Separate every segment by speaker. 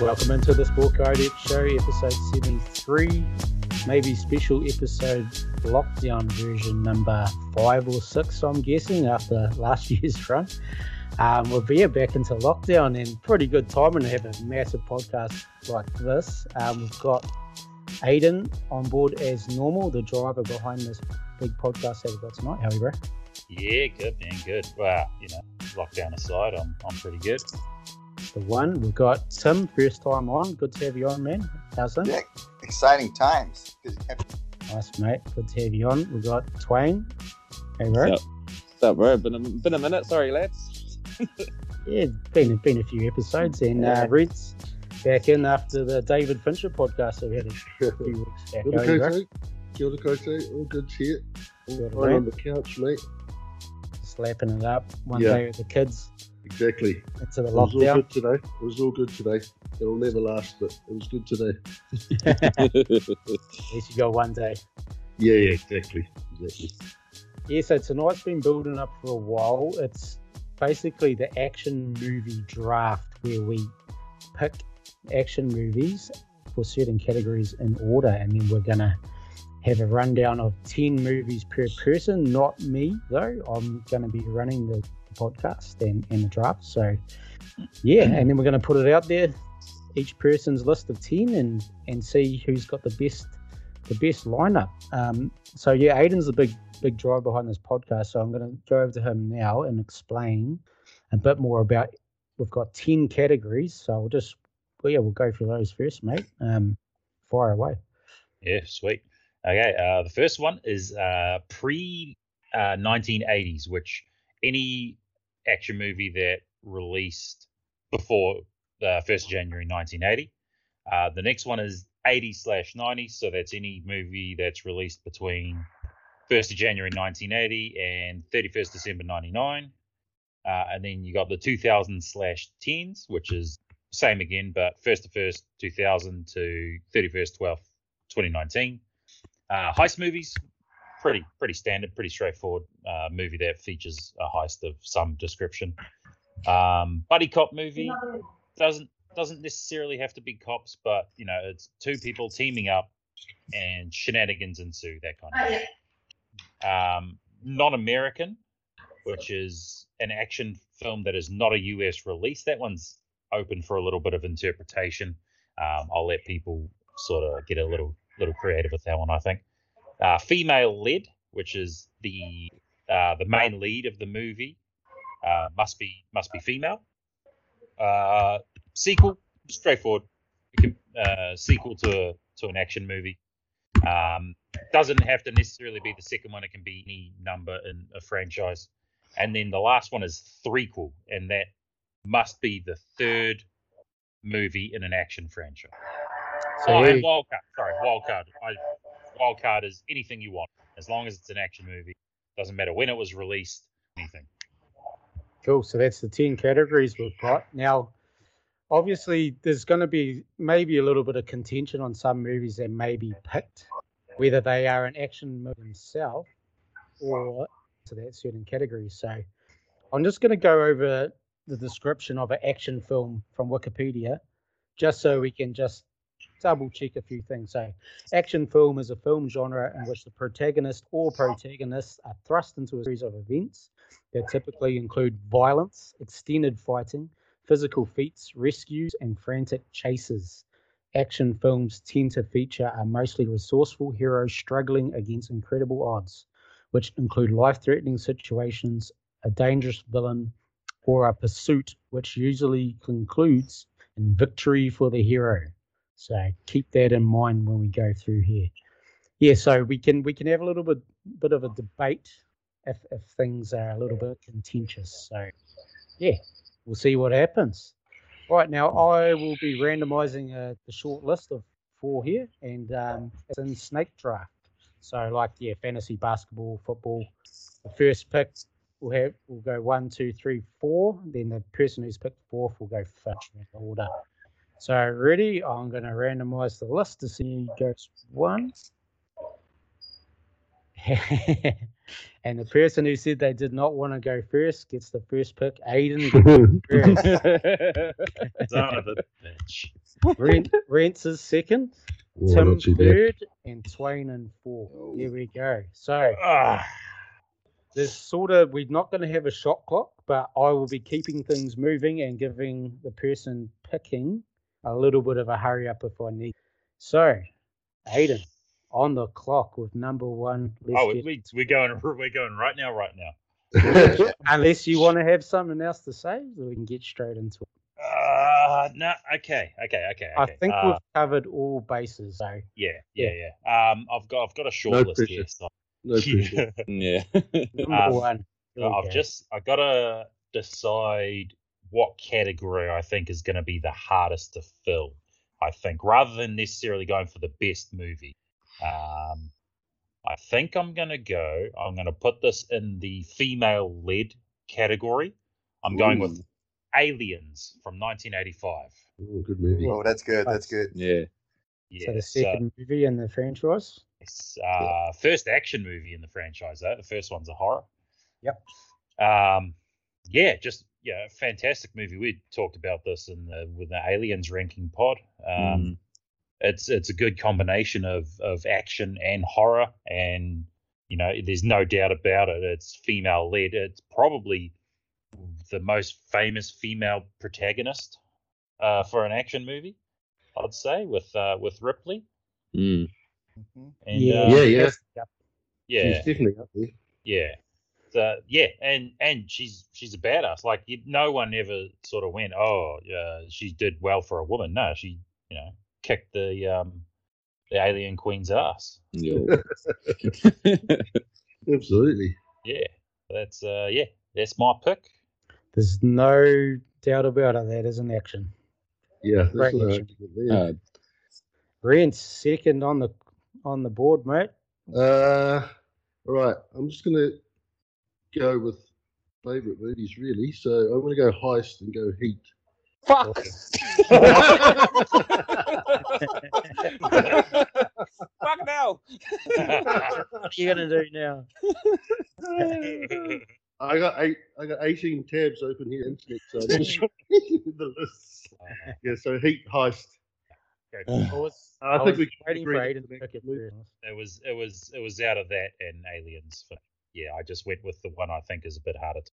Speaker 1: welcome into the Sport Guardian Show, episode 73, maybe special episode lockdown version number five or six, I'm guessing, after last year's run. Um, we're here back into lockdown and pretty good timing to have a massive podcast like this. Um, we've got Aiden on board as normal, the driver behind this big podcast that we've got tonight. How are you, bro?
Speaker 2: Yeah, good man, good. Wow, you know, lockdown aside, I'm I'm pretty good.
Speaker 1: The one we've got Tim, first time on. Good to have you on, man. How's things?
Speaker 3: Yeah, exciting times. 'cause you can't-
Speaker 1: Nice, mate. Good to have you on. We've got Twain. Hey, bro.
Speaker 4: Yep. That bro, been a, been a minute. Sorry, lads.
Speaker 1: Yeah, it's been been a few episodes, and
Speaker 4: Yeah.
Speaker 1: uh, Red's back in after the David Fincher podcast that we had a few weeks back.
Speaker 5: Kia
Speaker 1: How
Speaker 5: ora
Speaker 1: you, bro?
Speaker 5: koutou. Kia ora koutou. All good shit. All
Speaker 1: Good,
Speaker 5: fine
Speaker 1: mate.
Speaker 5: on the couch, mate.
Speaker 1: Slapping it up one
Speaker 5: Yeah.
Speaker 1: day with the kids
Speaker 5: Exactly.
Speaker 1: into the
Speaker 5: It was all
Speaker 1: lockdown.
Speaker 5: good today. It was all good today. It'll never last, but it was good today.
Speaker 1: At least you go one day.
Speaker 5: Yeah, yeah, exactly. Exactly.
Speaker 1: Yeah, so tonight's been building up for a while. It's basically the action movie draft where we pick action movies for certain categories in order, and then we're gonna have a rundown of 10 movies per person. Not me, though. I'm gonna be running the podcast and, and the draft. So, yeah, and then we're gonna put it out there, each person's list of 10, and, and see who's got the best. The best lineup. Um, so yeah, Aiden's the big big drive behind this podcast. So I'm going to go over to him now and explain a bit more about. We've got ten categories, so we'll just well, yeah, we'll go through those first, mate. Um, fire away.
Speaker 2: Yeah, sweet. Okay, uh, the first one is uh, pre uh, 1980s, which any action movie that released before the first January 1980. Uh, the next one is 80 slash 90, so that's any movie that's released between 1st of January 1980 and 31st December 99. Uh, and then you got the 2000 slash 10s, which is same again, but 1st to 1st 2000 to 31st 12th 2019. Uh, heist movies, pretty pretty standard, pretty straightforward uh, movie that features a heist of some description. Um, buddy cop movie doesn't doesn't necessarily have to be cops, but you know it's two people teaming up and shenanigans ensue that kind of thing. Um, Non-American, which is an action film that is not a US release. That one's open for a little bit of interpretation. Um, I'll let people sort of get a little little creative with that one. I think uh, female led, which is the uh, the main lead of the movie, uh, must be must be female. Uh, sequel, straightforward. You can, Uh, sequel to to an action movie. Um, doesn't have to necessarily be the second one. It can be any number in a franchise. And then the last one is threequel, and that must be the third movie in an action franchise.
Speaker 1: So
Speaker 2: Oh,
Speaker 1: here
Speaker 2: and
Speaker 1: you-
Speaker 2: wild card. Sorry, wild card. I, wild card is anything you want, as long as it's an action movie. Doesn't matter when it was released. Anything.
Speaker 1: Cool. So that's the 10 categories we've got. Now, obviously, there's going to be maybe a little bit of contention on some movies that may be picked, whether they are an action movie themselves or to that certain category. So I'm just going to go over the description of an action film from Wikipedia just so we can just double check a few things. So, action film is a film genre in which the protagonist or protagonists are thrust into a series of events that typically include violence, extended fighting, physical feats, rescues, and frantic chases. Action films tend to feature a mostly resourceful hero struggling against incredible odds, which include life threatening situations, a dangerous villain, or a pursuit, which usually concludes in victory for the hero. So keep that in mind when we go through here. Yeah, so we can we can have a little bit bit of a debate if if things are a little bit contentious. So yeah, we'll see what happens. Right now, I will be randomising uh, the short list of four here, and um, it's in snake draft. So like yeah, fantasy basketball, football. The first pick will have will go one, two, three, four. Then the person who's picked fourth will go first in the order. So ready, I'm going to randomize the list to see who goes one. and the person who said they did not want to go first gets the first pick. Aiden gets
Speaker 5: That's
Speaker 1: first.
Speaker 2: Son of a bitch.
Speaker 1: Rent, Rents is second, Tim third, and Twain in fourth. There we go. So
Speaker 2: Ah,
Speaker 1: there's sort of we're not going to have a shot clock, but I will be keeping things moving and giving the person picking a little bit of a hurry up if I need. So, Aiden, on the clock with number one. Let's
Speaker 2: oh,
Speaker 1: get-
Speaker 2: we, we're going. We're going right now. Right now.
Speaker 1: unless you want to have something else to say, we can get straight into it.
Speaker 2: Uh, no. Okay. Okay. Okay.
Speaker 1: I
Speaker 2: okay.
Speaker 1: think
Speaker 2: Uh,
Speaker 1: we've covered all bases. So,
Speaker 2: yeah. Yeah. Yeah. Um, I've got. I've got a short
Speaker 5: No
Speaker 2: list here.
Speaker 5: pressure.
Speaker 2: So,
Speaker 5: No pressure.
Speaker 4: yeah.
Speaker 1: number
Speaker 2: Um,
Speaker 1: one. There we
Speaker 2: I've
Speaker 1: go.
Speaker 2: just. I gotta decide what category I think is going to be the hardest to fill. I think rather than necessarily going for the best movie. Um, I think I'm going to go. I'm going to put this in the female led category. I'm going with Aliens from 1985.
Speaker 5: Ooh, good movie.
Speaker 3: Oh, that's good. That's good.
Speaker 4: Yeah.
Speaker 2: Yeah,
Speaker 1: so the
Speaker 2: so
Speaker 1: second movie in the franchise.
Speaker 2: it's, uh, first action movie in the franchise. Though the first one's a horror.
Speaker 1: Yep.
Speaker 2: Um, yeah, just yeah, fantastic movie. We talked about this in the with the Aliens ranking pod. Um,
Speaker 5: Mm-hmm.
Speaker 4: Mm.
Speaker 2: it's it's a good combination of of action and horror and you know there's no doubt about it it's female led it's probably the most famous female protagonist uh, for an action movie i'd say with uh, with ripley
Speaker 4: Mm.
Speaker 3: Mhm.
Speaker 2: and
Speaker 1: Yeah.
Speaker 2: uh,
Speaker 5: Yeah, yeah.
Speaker 2: yeah
Speaker 5: She's definitely up there.
Speaker 2: yeah. So yeah, and and she's she's a badass. Like you, no one ever sort of went, oh, uh, she did well for a woman. No, she you know kicked the um the alien queen's ass.
Speaker 4: Yo.
Speaker 5: Absolutely.
Speaker 2: Yeah, that's uh yeah, that's my pick.
Speaker 1: There's no doubt about it. That is an action.
Speaker 5: Yeah, that's
Speaker 1: Great
Speaker 5: not
Speaker 1: action.
Speaker 5: there.
Speaker 4: Uh,
Speaker 1: Brent's second on the on the board, mate.
Speaker 5: Uh, all right, I'm just going to go with favourite movies, really. So I'm going to go Heist and go Heat.
Speaker 3: Fuck.
Speaker 4: Fuck now.
Speaker 1: What are you gonna do now?
Speaker 2: oh,
Speaker 5: I got eight, I got 18 tabs open here, internet, so I'm just the list. Yeah, so Heat, Heist.
Speaker 2: okay.
Speaker 1: I was,
Speaker 5: I think
Speaker 1: was
Speaker 5: we can
Speaker 1: waiting for Aiden
Speaker 5: agree that
Speaker 1: to
Speaker 5: the
Speaker 1: pick it
Speaker 5: next move-
Speaker 1: first.
Speaker 2: It was it was it was out of that and aliens. For, yeah, I just went with the one I think is a bit harder. To,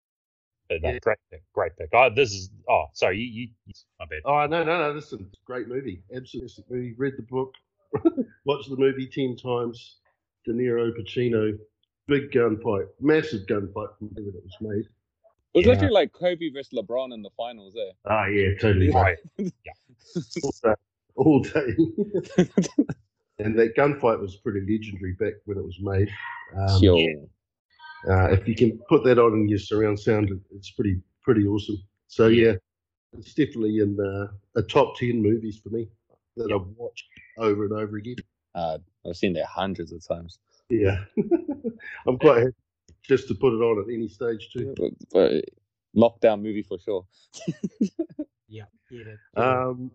Speaker 2: but no,
Speaker 5: Yeah.
Speaker 2: great pick, great pick. Oh, this is oh sorry you you my bad.
Speaker 5: Oh no, no, no! Listen, it's a great movie, absolutely. movie. Read the book, watched the movie ten times. De Niro, Pacino, big gunfight, massive gunfight from when it was made.
Speaker 4: It was
Speaker 1: Yeah.
Speaker 4: literally like Kobe versus LeBron in the finals, eh?
Speaker 5: Ah, yeah, totally.
Speaker 2: Right.
Speaker 5: all day, all day. and that gunfight was pretty legendary back when it was made. Um,
Speaker 4: Yo.
Speaker 5: uh, if you can put that on in your surround sound, it- it's pretty pretty awesome. So yeah, it's definitely in uh, a top ten movies for me that I've watched over and over again.
Speaker 4: Uh, I've seen that hundreds of times.
Speaker 5: Yeah, I'm quite happy just to put it on at any stage too.
Speaker 4: But, but lockdown movie for sure.
Speaker 1: Yeah, yeah, yeah,
Speaker 5: Um,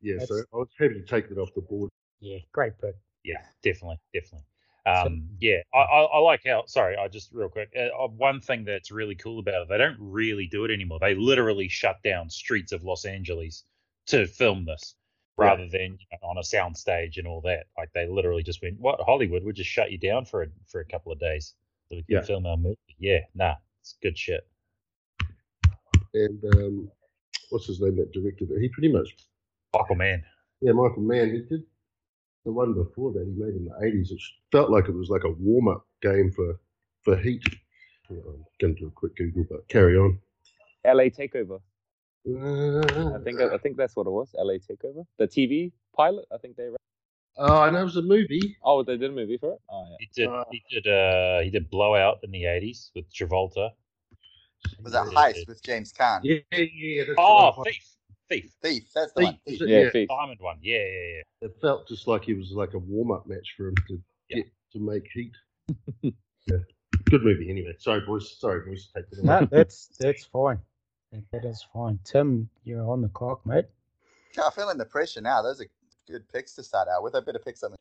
Speaker 5: yeah, so
Speaker 1: That's-
Speaker 5: I was happy to take that off the board.
Speaker 1: yeah, great pick.
Speaker 2: yeah, definitely, definitely. Um, yeah, I, I, I like how. Sorry, I just real quick. Uh, uh, one thing that's really cool about it, they don't really do it anymore. They literally shut down streets of Los Angeles to film this,
Speaker 5: Yeah.
Speaker 2: rather than you know, on a soundstage and all that. Like they literally just went, "What Hollywood? We'll just shut you down for a, for a couple of days so we can
Speaker 5: Yeah.
Speaker 2: film our movie." Yeah, nah, it's good shit.
Speaker 5: And um, what's his name that directed it? He pretty much
Speaker 2: Buckle man.
Speaker 5: Yeah, Michael Mann, he did the one before that he made in the 80s. It felt like it was like a warm up game for, for Heat. Hold on, I'm going to do a quick Google, but carry on.
Speaker 4: LA Takeover.
Speaker 5: Uh,
Speaker 4: I think I think that's what it was. LA Takeover. The TV pilot. I think they.
Speaker 5: Oh, I know it was a movie.
Speaker 4: Oh, they did a movie for it. Oh yeah.
Speaker 2: He did.
Speaker 5: Uh,
Speaker 2: he did. Uh, he did Blowout in the '80s with Travolta.
Speaker 3: It was a heist with James Caan.
Speaker 5: Yeah, yeah, yeah. That's the
Speaker 2: Oh,
Speaker 5: one.
Speaker 2: Thief. Thief.
Speaker 3: Thief. That's the
Speaker 5: Thief,
Speaker 3: one.
Speaker 5: is
Speaker 3: Thief.
Speaker 5: it?
Speaker 4: Yeah,
Speaker 5: Yeah.
Speaker 4: Thief.
Speaker 2: Diamond one. Yeah, yeah, yeah.
Speaker 5: it felt just like it was like a warm up match for him to
Speaker 2: Yeah.
Speaker 5: get to make Heat. yeah. Good movie, anyway. Sorry, boys. Sorry, boys. Take it away. Oh,
Speaker 1: No, that's that's fine. That- That is fine. Tim, you're on the clock, mate.
Speaker 3: I'm feeling the pressure now. Those are good picks to start out with. I better pick something.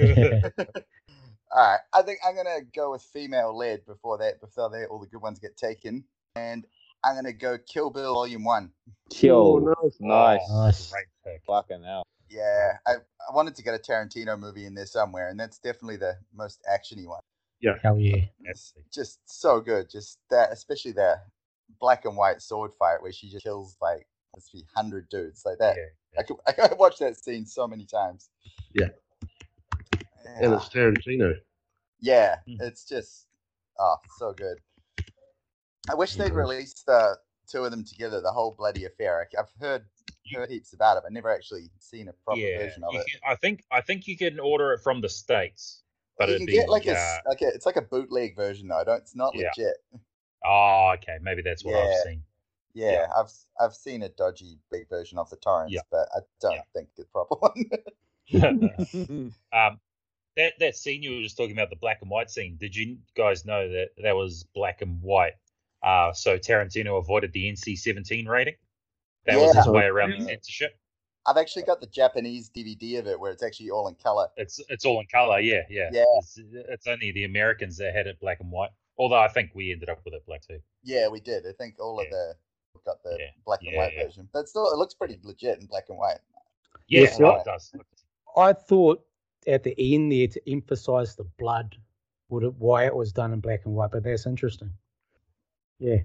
Speaker 1: yeah,
Speaker 3: All right. I I think I'm gonna go with female led before that, before they, all the good ones get taken, and I'm gonna go Kill Bill Volume One.
Speaker 5: Oh,
Speaker 6: Kill.
Speaker 5: nice.
Speaker 6: Nice.
Speaker 2: Oh,
Speaker 1: Nice.
Speaker 2: Great pick.
Speaker 6: Fucking hell.
Speaker 3: Yeah, I, I wanted to get a Tarantino movie in there somewhere, and that's definitely the most actiony one.
Speaker 1: Hell yeah.
Speaker 2: Yes.
Speaker 3: It's just so good, just that, especially the black and white sword fight where she just kills like must be hundred dudes like that.
Speaker 2: Yeah,
Speaker 3: I could I could watch that scene so many times.
Speaker 5: Yeah. And
Speaker 3: Yeah,
Speaker 5: it's Tarantino.
Speaker 3: yeah
Speaker 2: Mm.
Speaker 3: it's just oh, so good. I wish they'd
Speaker 5: Mhm.
Speaker 3: released the two of them together, the whole bloody affair. I- I've heard heard heaps about it, but never actually seen a proper
Speaker 2: yeah.
Speaker 3: version of
Speaker 2: you
Speaker 3: it.
Speaker 2: can- I think I think you can order it from the states, but
Speaker 3: you
Speaker 2: it'd
Speaker 3: can
Speaker 2: be
Speaker 3: get like a
Speaker 2: uh,
Speaker 3: s- like a, it's like a bootleg version though. I don't, it's not
Speaker 2: Yeah.
Speaker 3: legit.
Speaker 2: oh, okay, maybe that's what I've
Speaker 3: Yeah.
Speaker 2: seen.
Speaker 3: Yeah,
Speaker 2: Yeah.
Speaker 3: I've I've seen a dodgy big version of the torrents,
Speaker 2: Yeah.
Speaker 3: but I don't
Speaker 2: Yeah.
Speaker 3: think the proper one.
Speaker 2: um, that that scene you were just talking about, the black and white scene. Did you guys know that that was black and white? Uh, so Tarantino avoided the NC-17 rating. That was his
Speaker 5: Yeah.
Speaker 2: way around the
Speaker 5: Really?
Speaker 2: censorship.
Speaker 3: I've actually got the Japanese DVD of it where it's actually all in color.
Speaker 2: It's it's all in color. Yeah, yeah.
Speaker 3: Yeah.
Speaker 2: It's, it's only the Americans that had it black and white. Although I think we ended up with it black too.
Speaker 3: Yeah, we did. I think all
Speaker 2: Yeah.
Speaker 3: of the we've got the
Speaker 2: Yeah.
Speaker 3: black and
Speaker 2: Yeah,
Speaker 3: white
Speaker 2: yeah.
Speaker 3: version, but still it looks pretty legit in black and white.
Speaker 2: Yeah,
Speaker 1: Yes,
Speaker 2: no,
Speaker 3: yeah.
Speaker 2: it does.
Speaker 1: I thought at the end there to emphasize the blood, would it, why it was done in black and white, but that's interesting. Yeah.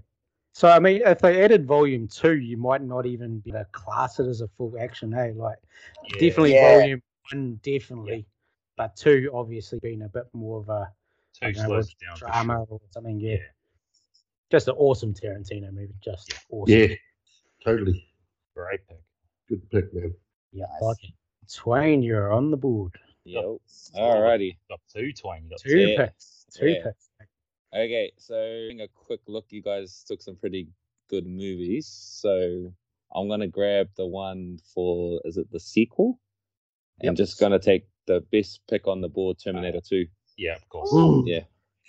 Speaker 1: So I mean, if they added volume two, you might not even be able to class it as a full action, hey? Like
Speaker 2: Yeah.
Speaker 1: definitely
Speaker 3: Yeah.
Speaker 1: volume one, definitely, but two obviously being a bit more of a I don't
Speaker 2: Two
Speaker 1: know,
Speaker 2: slows it down. for
Speaker 1: drama or something. Yeah.
Speaker 2: Yeah.
Speaker 1: Just an awesome Tarantino movie. Just awesome.
Speaker 5: Yeah, totally.
Speaker 2: sure. Great pick.
Speaker 5: Good pick, man.
Speaker 1: Yeah.
Speaker 3: Nice.
Speaker 1: Like it. Twain, you're on the board.
Speaker 6: Yo. Alrighty.
Speaker 2: You got two Twain. You got
Speaker 1: Two
Speaker 6: Yeah.
Speaker 1: picks. Two
Speaker 6: Yeah.
Speaker 1: picks.
Speaker 6: Okay, so having a quick look, you guys took some pretty good movies. So I'm gonna grab the one for is it the sequel? I'm just gonna take the best pick on the board, Terminator Two.
Speaker 2: Yeah, of course.
Speaker 6: Yeah.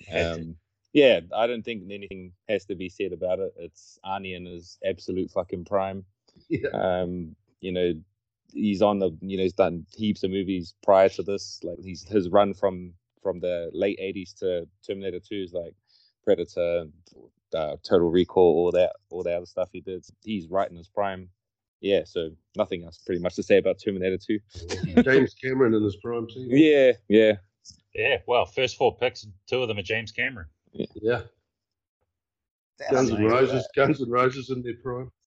Speaker 2: Had to.
Speaker 6: Um, yeah, I don't think anything has to be said about it. It's Arnie in his absolute fucking prime.
Speaker 5: Yeah.
Speaker 6: Um, you know, he's on the you know he's done heaps of movies prior to this. Like he's his run from from the late '80s to Terminator 2 is like Predator, uh, Total Recall, all that all that other stuff he did. He's right in his prime. Yeah, so nothing else pretty much to say about Terminator 2.
Speaker 5: James Cameron in his prime too.
Speaker 6: Yeah, yeah,
Speaker 2: Yeah, well, first four picks, two of them are James Cameron.
Speaker 5: Yeah.
Speaker 3: Damn,
Speaker 5: Guns
Speaker 3: I
Speaker 5: N'
Speaker 3: like that.
Speaker 5: Roses. Guns N' Roses in their prime.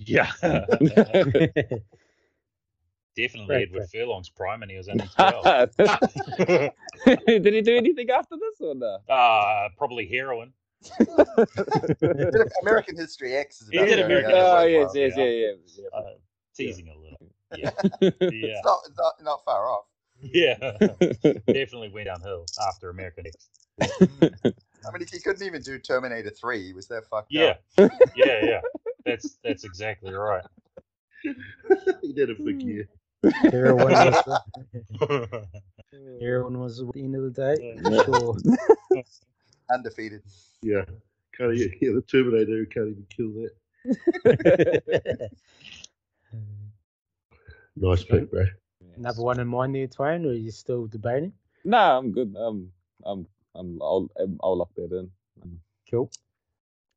Speaker 2: Yeah. Uh, Definitely
Speaker 1: Great
Speaker 2: Edward
Speaker 1: pick.
Speaker 2: Furlong's prime, and he was only 12.
Speaker 6: Did he do anything after this or no?
Speaker 2: uh, probably heroin.
Speaker 3: Bit of American History X is
Speaker 2: He
Speaker 3: about
Speaker 2: did
Speaker 3: the only
Speaker 2: American
Speaker 3: other
Speaker 2: History
Speaker 6: Oh,
Speaker 3: one.
Speaker 2: X.
Speaker 6: yes, yes, yeah, yeah.
Speaker 2: Uh,
Speaker 6: yeah.
Speaker 2: teasing a little. Yeah.
Speaker 3: It's not, not not far off.
Speaker 2: yeah. Definitely went downhill after American X.
Speaker 3: I mean, if he couldn't even do Terminator Three, he was that fucked
Speaker 2: Yeah.
Speaker 3: up.
Speaker 2: yeah, yeah. That's that's exactly right.
Speaker 5: he did a big year.
Speaker 1: Heroin was,
Speaker 2: yeah.
Speaker 1: heroin was the end of the day.
Speaker 6: Yeah.
Speaker 1: Sure.
Speaker 3: Undefeated.
Speaker 5: Yeah. Can't even, yeah, the Terminator can't even kill that. Nice pick, bro.
Speaker 1: Another one in mind there, Twain, or are you still debating?
Speaker 6: No, I'm good. Um, I'm, I'm, I'll, um, I'll lock that in.
Speaker 1: Cool.
Speaker 6: um,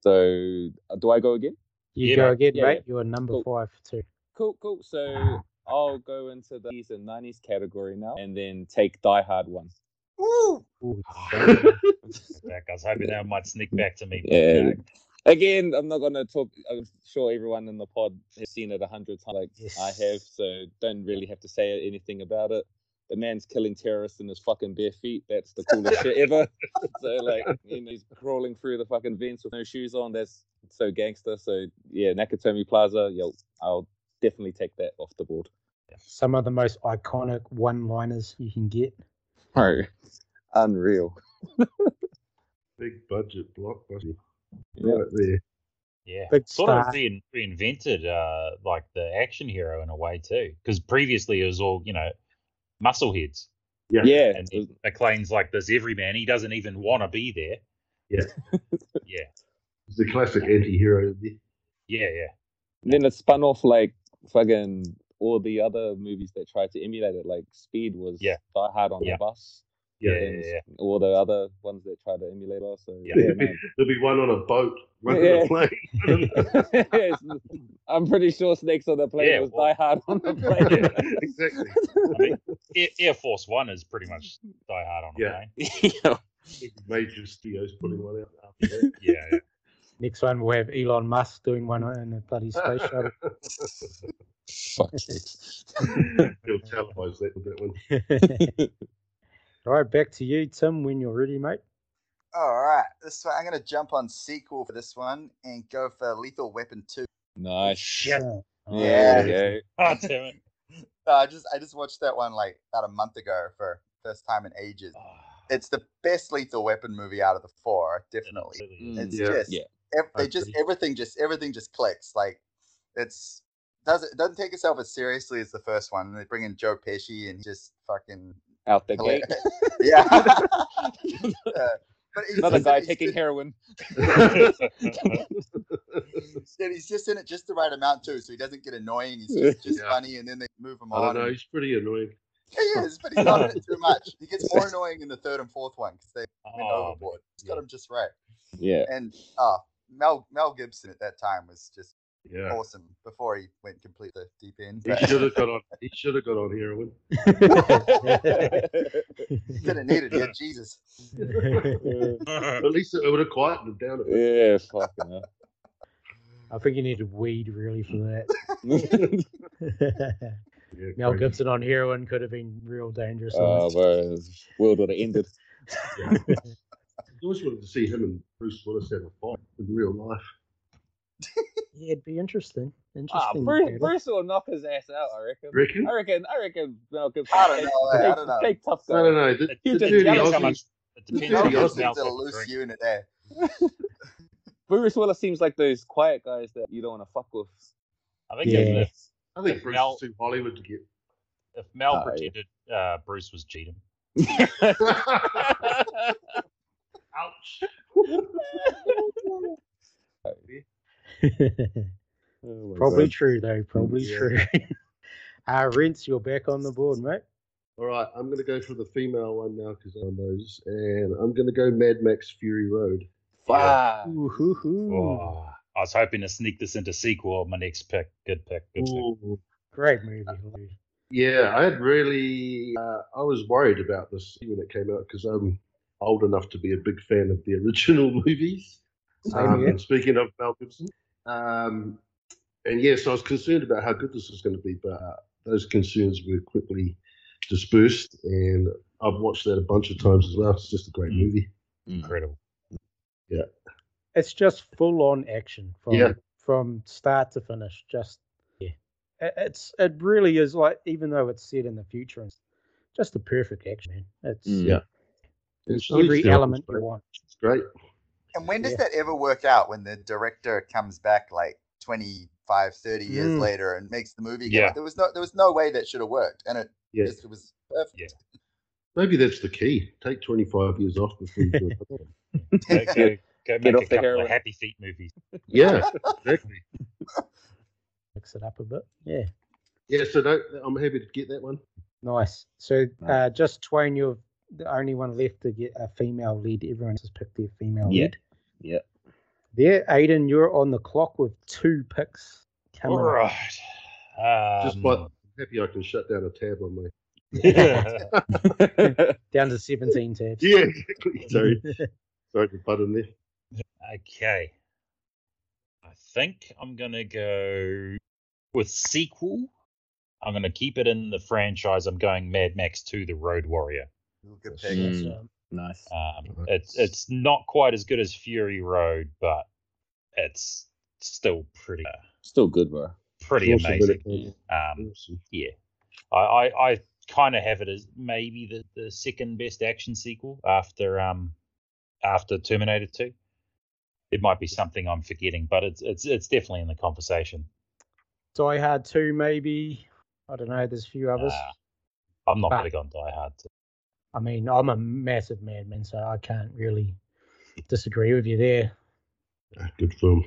Speaker 6: So, uh, do I go again?
Speaker 1: You
Speaker 2: Yeah,
Speaker 1: go
Speaker 2: mate.
Speaker 1: again,
Speaker 6: Yeah,
Speaker 1: mate. You're number
Speaker 6: Cool.
Speaker 1: five too.
Speaker 6: Cool, cool. So, I'll go into the 80s and 90s category now, and then take Die Hard one.
Speaker 3: Woo!
Speaker 1: Ooh,
Speaker 2: I was hoping that might sneak back to me. but
Speaker 6: Yeah.
Speaker 2: no.
Speaker 6: Again, I'm not gonna talk. I'm sure everyone in the pod has seen it a hundred times, like
Speaker 1: Yes.
Speaker 6: I have, so don't really have to say anything about it. The man's killing terrorists in his fucking bare feet. That's the coolest shit ever. So like, you know, he's crawling through the fucking vents with no shoes on. That's so gangster. So yeah, Nakatomi Plaza. Yo, I'll definitely take that off the board.
Speaker 1: some of the most iconic one-liners you can get.
Speaker 6: Bro, unreal.
Speaker 5: Big budget blockbuster.
Speaker 6: Yeah.
Speaker 5: Right there.
Speaker 2: Yeah,
Speaker 1: Big
Speaker 2: sort of
Speaker 1: star.
Speaker 2: rein, reinvented uh, like the action hero in a way too, because previously it was all you know muscle heads,
Speaker 5: Yeah.
Speaker 6: Yeah,
Speaker 2: and
Speaker 6: it was-
Speaker 2: McLean's like this everyman. He doesn't even want to be there. yeah,
Speaker 5: It's the classic anti hero.
Speaker 2: yeah, yeah.
Speaker 6: then it spun off like fucking all the other movies that tried to emulate it. Like Speed was
Speaker 2: Yeah.
Speaker 6: Die Hard on
Speaker 2: Yeah.
Speaker 6: the bus.
Speaker 2: Yeah,
Speaker 5: Yeah.
Speaker 2: yeah, yeah.
Speaker 4: All the other ones that try to emulate us. So,
Speaker 2: Yeah.
Speaker 4: yeah, man.
Speaker 5: There'll be one on a boat, one on
Speaker 4: Yeah.
Speaker 5: a plane. one on a-
Speaker 4: Yes, I'm pretty sure Snakes on the Plane
Speaker 2: Yeah,
Speaker 4: was
Speaker 2: well-
Speaker 4: Die Hard on the plane.
Speaker 5: exactly.
Speaker 2: I mean, Air, Air Force One is pretty much Die Hard on a
Speaker 5: Yeah.
Speaker 2: plane.
Speaker 4: Yeah.
Speaker 5: Major studios putting one out after that.
Speaker 2: Yeah, yeah.
Speaker 1: Next one we'll have Elon Musk doing one in a bloody space shuttle.
Speaker 4: Fuck sakes.
Speaker 5: He'll televise that, that one.
Speaker 1: All right, back to you, Tim, when you're ready, mate.
Speaker 3: All right, this one I'm gonna jump on sequel for this one and go for Lethal Weapon Two.
Speaker 4: Nice.
Speaker 2: Shit.
Speaker 1: Oh,
Speaker 4: Yeah.
Speaker 5: Yeah.
Speaker 2: Oh, damn it.
Speaker 3: Uh, I just I just watched that one like about a month ago for first time in ages.
Speaker 2: Ah.
Speaker 3: It's the best Lethal Weapon movie out of the four, definitely.
Speaker 2: Absolutely.
Speaker 4: Mm.
Speaker 3: It's
Speaker 5: Yeah.
Speaker 3: just
Speaker 4: Yeah.
Speaker 3: ev-
Speaker 5: I
Speaker 3: they just
Speaker 5: agree.
Speaker 3: everything just everything just clicks. Like it's doesn't it doesn't take itself as seriously as the first one. They bring in Joe Pesci and just fucking
Speaker 4: Out the gate.
Speaker 3: hilar- yeah. Yeah. But he's
Speaker 4: Another
Speaker 3: just-
Speaker 4: guy
Speaker 3: he's
Speaker 4: taking
Speaker 3: just-
Speaker 4: heroin.
Speaker 3: Mm. and he's just in it just the right amount too, so he doesn't get annoying. He's just, just
Speaker 5: Yeah.
Speaker 3: funny, and then they move him
Speaker 5: I
Speaker 3: on.
Speaker 5: don't know.
Speaker 3: and-
Speaker 5: He's pretty annoying.
Speaker 3: He is, but he's not in it too much. He gets more annoying in the third and fourth one because they went
Speaker 2: Oh,
Speaker 3: overboard. He's got
Speaker 2: yeah.
Speaker 3: him just right.
Speaker 4: Yeah.
Speaker 3: And uh, Mel Mel Gibson at that time was just
Speaker 5: Yeah.
Speaker 3: awesome before he went complete the deep end.
Speaker 5: He should have got on. He should have got on heroin.
Speaker 3: didn't need it. Yeah, Jesus.
Speaker 5: At least it would have quietened him down a bit.
Speaker 4: yeah, fucking hell.
Speaker 1: I think you need weed really for that.
Speaker 5: Yeah,
Speaker 1: Mel
Speaker 5: crazy.
Speaker 1: Gibson on heroin could have been real dangerous.
Speaker 6: Uh,
Speaker 4: oh, bro. this World would have ended.
Speaker 5: I always wanted to see him and Bruce Willis have a fight in real life.
Speaker 1: yeah, it'd be interesting.
Speaker 4: Ah,
Speaker 1: Interesting.
Speaker 4: Bruce,
Speaker 1: Peter.
Speaker 4: Bruce will knock his ass out, I reckon.
Speaker 5: Reckon?
Speaker 6: Oh,
Speaker 4: I reckon, I reckon Mel Gibson.
Speaker 3: I don't
Speaker 4: take-
Speaker 3: know, eh, I don't know.
Speaker 4: Take tough
Speaker 5: No, no,
Speaker 4: guy.
Speaker 5: no. The,
Speaker 2: It-
Speaker 5: the
Speaker 4: it
Speaker 5: dirty
Speaker 4: depends
Speaker 2: how
Speaker 5: Aussie-
Speaker 2: much- It depends
Speaker 5: Yeah,
Speaker 2: how
Speaker 3: Mel
Speaker 5: he
Speaker 2: much
Speaker 5: also
Speaker 2: Mel
Speaker 3: Gibson's a
Speaker 2: can
Speaker 3: loose
Speaker 2: drink.
Speaker 3: unit there.
Speaker 4: Bruce Willis seems like those quiet guys that you don't want to fuck with.
Speaker 2: I think
Speaker 1: Yeah.
Speaker 2: if,
Speaker 5: I think Bruce
Speaker 2: Mel-
Speaker 5: is too Hollywood to get.
Speaker 2: if Mel
Speaker 4: Oh, yeah.
Speaker 2: pretended uh, Bruce was cheating,
Speaker 5: Ouch.
Speaker 1: Probably true though. Probably
Speaker 5: Yeah.
Speaker 1: true. uh, Rince, you're back on the board, mate.
Speaker 5: All right, I'm going to go for the female one now because I know those, and I'm going to go Mad Max Fury Road.
Speaker 6: Ah.
Speaker 4: Fuck.
Speaker 1: Ooh, hoo, hoo.
Speaker 2: Oh, I was hoping to sneak this into sequel. My next pick, good pick, good pick.
Speaker 5: Ooh.
Speaker 1: Great movie.
Speaker 5: Yeah, I had really. Uh, I was worried about this when it came out because I'm old enough to be a big fan of the original movies.
Speaker 1: Same
Speaker 5: Um,
Speaker 1: here.
Speaker 5: and speaking of Mel Gibson, um, and yes, I was concerned about how good this was going to be, but uh, those concerns were quickly dispersed, and I've watched that a bunch of times as well. It's just a great
Speaker 2: Mm.
Speaker 5: movie.
Speaker 2: Incredible.
Speaker 1: It's just full on action from
Speaker 5: Yeah.
Speaker 1: from start to finish. Just yeah, It- it's it really is like even though it's set in the future, it's just the perfect action. Man. It's
Speaker 4: Mm.
Speaker 5: Yeah.
Speaker 1: it's
Speaker 5: It's
Speaker 1: every
Speaker 5: still-
Speaker 1: element
Speaker 5: it's
Speaker 1: you want.
Speaker 5: great.
Speaker 3: And when does
Speaker 1: Yeah.
Speaker 3: that ever work out when the director comes back like 25, 30 years
Speaker 1: Mm.
Speaker 3: later and makes the movie?
Speaker 2: Yeah.
Speaker 3: Yeah. There was no there was no way that should have worked. And it
Speaker 5: Yeah.
Speaker 3: just was perfect.
Speaker 5: Maybe that's the key. Take 25 years off before you do another one.
Speaker 2: Go, go, go make
Speaker 4: off the
Speaker 2: a couple
Speaker 4: heroin.
Speaker 2: of Happy Feet movies.
Speaker 5: Yeah, exactly.
Speaker 1: Mix it up a bit. Yeah.
Speaker 5: Yeah, so don't, I'm happy to get that one.
Speaker 1: Nice. So uh,
Speaker 4: Nice.
Speaker 1: just Twain, you're the only one left to get a female lead. Everyone else has picked their female
Speaker 4: Yeah.
Speaker 1: lead.
Speaker 4: Yeah.
Speaker 1: There, Aiden, you're on the clock with two picks coming.
Speaker 2: All
Speaker 1: up.
Speaker 2: right. Um,
Speaker 5: Just by I'm happy I can shut down a tab on my.
Speaker 1: Down to 17 tabs.
Speaker 5: Yeah, exactly. Sorry, sorry for button there.
Speaker 2: okay. I think I'm gonna go with sequel. I'm gonna keep it in the franchise. I'm going Mad Max 2: The Road Warrior.
Speaker 3: Good
Speaker 1: So,
Speaker 3: pick.
Speaker 4: Mm.
Speaker 1: um,
Speaker 4: nice.
Speaker 2: Um,
Speaker 5: Alright.
Speaker 2: it's it's not quite as good as Fury Road, but it's still pretty uh,
Speaker 4: Still good, bro.
Speaker 2: pretty
Speaker 5: Awesome,
Speaker 2: amazing.
Speaker 5: really.
Speaker 2: Um,
Speaker 5: Awesome.
Speaker 2: yeah, I I, I kind of have it as maybe the, the second best action sequel after um after Terminator Two. It might be something I'm forgetting, but it's it's it's definitely in the conversation.
Speaker 1: Die Hard 2, maybe. I don't know. There's a few others.
Speaker 4: Ah.
Speaker 2: Uh, I'm not
Speaker 1: But-
Speaker 2: big on Die Hard. Two.
Speaker 1: I mean, I'm a massive madman, so I can't really disagree with you there.
Speaker 5: Ah, Good film.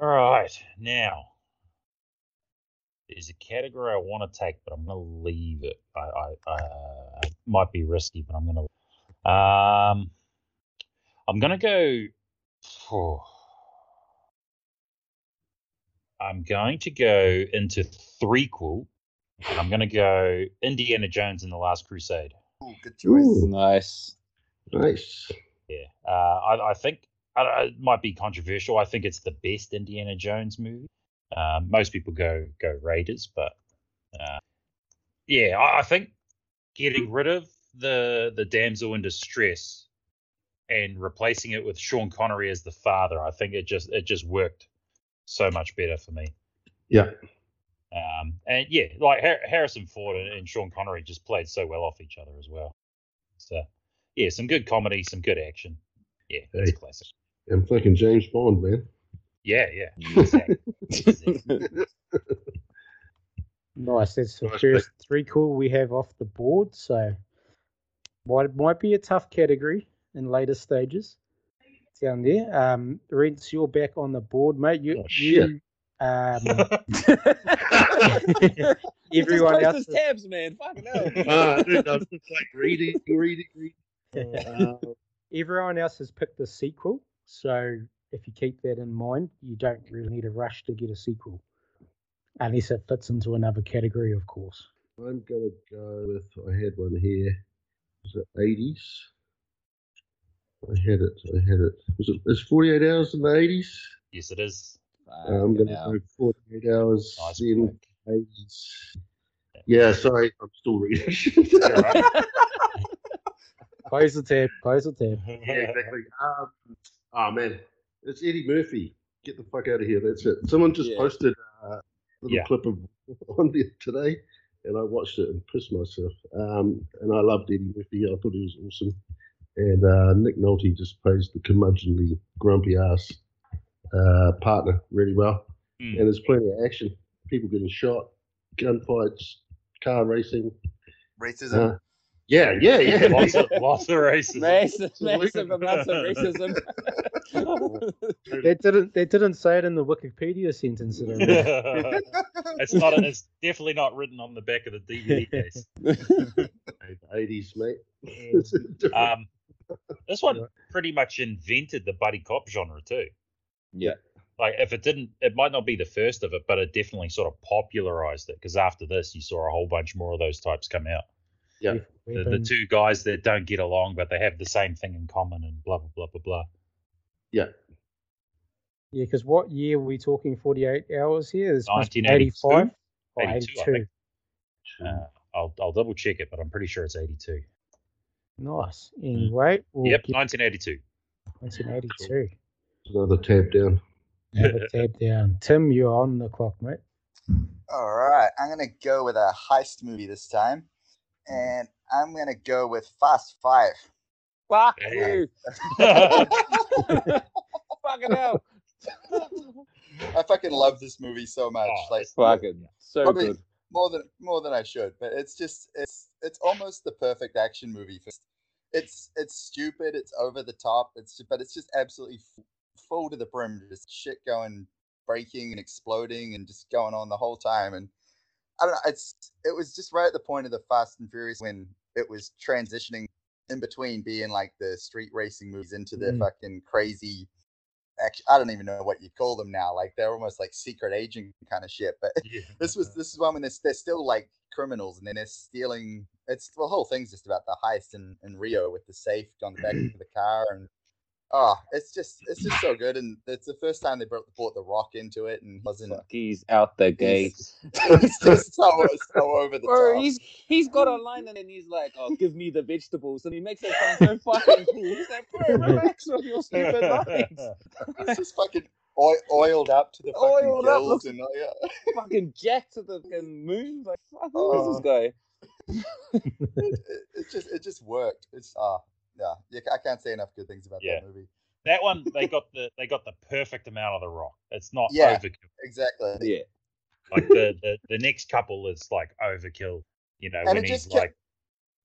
Speaker 2: All right, now there's a category I want to take, but I'm going to leave it. I, I uh, it might be risky, but I'm going to. Um, I'm gonna go. I'm going to go into threequel. And I'm gonna go Indiana Jones and the Last Crusade.
Speaker 3: Ooh, good choice.
Speaker 5: Ooh.
Speaker 4: Nice.
Speaker 5: Nice.
Speaker 2: Yeah, uh, I, I think I, I- it might be controversial. I think it's the best Indiana Jones movie. Um, most people go go Raiders, but uh, yeah, I, I think getting rid of the the damsel in distress and replacing it with Sean Connery as the father, I think it just it just worked so much better for me.
Speaker 5: Yeah.
Speaker 2: Um, and yeah, like Har- Harrison Ford and, and Sean Connery just played so well off each other as well. So yeah, some good comedy, some good action. Yeah, it's a
Speaker 5: Hey.
Speaker 2: classic.
Speaker 5: And fucking James Bond, man.
Speaker 2: Yeah, yeah. Exactly. exactly.
Speaker 1: Nice. That's the
Speaker 5: Nice
Speaker 1: first three cool we have off the board. So might might be a tough category in later stages down there. Um, Rents, you're back on the board, mate. You,
Speaker 5: Oh, shit.
Speaker 1: you um, everyone
Speaker 4: Just
Speaker 1: else.
Speaker 4: post
Speaker 1: is-
Speaker 4: his tabs, man. Fucking hell.
Speaker 5: Ah, dude, I'm like reading, reading, reading. Uh,
Speaker 1: everyone else has picked the sequel. So if you keep that in mind, you don't really need a rush to get a sequel, unless it fits into another category, of course.
Speaker 5: I'm gonna go with. I had one here. Was it 80s? I had it. I had it. Was it? It's 48 hours in the 80s.
Speaker 2: yes, it is.
Speaker 5: I'm
Speaker 4: Fucking
Speaker 5: gonna
Speaker 4: hell.
Speaker 5: go 48 hours
Speaker 2: Nice
Speaker 5: in
Speaker 2: pick.
Speaker 5: 80s. Yeah, sorry, I'm still reading.
Speaker 2: You're right.
Speaker 1: Close the tab. Close the tab.
Speaker 5: Yeah,
Speaker 2: Hmm.
Speaker 5: exactly. Um, oh man, it's Eddie Murphy. Get the fuck out of here. That's it. Someone just
Speaker 4: Yeah.
Speaker 5: posted uh, a little
Speaker 2: Yeah.
Speaker 5: clip of on there today, and I watched it and pissed myself. Um, and I loved Eddie Murphy. I thought he was awesome. And uh, Nick Nolte just plays the curmudgeonly, grumpy ass uh, partner really well.
Speaker 2: Mm.
Speaker 5: And there's plenty of action. People getting shot, gunfights, car racing.
Speaker 3: Racism.
Speaker 5: Uh, yeah, yeah, yeah.
Speaker 2: lots, of, lots of races.
Speaker 4: Massive, massive amounts of racism.
Speaker 1: They didn't. They didn't say it in the Wikipedia sentence. That I read.
Speaker 2: it's not. It's definitely not written on the back of the DVD case.
Speaker 5: 80s, mate. It's different.
Speaker 2: Um, this one pretty much invented the buddy cop genre too.
Speaker 4: Yeah.
Speaker 2: Like if it didn't, it might not be the first of it, but it definitely sort of popularized it because after this, you saw a whole bunch more of those types come out.
Speaker 5: Yeah.
Speaker 2: The, the
Speaker 1: Weapon.
Speaker 2: two guys that don't get along, but they have the same thing in common, and blah blah blah blah blah.
Speaker 1: Yeah, because what year were we talking? Forty-eight hours here. This must be
Speaker 2: 1982?
Speaker 1: eighty-five. Or
Speaker 2: 82,
Speaker 3: Oh,
Speaker 2: I
Speaker 1: 82.
Speaker 2: think. Uh, I'll I'll double check it, but I'm pretty sure it's 82.
Speaker 1: Nice. Anyway, we'll
Speaker 2: Mm. yep,
Speaker 1: get
Speaker 2: 1982.
Speaker 1: 1982.
Speaker 5: Another tab down.
Speaker 1: Have a tab down. Tim, you're on the clock, mate.
Speaker 3: All right, I'm gonna go with a heist movie this time, and I'm gonna go with Fast Five.
Speaker 4: Fuck
Speaker 2: Yeah.
Speaker 4: you. Fucking hell.
Speaker 3: I fucking love this movie so much,
Speaker 2: Oh,
Speaker 3: like
Speaker 4: Fucking so
Speaker 3: Probably-
Speaker 4: good.
Speaker 3: more than more than I should. But it's just it's it's almost the perfect action movie. For, it's it's stupid, it's over the top, it's ju- but it's just absolutely f- full to the brim, just shit going breaking and exploding and just going on the whole time. And I don't know, it's it was just right at the point of the Fast and Furious when it was transitioning in between being like the street racing movies into the
Speaker 1: Mm.
Speaker 3: fucking crazy. Action, I don't even know what you call them now. Like they're almost like secret agent kind of shit. But
Speaker 2: Yeah.
Speaker 3: this was this is one when they're, they're still like criminals and then they're stealing it's the whole thing's just about the heist in, in rio with the safe on the back of the car and oh it's just it's just so good and it's the first time they brought, brought the rock into it and he wasn't
Speaker 4: Fuck, he's out the gate.
Speaker 3: he's- it's just so so over the
Speaker 4: Bro,
Speaker 3: top
Speaker 4: he's he's got a line and then he's like, "Oh, give me the vegetables," and he makes it sound so fucking cool. He's like, "Bro, relax with your stupid lines."
Speaker 3: he's just fucking oil, oiled up to the fucking
Speaker 4: Oiled up,
Speaker 3: gills
Speaker 4: looks-
Speaker 3: and oh, yeah.
Speaker 4: fucking jack to the fucking moon. Like, fuck, who is this guy?
Speaker 3: it, it- it just it just worked it's ah yeah, yeah i can't say enough good things about
Speaker 2: Yeah.
Speaker 3: that movie
Speaker 2: That one they got the they got the perfect amount of the rock. It's not
Speaker 3: Yeah.
Speaker 2: overkill.
Speaker 3: exactly
Speaker 4: Yeah,
Speaker 2: Like the, the the next couple is like overkill. You know
Speaker 3: And
Speaker 2: when
Speaker 3: it
Speaker 2: he's
Speaker 3: just kept-
Speaker 2: like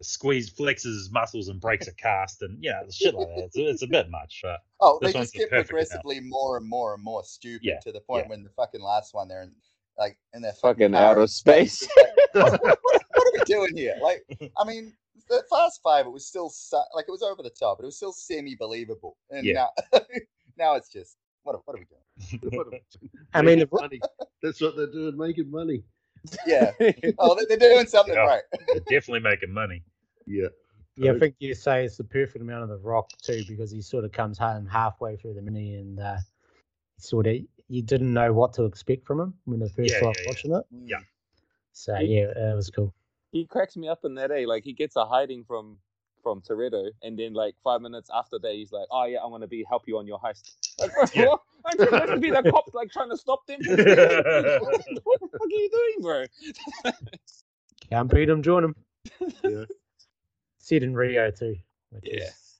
Speaker 2: squeeze flexes his muscles and breaks a cast and yeah shit like that. It's, it's a bit much, but
Speaker 3: Oh,
Speaker 2: This
Speaker 3: they
Speaker 2: one's
Speaker 3: just
Speaker 2: the
Speaker 3: get
Speaker 2: perfect
Speaker 3: progressively more and more and more stupid
Speaker 2: Yeah,
Speaker 3: to the point
Speaker 2: yeah.
Speaker 3: when the fucking last one they're in like in their fucking
Speaker 4: fucking
Speaker 3: car
Speaker 4: outer
Speaker 3: and
Speaker 4: space.
Speaker 3: it's like, what, what are we doing here? Like, I mean, the Fast Five, it was still su- like it was over the top, but it was still semi believable. And
Speaker 2: Yeah.
Speaker 3: now, now it's just what are, what are we doing?
Speaker 1: I mean,
Speaker 5: Making
Speaker 1: if-
Speaker 5: money. that's what they're doing, making money.
Speaker 3: Yeah. Oh, they- they're doing something
Speaker 2: Yeah.
Speaker 3: right.
Speaker 2: They're definitely making money.
Speaker 5: Yeah.
Speaker 1: Yeah, I think you say it's the perfect amount of the rock too, because he sort of comes home halfway through the mini and uh, sort of you didn't know what to expect from him when the first
Speaker 2: Yeah,
Speaker 1: time
Speaker 2: yeah, yeah.
Speaker 1: watching it.
Speaker 3: Mm.
Speaker 2: Yeah.
Speaker 1: So
Speaker 6: He-
Speaker 1: yeah, it was cool.
Speaker 6: he cracks me up in that, eh? Like he gets a hiding from from Toretto, and then like five minutes after that, he's like, "Oh yeah, I'm gonna be help you on your heist." Like, bro,
Speaker 2: Yeah.
Speaker 6: what? I'm supposed to be the cop, like trying to stop them. what the fuck are you doing, bro?
Speaker 1: Can't beat him, join him.
Speaker 5: Yeah.
Speaker 1: Said in Rio too. which is-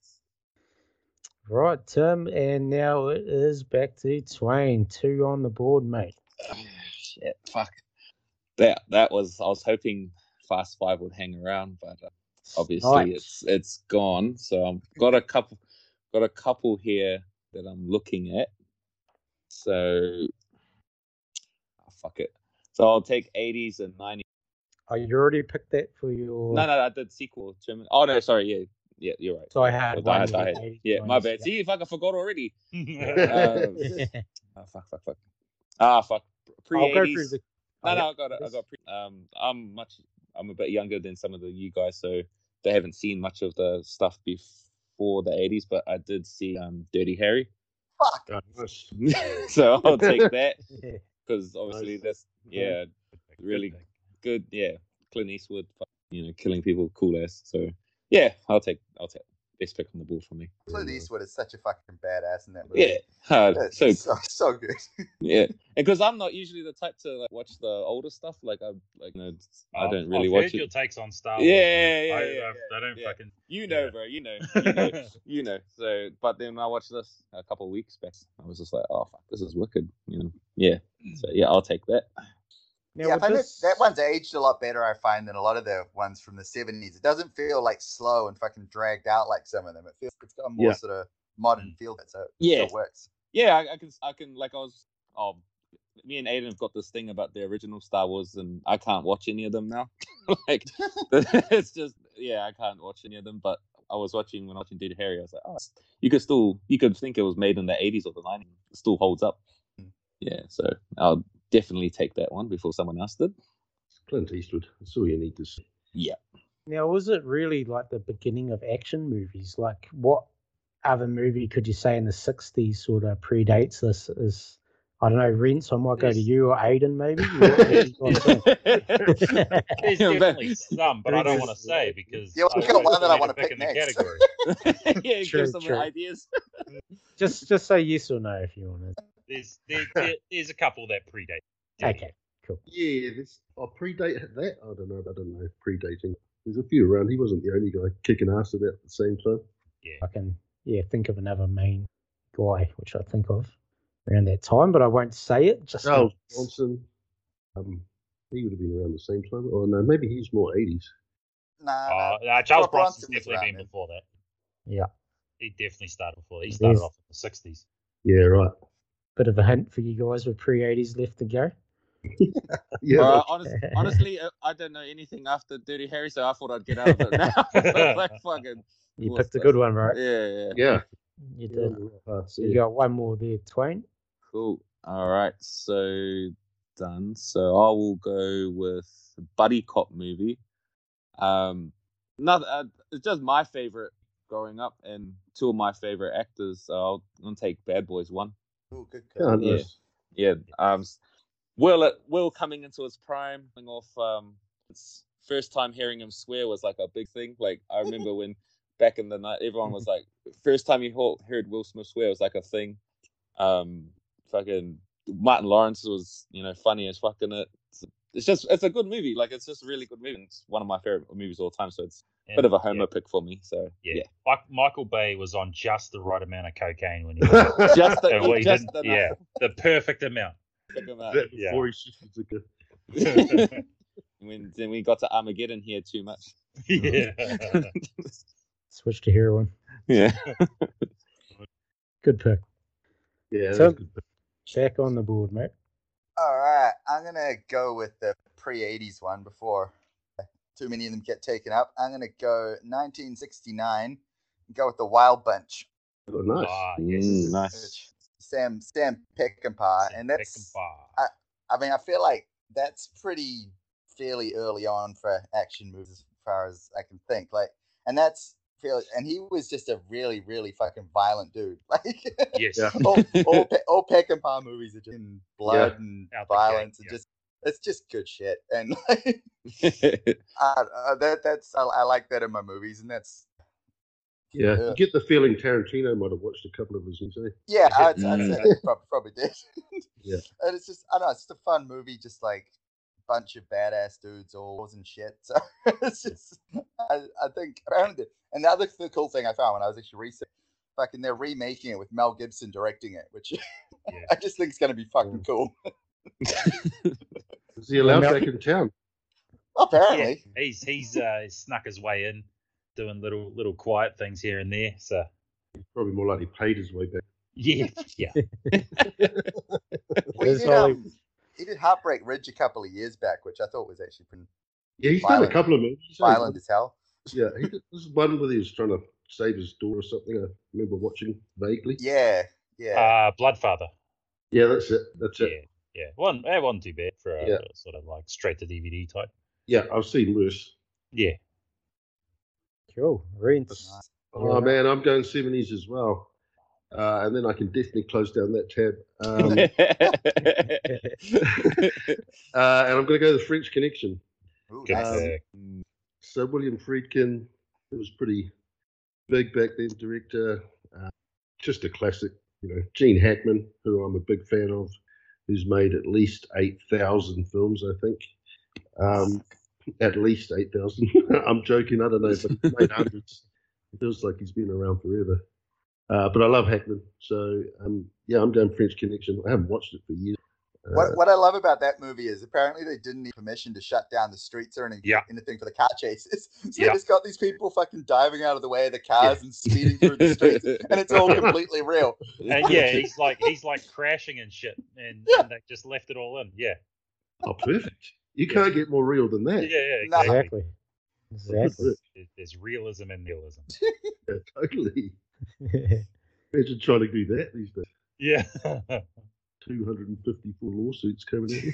Speaker 1: Right, Tim, and now it is back to Twain. Two on the board, mate.
Speaker 6: Oh, Shit, fuck. That that was. I was hoping Fast Five would hang around, but uh, obviously
Speaker 1: Right.
Speaker 6: it's it's gone. So I've got a couple, got a couple here that I'm looking at. So oh, fuck it. So I'll take 80s and 90s.
Speaker 1: Oh, you already picked that for your.
Speaker 6: No, no, I did sequel. Termin- oh no, sorry, yeah, yeah, you're right.
Speaker 1: So I had
Speaker 6: Well,
Speaker 1: one
Speaker 6: I had- I
Speaker 1: with
Speaker 6: had-
Speaker 1: 80
Speaker 6: yeah, my
Speaker 1: points,
Speaker 6: bad.
Speaker 1: yeah.
Speaker 6: See, if I forgot already.
Speaker 2: yeah.
Speaker 6: Um, oh, fuck, fuck, fuck. Ah, fuck. Pre
Speaker 1: I'll go through
Speaker 6: eighties.
Speaker 1: the.
Speaker 6: No,
Speaker 1: oh,
Speaker 6: no,
Speaker 1: yeah.
Speaker 6: I got, I got. Pre- um, I'm much. I'm a bit younger than some of the you guys, so they haven't seen much of the stuff before the eighties. But I did see um, Dirty Harry,
Speaker 3: Fuck.
Speaker 5: God, nice.
Speaker 6: so I'll take that
Speaker 1: Yeah.
Speaker 6: because obviously
Speaker 5: Nice.
Speaker 6: that's
Speaker 2: Uh-huh.
Speaker 6: yeah, Really good. Yeah, Clint Eastwood, you know, killing people, cool ass. So yeah, I'll take, I'll take best pick on the ball for me.
Speaker 3: Clint Eastwood is such a fucking badass in that movie.
Speaker 6: Yeah, hard.
Speaker 3: It's
Speaker 6: So
Speaker 3: so so good.
Speaker 6: yeah, because I'm not usually the type to like, watch the older stuff. Like I like you know, I don't really
Speaker 2: I've
Speaker 6: watch
Speaker 2: heard
Speaker 6: it.
Speaker 2: your takes on Star Wars.
Speaker 6: Yeah,
Speaker 2: man.
Speaker 6: yeah,
Speaker 2: I,
Speaker 6: yeah,
Speaker 2: I, I don't
Speaker 6: yeah.
Speaker 2: fucking.
Speaker 6: You know,
Speaker 2: Yeah.
Speaker 6: bro. You know. You know. you know. So, but then I watched this a couple of weeks back. I was just like, oh fuck, this is wicked. You know. Yeah. So yeah, I'll take that.
Speaker 1: Now,
Speaker 3: yeah, I
Speaker 1: with
Speaker 3: find that,
Speaker 1: this-
Speaker 3: that one's aged a lot better, I find, than a lot of the ones from the seventies. It doesn't feel like slow and fucking dragged out like some of them. It feels it's got a more
Speaker 5: Yeah.
Speaker 3: sort of modern feel to it, so it
Speaker 6: Yeah.
Speaker 3: still works.
Speaker 6: Yeah, I, I can. I can. Like I was. Oh, me and Aiden have got this thing about the original Star Wars, and I can't watch any of them now. like it's just yeah, I can't watch any of them. But I was watching when I was watching Dirty Harry. I was like, oh, it's- you could still you could think it was made in the eighties or the nineties. It still holds up. Yeah, so I'll definitely take that one before someone else did.
Speaker 5: Clint Eastwood. That's all you need to see.
Speaker 1: Now, was it really like the beginning of action movies? Like, what other movie could you say in the 60s sort of predates this? Is I don't know, Rents, I might go to
Speaker 6: Yes.
Speaker 1: you or Aiden, maybe. What have you gone through?
Speaker 2: There's
Speaker 6: Yeah, but-
Speaker 2: definitely some, but I don't want to
Speaker 1: There's-
Speaker 2: say because
Speaker 3: Yeah, well, I've got
Speaker 2: always
Speaker 3: one that I
Speaker 2: need
Speaker 3: wanna pick
Speaker 2: in the
Speaker 3: next.
Speaker 2: category.
Speaker 6: yeah, it
Speaker 1: True,
Speaker 6: gives them
Speaker 1: true.
Speaker 6: ideas.
Speaker 1: just, just say yes or no if you want to.
Speaker 2: There's there, there, there's a couple that predate.
Speaker 1: Okay, cool.
Speaker 5: Yeah, this I predate that. I don't know. I don't know predating. There's a few around. He wasn't the only guy kicking ass about the same time.
Speaker 1: I can, yeah, think of another main guy, which I think of around that time, but I won't say it. Just
Speaker 5: Charles Johnson. Um, he would have been around the same time. Oh no, maybe he's more eighties.
Speaker 3: Nah,
Speaker 2: Uh,
Speaker 3: nah.
Speaker 2: nah, Charles Bronson's
Speaker 3: Bob Bronson was
Speaker 2: definitely
Speaker 3: around
Speaker 2: been
Speaker 3: then.
Speaker 2: before that.
Speaker 1: Yeah.
Speaker 2: He definitely started before. He
Speaker 1: Yes.
Speaker 2: started off in the sixties.
Speaker 5: Yeah, right.
Speaker 1: bit of a hint for you guys with pre 80s left to go.
Speaker 5: Yeah,
Speaker 6: Well, honest, honestly, uh, I don't know anything after Dirty Harry, so I thought I'd get out of it now. like, fucking,
Speaker 1: You
Speaker 6: What's
Speaker 1: picked a
Speaker 6: that?
Speaker 1: good one, right?
Speaker 6: yeah, yeah.
Speaker 5: yeah.
Speaker 1: You
Speaker 5: yeah.
Speaker 1: did.
Speaker 5: Uh,
Speaker 1: So you
Speaker 5: yeah.
Speaker 1: got one more there, Twain.
Speaker 6: Cool. All right. So done. So I will go with buddy cop movie. Um, not uh, it's just my favorite growing up, and two of my favorite actors. So I'll, i will take Bad Boys One.
Speaker 3: Ooh, good
Speaker 5: Oh,
Speaker 3: call.
Speaker 6: Yeah.
Speaker 5: nice.
Speaker 6: Yeah. Um, Will uh, Will coming into his prime, coming off um, it's- first time hearing him swear was like a big thing. Like I remember when back in the night, everyone was like, first time you ho- heard Will Smith swear was like a thing. Um, fucking Martin Lawrence was you know funny as fucking it. It's, it's just it's a good movie. Like it's just a really good movie. and It's one of my favorite movies of all time. So it's a bit of a homer pick for me. So
Speaker 2: Yeah.
Speaker 6: yeah,
Speaker 2: Like Michael Bay was on just the right amount of cocaine when he was
Speaker 6: just the,
Speaker 2: and what he
Speaker 6: just
Speaker 2: didn't-
Speaker 6: enough.
Speaker 2: yeah, the perfect amount.
Speaker 6: Pick 'em up.
Speaker 5: That
Speaker 2: Yeah.
Speaker 5: before he shifted to good.
Speaker 6: When then we got to Armageddon here too much.
Speaker 2: yeah.
Speaker 1: Switch to heroin.
Speaker 6: Yeah.
Speaker 1: Good pick.
Speaker 5: Yeah,
Speaker 1: So-
Speaker 5: that's good.
Speaker 1: Back on the board, mate.
Speaker 3: All right, I'm gonna go with the pre '80s one before too many of them get taken up. I'm going to go 1969 and go with the Wild Bunch.
Speaker 5: Oh, nice.
Speaker 2: Ah, yes.
Speaker 4: Mm, nice.
Speaker 3: Sam Sam Peckinpah, Uh, and that's
Speaker 2: Peckinpah.
Speaker 3: I mean, I feel like that's pretty fairly early on for action movies as far as I can think. Like, and that's fairly, and he was just a really, really fucking violent dude. Like,
Speaker 2: yes.
Speaker 5: Yeah.
Speaker 3: all, all, Pe- all Peckinpah movies are just in blood and
Speaker 2: Out the
Speaker 3: violence
Speaker 2: gate,
Speaker 3: and
Speaker 2: yeah.
Speaker 3: just it's just good shit. And like, uh, uh, that that's I, I like that in my movies, and that's
Speaker 5: Yeah,
Speaker 3: Yeah.
Speaker 5: you get the feeling Tarantino might have watched a couple of his movies. eh?
Speaker 3: Yeah, I'd, I'd
Speaker 4: Mm.
Speaker 3: say that probably, probably did.
Speaker 5: Yeah.
Speaker 3: and it's just I don't know, it's just a fun movie, just like bunch of badass dudes all wars and shit. So it's just I, I think apparently and the other the cool thing I found when I was actually researching fucking they're remaking it with Mel Gibson directing it, which
Speaker 2: Yeah.
Speaker 3: I just think is gonna be fucking cool.
Speaker 5: Is he allowed
Speaker 1: Well, now-
Speaker 5: back in town?
Speaker 3: Apparently.
Speaker 2: Yeah, he's he's uh, snuck his way in, doing little little quiet things here and there. So
Speaker 5: Probably more likely paid his way back.
Speaker 2: yeah, yeah,
Speaker 3: Well, he,
Speaker 1: It's
Speaker 3: did,
Speaker 1: probably-
Speaker 3: um, he did Heartbreak Ridge a couple of years back, which I thought was actually pretty
Speaker 5: Yeah, he's done
Speaker 3: Violent.
Speaker 5: a couple of movies. eh?
Speaker 3: violent as hell.
Speaker 5: Yeah, he did, this is one where he was trying to save his daughter or something. I remember watching vaguely. Yeah,
Speaker 3: Yeah, yeah.
Speaker 2: uh, Bloodfather.
Speaker 5: that's it. That's
Speaker 2: Yeah,
Speaker 5: it.
Speaker 2: yeah. One, that wasn't too bad for a
Speaker 5: Yeah.
Speaker 2: sort of like straight to DVD type.
Speaker 5: Yeah, I've seen worse.
Speaker 2: Yeah,
Speaker 1: Cool. Rents.
Speaker 5: Oh
Speaker 1: Yeah.
Speaker 5: man, I'm going seventies as well, uh, and then I can definitely close down that tab. Um, uh, and I'm going to go the French Connection.
Speaker 3: Ooh,
Speaker 2: good.
Speaker 3: nice.
Speaker 2: pick.
Speaker 5: So William Friedkin, it was pretty big back then. Director, uh, just a classic. You know, Gene Hackman, who I'm a big fan of, who's made at least eight thousand films, I think. Um, at least eight thousand. I'm joking. I don't know, but he's made hundreds. It feels like he's been around forever. Uh, but I love Hackman, so um, yeah, I'm going French Connection. I haven't watched it for years. Uh,
Speaker 3: What, what I love about that movie is apparently they didn't need permission to shut down the streets or any,
Speaker 2: Yeah.
Speaker 3: anything for the car chases. So
Speaker 2: Yeah.
Speaker 3: they just got these people fucking diving out of the way of the cars and speeding through the streets, and it's all completely real.
Speaker 2: And yeah, he's like he's like crashing and shit, and,
Speaker 3: Yeah.
Speaker 2: and they just left it all in. Yeah,
Speaker 5: Oh, perfect! You can't get more real than
Speaker 2: yeah,
Speaker 5: that.
Speaker 2: yeah
Speaker 3: No.
Speaker 2: exactly.
Speaker 1: Exactly. Exactly.
Speaker 2: There- There's realism and realism.
Speaker 5: Yeah, totally. Imagine trying to do that these days.
Speaker 2: Yeah, Uh,
Speaker 5: 254 lawsuits coming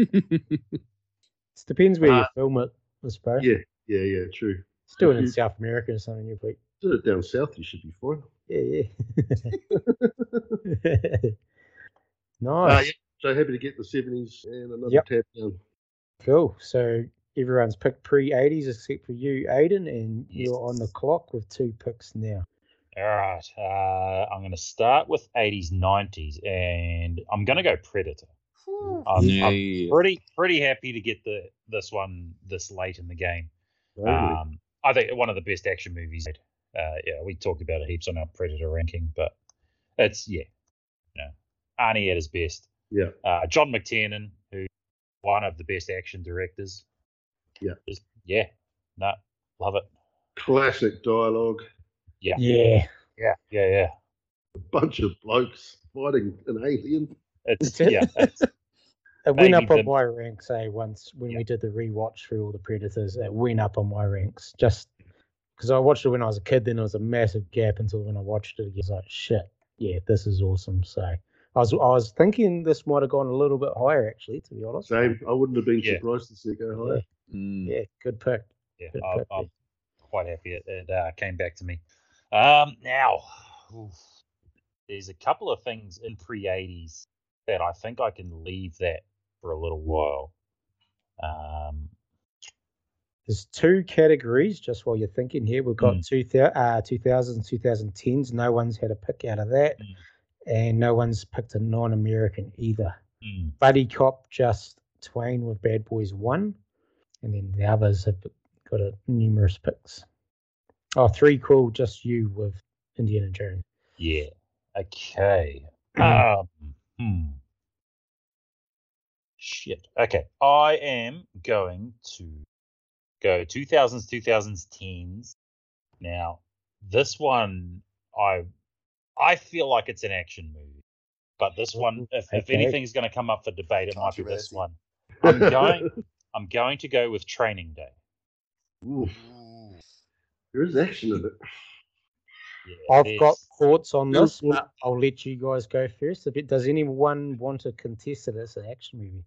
Speaker 5: in.
Speaker 1: it depends where you
Speaker 5: Uh,
Speaker 1: film it, I suppose.
Speaker 5: yeah. Mm-hmm. Yeah, yeah, true.
Speaker 1: It's doing it in South America or something. You're like,
Speaker 5: Do it down south, you should be fine.
Speaker 1: yeah, yeah.
Speaker 5: Uh,
Speaker 1: nice.
Speaker 5: yeah, so happy to get the 70s and another
Speaker 1: Yep.
Speaker 5: tap down.
Speaker 1: Cool. So everyone's picked pre 80s except for you, Aiden, and you're on the clock with two picks now.
Speaker 2: all right. Uh, I'm gonna start with 80s, 90s, and I'm gonna go Predator. I'm, I'm pretty pretty happy to get the this one this late in the game.
Speaker 5: Totally.
Speaker 2: Um, I think one of the best action movies. made. Uh, yeah, we talked about it heaps on our Predator ranking, but it's yeah, you know, Arnie at his best.
Speaker 5: Yeah.
Speaker 2: Uh, John McTiernan, who one of the best action directors.
Speaker 5: Yeah.
Speaker 2: Just, yeah. No, love it.
Speaker 5: Classic dialogue.
Speaker 1: Yeah.
Speaker 2: Yeah. Yeah. Yeah.
Speaker 5: A bunch of blokes fighting an alien.
Speaker 2: It's
Speaker 1: That's it.
Speaker 2: yeah. It's,
Speaker 1: It went
Speaker 2: Maybe
Speaker 1: up on
Speaker 2: the-
Speaker 1: my ranks, eh? Once when
Speaker 2: Yeah.
Speaker 1: we did the rewatch through all the Predators, it went up on my ranks just because I watched it when I was a kid. Then there was a massive gap until when I watched it again. It's like, shit, yeah, this is awesome. So I was, I was thinking this might have gone a little bit higher, actually, to be honest.
Speaker 5: Same. I wouldn't have been
Speaker 2: Yeah.
Speaker 5: surprised to see it go higher.
Speaker 1: Yeah, good pick.
Speaker 2: yeah.
Speaker 1: Good
Speaker 2: I'm,
Speaker 1: pick,
Speaker 2: I'm quite happy it, it uh, came back to me. Um, now, oof, there's a couple of things in pre 80s that I think I can leave that for a little while. Um,
Speaker 1: There's two categories, just while you're thinking here. We've got two thou- uh, 2000s, 2010s. No one's had a pick out of that.
Speaker 2: Mm.
Speaker 1: And no one's picked a non American either.
Speaker 2: mm,
Speaker 1: Buddy Cop, just Twain with Bad Boys 1. And then the others have got a, numerous picks. Oh, three cool, just you with Indiana Jones.
Speaker 2: yeah. Okay. um, hmm. Shit. Okay. I am going to go 2000s, 2010s. Now, this one, I I feel like it's an action movie, but this one, if, if
Speaker 1: Okay.
Speaker 2: anything's going to come up for debate, it might be this
Speaker 3: Controversy.
Speaker 2: one. I'm going. I'm going to go with Training Day.
Speaker 5: Ooh, there is action in it.
Speaker 2: Yeah,
Speaker 1: I've
Speaker 2: there's-
Speaker 1: got thoughts on
Speaker 5: Yes,
Speaker 1: this,
Speaker 5: well-
Speaker 1: but I'll let you guys go first. If it, does anyone want to contest it as an action movie?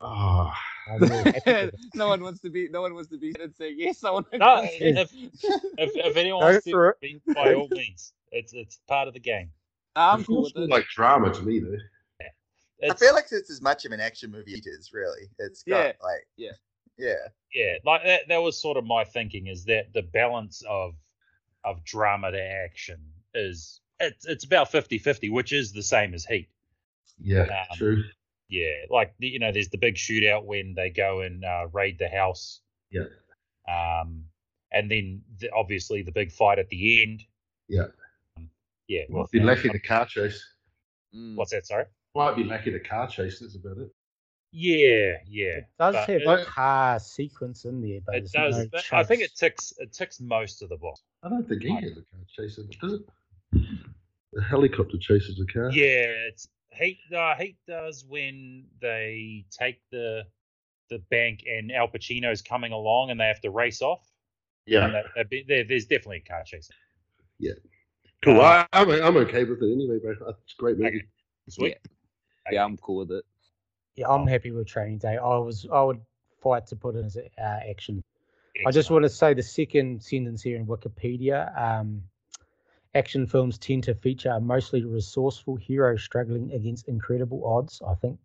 Speaker 5: Ah,
Speaker 1: I'm really happy with it.
Speaker 6: no one wants to be. No one wants to be and say yes. I want to.
Speaker 2: No,
Speaker 6: go."
Speaker 2: if, if, if anyone
Speaker 1: Go
Speaker 2: wants
Speaker 1: for
Speaker 2: to,
Speaker 1: it.
Speaker 2: be- by all means, it's it's part of the game.
Speaker 6: I'm
Speaker 5: it
Speaker 6: cool
Speaker 5: feels
Speaker 6: with
Speaker 5: Ah, more
Speaker 6: it.
Speaker 5: like drama to me though.
Speaker 3: I
Speaker 2: It's,
Speaker 3: feel like it's as much of an action movie as it is, really. It's got
Speaker 6: Yeah.
Speaker 3: like
Speaker 6: Yeah.
Speaker 3: Yeah.
Speaker 2: yeah, like that, that was sort of my thinking is that the balance of of drama to action is it's it's about 50-50, which is the same as Heat.
Speaker 5: Yeah,
Speaker 2: Um,
Speaker 5: true.
Speaker 2: Yeah, like the- you know, there's the big shootout when they go and uh, raid the house.
Speaker 5: Yeah.
Speaker 2: Um, and then the, obviously the big fight at the end.
Speaker 5: Yeah.
Speaker 2: Um, yeah.
Speaker 5: Might
Speaker 2: with,
Speaker 5: be
Speaker 2: uh,
Speaker 5: lacking a car chase.
Speaker 6: Mm.
Speaker 2: What's that? Sorry.
Speaker 5: Might be lacking a car chase. That's about it.
Speaker 2: Yeah, yeah.
Speaker 1: It does
Speaker 2: but
Speaker 1: have
Speaker 2: it-
Speaker 1: a car sequence in there, but
Speaker 2: It
Speaker 1: there's
Speaker 2: does.
Speaker 1: no
Speaker 2: but I think it
Speaker 1: chase.
Speaker 2: ticks. It ticks most of the box.
Speaker 5: I don't think he has a car chase. in it, Does it? The helicopter chases the car.
Speaker 2: Yeah, it's Heat. Uh, Heat does when they take the the bank and Al Pacino's coming along and they have to race off. And
Speaker 5: Yeah.
Speaker 2: that- that'd be- there, there's definitely a car chase. Uh,
Speaker 5: Cool. I, I'm, I'm okay with it anyway, bro. It's a great movie.
Speaker 2: Okay. Sweet.
Speaker 4: Yeah, I'm cool with it.
Speaker 1: Yeah, I'm happy with Training Day. I was, I would fight to put it as a, uh, action. I just
Speaker 2: Excellent.
Speaker 1: want to say the second sentence here in Wikipedia. Um, action films tend to feature a mostly resourceful hero struggling against incredible odds. I think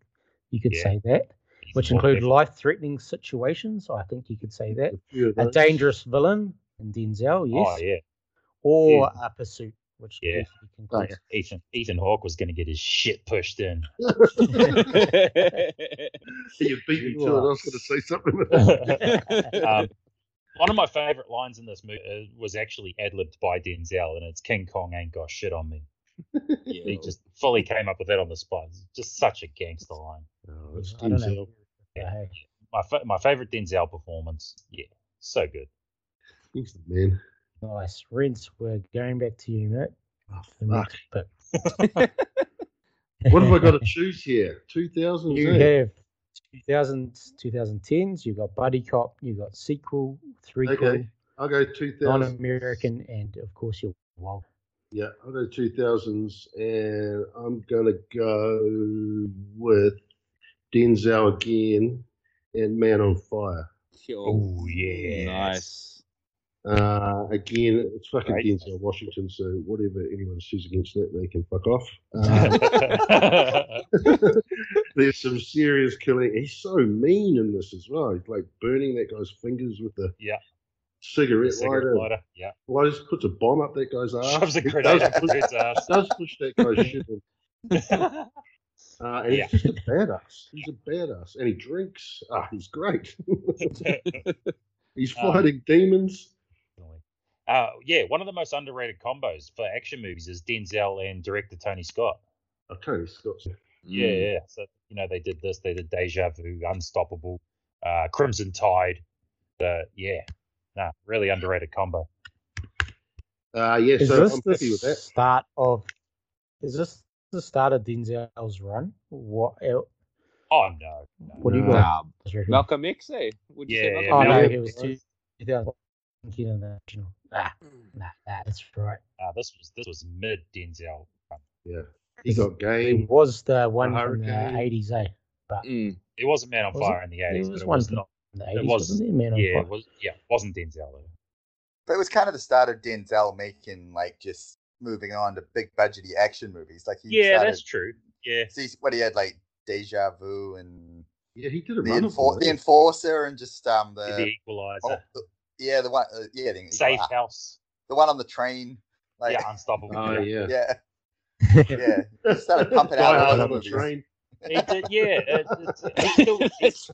Speaker 1: you could
Speaker 2: Yeah.
Speaker 1: say that, which include
Speaker 2: Definitely.
Speaker 1: life-threatening situations. I think you could say that.
Speaker 5: A few of
Speaker 1: A
Speaker 5: those.
Speaker 1: dangerous villain in Denzel, yes,
Speaker 2: Oh yeah,
Speaker 1: or a pursuit, which
Speaker 2: Yeah.
Speaker 1: yeah. can clear.
Speaker 5: Nice.
Speaker 2: Ethan Ethan Hawke was going to get his shit pushed in.
Speaker 5: You beat me to it. I
Speaker 1: Sure.
Speaker 5: was going to say something.
Speaker 1: Oh,
Speaker 2: um, one of my favorite lines in this movie uh, was actually ad libbed by Denzel, and it's King Kong ain't got shit on me. He
Speaker 6: Oh.
Speaker 2: just fully came up with that on the spot. It's just such a gangster line.
Speaker 5: Oh, it's
Speaker 1: I don't know.
Speaker 5: Denzel.
Speaker 1: Yeah, hey.
Speaker 2: My fa- my favorite Denzel performance. Yeah, so good.
Speaker 5: He's the man.
Speaker 1: Nice. Rinse, we're going back to you, mate.
Speaker 5: Oh,
Speaker 1: The
Speaker 5: fuck.
Speaker 1: next bit.
Speaker 5: What have I got to choose here? eh? 2000?
Speaker 1: You have 2000s, 2010s, you've got Buddy Cop, you've got Sequel, Threequel,
Speaker 5: Okay. I'll go 2000.
Speaker 1: Non American, and of course, your Wild.
Speaker 5: Yeah, I'll go 2000s. And I'm going to go with Denzel again and Man on Fire.
Speaker 2: Oh yeah,
Speaker 4: Nice.
Speaker 5: Uh, again, it's fucking
Speaker 2: Right.
Speaker 5: Denzel Washington, so whatever anyone sues against that, they can fuck off. Uh,
Speaker 2: yeah,
Speaker 5: there's some serious killing. He's so mean in this as well. He's like burning that guy's fingers with the
Speaker 2: Yeah.
Speaker 5: cigarette,
Speaker 2: cigarette
Speaker 5: lighter.
Speaker 2: lighter. Yeah,
Speaker 5: Well, he just puts a bomb up that guy's
Speaker 1: Ah.
Speaker 5: ass.
Speaker 2: shoves a
Speaker 5: He
Speaker 2: grenade
Speaker 5: does
Speaker 2: up
Speaker 5: push-
Speaker 2: his ass.
Speaker 5: does push that guy's shit in. Uh, and
Speaker 2: Yeah.
Speaker 5: he's just a badass. He's a badass. And he drinks. Ah, he's great.
Speaker 6: Mm.
Speaker 5: he's
Speaker 2: Um,
Speaker 5: fighting demons.
Speaker 2: Definitely. Uh, yeah, one of the most underrated combos for action movies is Denzel and director Tony Scott.
Speaker 5: Oh, Tony Scott's
Speaker 1: Hmm.
Speaker 2: Yeah, yeah. So you know they did this, they did Deja Vu, Unstoppable, uh, Crimson Tide. The yeah, nah, really underrated combo.
Speaker 5: Uh, yeah,
Speaker 1: Is
Speaker 5: so
Speaker 1: this
Speaker 5: I'm
Speaker 1: the
Speaker 5: happy with that.
Speaker 1: start of. Is this the start of Denzel's run? What el-
Speaker 2: Oh no,
Speaker 1: What do you
Speaker 5: Nah.
Speaker 1: guys
Speaker 6: Nah,
Speaker 1: reckon?
Speaker 6: Malcolm X, eh? Would you
Speaker 2: Yeah,
Speaker 6: say
Speaker 2: yeah,
Speaker 1: Oh,
Speaker 6: Malcolm
Speaker 1: no,
Speaker 6: X?
Speaker 5: Yeah.
Speaker 1: it was 2000. you know, the original. Ah, nah, nah, that's right.
Speaker 2: uh, this was this was mid Denzel.
Speaker 5: He got
Speaker 1: It
Speaker 5: game.
Speaker 1: was the one
Speaker 5: The
Speaker 1: from the
Speaker 5: Hurricane.
Speaker 1: 80s, eh?
Speaker 4: Mm.
Speaker 2: It wasn't Man on
Speaker 1: Was it?
Speaker 2: Fire in the
Speaker 1: There
Speaker 2: eighties,
Speaker 1: was
Speaker 2: but it
Speaker 1: one
Speaker 2: was
Speaker 1: from
Speaker 2: not.
Speaker 1: the 80s,
Speaker 2: was-
Speaker 1: wasn't it? Man on
Speaker 2: Yeah,
Speaker 1: Fire.
Speaker 2: it was yeah, it wasn't Denzel though.
Speaker 3: But it was kind of the start of Denzel making like just moving on to big budgety action movies. Like he
Speaker 2: Yeah,
Speaker 3: started,
Speaker 2: that's true. Yeah,
Speaker 3: See what he had like Deja Vu and
Speaker 5: Yeah, he did a
Speaker 3: the,
Speaker 5: run of
Speaker 3: Enfor- the
Speaker 5: it.
Speaker 3: Enforcer and just um the,
Speaker 2: the Equalizer,
Speaker 3: oh, the- yeah the one uh, yeah the,
Speaker 2: Safe House,
Speaker 3: the one on the train like
Speaker 2: yeah, Unstoppable.
Speaker 5: Oh, yeah.
Speaker 3: yeah yeah he started pumping out
Speaker 5: Die
Speaker 3: all those
Speaker 5: Hard on a
Speaker 3: movies.
Speaker 5: train.
Speaker 2: He did, yeah. It, it, he still, he,
Speaker 6: That's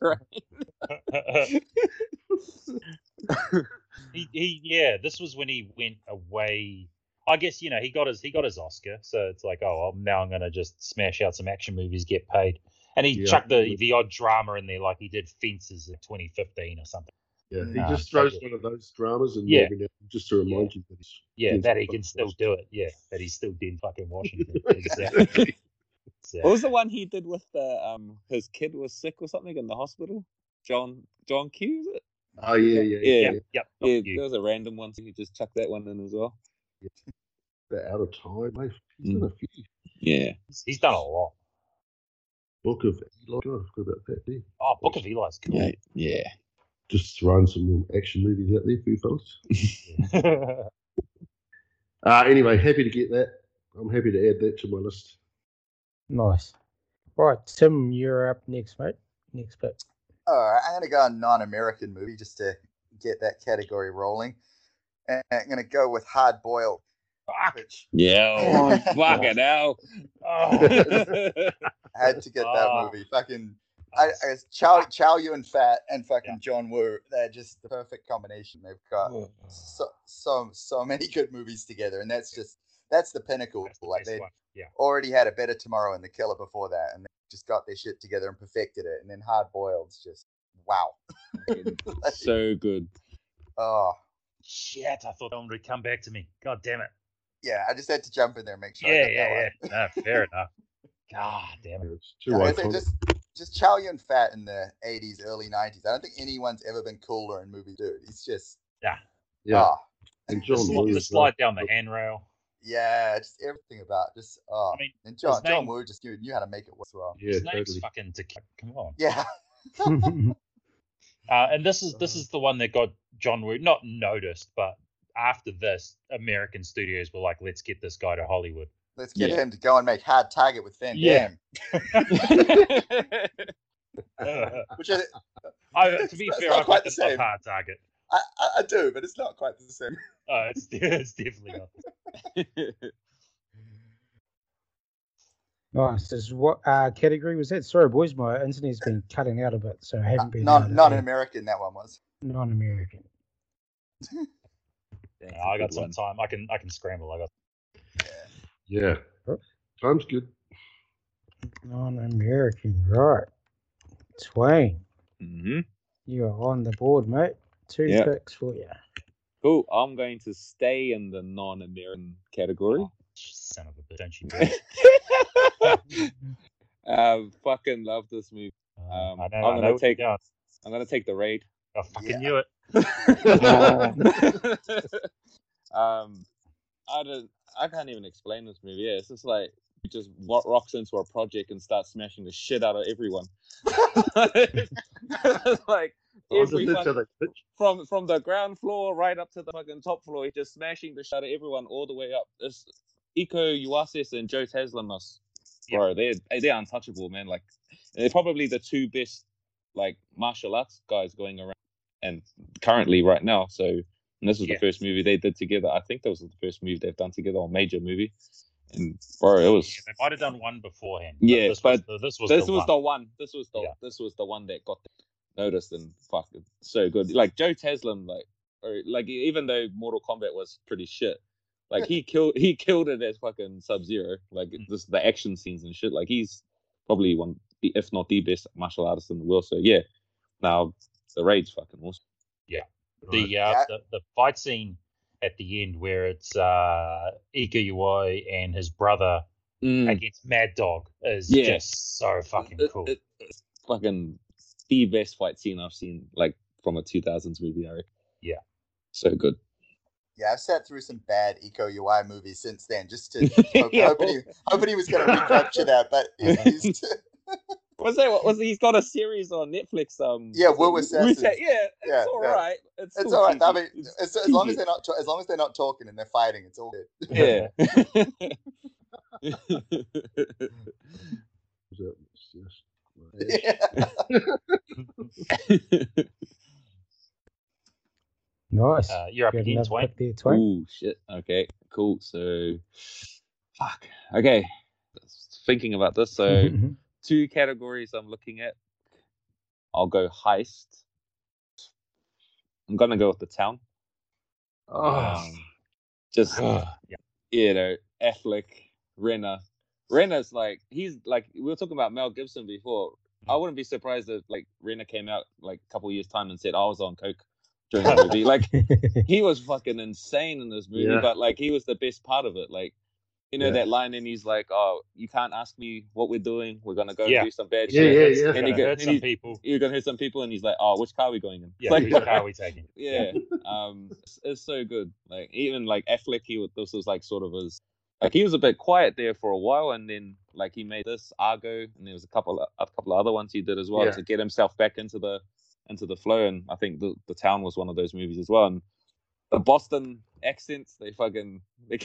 Speaker 6: right.
Speaker 2: he, he- yeah. This was when he went away. I guess you know he got his he got his Oscar, so it's like oh well, now I'm gonna just smash out some action movies, get paid, and he
Speaker 5: Yeah.
Speaker 2: chucked the the odd drama in there like he did Fences in 2015 or something.
Speaker 5: Yeah, he
Speaker 2: Nah,
Speaker 5: just throws
Speaker 2: fuck it.
Speaker 5: one of those dramas and
Speaker 2: Yeah.
Speaker 5: just to remind you that he's
Speaker 2: Yeah,
Speaker 5: Denzel
Speaker 2: that he can
Speaker 5: fucking
Speaker 2: still
Speaker 5: Washington.
Speaker 2: do it. Yeah, that he's still doing fucking Washington. Exactly.
Speaker 4: What
Speaker 2: So,
Speaker 4: was the one he did with the um his kid was sick or something in the hospital? John John Q was it?
Speaker 5: Oh yeah, yeah, yeah.
Speaker 6: Yeah.
Speaker 5: yeah.
Speaker 2: Yep. not
Speaker 6: Yeah,
Speaker 2: you.
Speaker 6: there was a random one. So you just chuck that one in as well.
Speaker 5: They're out of time. They've he's done a few.
Speaker 6: Yeah.
Speaker 2: He's- He's done a lot.
Speaker 5: Book of Eli. God, I forgot about that. There.
Speaker 2: Oh, Book of Eli's cool.
Speaker 6: Yeah. Yeah.
Speaker 5: Just throwing some more action movies out there for you fellas. Uh, anyway, happy to get that. I'm happy to add that to my list.
Speaker 1: Nice. All right, Tim, you're up next, mate. Next bit.
Speaker 3: All right, I'm going to go on non-American movie just to get that category rolling. And I'm going to go with Hard Boiled,
Speaker 2: Fuck.
Speaker 3: which
Speaker 6: Yeah.
Speaker 3: Oh,
Speaker 6: fuck it now.
Speaker 2: Oh.
Speaker 3: I had to get
Speaker 2: Ah.
Speaker 3: that movie. Fucking, I, I guess Chow, Chow Yun Fat and fucking
Speaker 2: Yeah.
Speaker 3: John Woo. They're just the perfect combination. They've got so so so many good movies together, and that's just that's the pinnacle.
Speaker 2: That's the
Speaker 3: like
Speaker 2: best
Speaker 3: they
Speaker 2: one. Yeah.
Speaker 3: already had a better tomorrow and the killer before that, and they just got their shit together and perfected it. And then Hard Boiled's just wow. Like,
Speaker 6: so good.
Speaker 3: oh
Speaker 2: Shit, I thought that one would come back to me. God damn it.
Speaker 3: yeah, I just had to jump in there and make sure. I
Speaker 2: yeah,
Speaker 3: got that one.
Speaker 2: yeah, yeah. No, fair enough. God damn it.
Speaker 5: It's too
Speaker 3: Yeah, I
Speaker 5: iconic.
Speaker 3: think just just Chow Yun Fat in the eighties, early nineties. I don't think anyone's ever been cooler in movie dude. He's just
Speaker 5: yeah,
Speaker 3: ah,
Speaker 5: and
Speaker 2: The,
Speaker 5: John
Speaker 2: sli-
Speaker 5: Woo
Speaker 2: the
Speaker 5: as
Speaker 2: slide down the handrail.
Speaker 3: yeah, just everything about just oh.
Speaker 2: mean,
Speaker 3: and John John
Speaker 2: name-
Speaker 3: Woo just knew, knew how to make it work as well.
Speaker 5: well. Yeah,
Speaker 2: His name's
Speaker 5: totally.
Speaker 2: fucking to come on.
Speaker 3: Yeah,
Speaker 2: Uh, and this is this is the one that got John Woo not noticed, but after this, American studios were like, let's get this guy to Hollywood.
Speaker 3: let's get
Speaker 6: Yeah.
Speaker 3: him to go and make Hard Target with Van Damme,
Speaker 2: Yeah. Uh,
Speaker 3: which I,
Speaker 2: I, to be
Speaker 3: It's
Speaker 2: fair,
Speaker 3: not
Speaker 2: I
Speaker 3: quite
Speaker 2: quite
Speaker 3: the
Speaker 2: the same.
Speaker 3: same.
Speaker 2: hard target.
Speaker 3: I, I I do, but it's not quite the same.
Speaker 2: Uh, it's, it's definitely not.
Speaker 1: nice. Is what uh, category was that? Sorry, boys, my internet's been cutting out a bit, so I haven't been.
Speaker 3: Uh, Not
Speaker 1: able to-
Speaker 3: not
Speaker 6: eh?
Speaker 3: American. That one was.
Speaker 1: non-American.
Speaker 6: That's
Speaker 2: Uh,
Speaker 6: a
Speaker 2: I got
Speaker 6: good
Speaker 2: some
Speaker 6: one.
Speaker 2: time. I can I can scramble. I got.
Speaker 5: Yeah, time's good.
Speaker 1: Non-American, right? Twain,
Speaker 6: Mhm.
Speaker 1: you are on the board, mate. Two
Speaker 6: Yeah.
Speaker 1: picks for you.
Speaker 6: Cool. I'm going to stay in the non-American category.
Speaker 2: Oh, son of a bitch, don't you? dare.
Speaker 6: Oh. uh, fucking love this movie.
Speaker 2: Uh,
Speaker 6: Um,
Speaker 2: I know,
Speaker 6: I'm
Speaker 2: I know
Speaker 6: gonna
Speaker 2: what you're
Speaker 6: take-
Speaker 2: doing.
Speaker 6: I'm gonna take the raid.
Speaker 2: I fucking
Speaker 3: Yeah.
Speaker 2: knew it.
Speaker 6: um, I don't. I can't even explain this movie. Yeah, it's just like it just wa- rocks into a project and starts smashing the shit out of everyone. like every
Speaker 5: Isn't this
Speaker 6: fuck-
Speaker 5: Oh, how they pitch?
Speaker 6: from from the ground floor right up to the fucking top floor, he's just smashing the shit out of everyone all the way up. It's Iko Uasis and Joe Taslimus, bro. They're they're untouchable, man. Like they're probably the two best like martial arts guys going around and currently right now. So and this was
Speaker 2: Yeah.
Speaker 6: the first movie they did together. I think that was the first movie they've done together, or major movie. And bro, it was
Speaker 2: Yeah, they might have done one beforehand.
Speaker 6: Yeah,
Speaker 2: this was
Speaker 6: but
Speaker 2: the, this was
Speaker 6: this
Speaker 2: the
Speaker 6: was
Speaker 2: one.
Speaker 6: the one. This was the
Speaker 2: Yeah.
Speaker 6: this was the one that got noticed and fuck, it's so good. Like Joe Taslim, like or like e, even though Mortal Kombat was pretty shit, like he killed he killed it as fucking Sub Zero. Like
Speaker 2: Mm.
Speaker 6: this the action scenes and shit. Like he's probably one if not the best martial artist in the world. So yeah, now the raid's fucking awesome.
Speaker 2: the, uh,
Speaker 3: Yeah.
Speaker 2: the the fight scene at the end where it's uh, Ika Uoi and his brother against Mad Dog is
Speaker 6: Mm. Yeah.
Speaker 2: just so Mm. fucking
Speaker 6: It-
Speaker 2: cool.
Speaker 6: it- it's fucking the best fight scene I've seen like from a two thousands movie. I reckon.
Speaker 2: Yeah.
Speaker 6: so good.
Speaker 3: Yeah, I've sat through some bad Eco UI movies since then, just to hope,
Speaker 6: Yeah.
Speaker 3: hoping, he, hoping he was going to recapture that. But he's, he's
Speaker 6: Was that what was he's got a series on Netflix? Um,
Speaker 3: Yeah, Wu
Speaker 6: was it
Speaker 3: Assassins.
Speaker 6: Wu-Tang- yeah, it's
Speaker 3: Yeah,
Speaker 6: all
Speaker 3: yeah.
Speaker 6: right. It's,
Speaker 3: It's
Speaker 6: still
Speaker 3: all right. I
Speaker 6: cheesy.
Speaker 3: mean,
Speaker 6: It's-
Speaker 3: as, as long as
Speaker 6: cheesy.
Speaker 3: they're not as long as they're not talking and they're fighting, it's all good.
Speaker 6: yeah.
Speaker 5: Is that- it's just-
Speaker 3: Yeah.
Speaker 1: Nice.
Speaker 2: Uh, you're up
Speaker 1: You had
Speaker 2: again,
Speaker 1: another
Speaker 2: Twain.
Speaker 1: pick there, Twain.
Speaker 6: oh shit. Okay. Cool. So, fuck. Okay. Thinking about this, so two categories I'm looking at. I'll go heist. I'm gonna go with the town.
Speaker 5: Oh,
Speaker 6: Um, just
Speaker 2: yeah.
Speaker 6: you know, Affleck, Renner. Renner's like he's like we were talking about Mel Gibson before. I wouldn't be surprised if like Renner came out like a couple years time and said I was on coke during the movie. like he was fucking insane in this movie,
Speaker 5: Yeah.
Speaker 6: but like he was the best part of it. Like You know
Speaker 5: Yeah.
Speaker 6: that line, and he's like, "Oh, you can't ask me what we're doing. We're gonna go
Speaker 2: Yeah.
Speaker 6: do some bad
Speaker 5: Yeah,
Speaker 6: shit.
Speaker 5: yeah, yeah.
Speaker 2: It's
Speaker 6: And
Speaker 2: gonna
Speaker 6: he go-
Speaker 2: hurt
Speaker 6: and
Speaker 2: some
Speaker 6: he-
Speaker 2: people.
Speaker 6: You're gonna hit some people, and he's like, "Oh, which car are we going in?
Speaker 2: Yeah,
Speaker 6: Like-
Speaker 2: whose car are we taking?
Speaker 6: yeah. um, it's, it's so good. Like even like Affleck, he was, this was like sort of his. Like he was a bit quiet there for a while, and then like he made this Argo, and there was a couple a couple of other ones he did as well
Speaker 5: Yeah.
Speaker 6: to get himself back into the into the flow. And I think the the town was one of those movies as well. And the Boston accents, they fucking they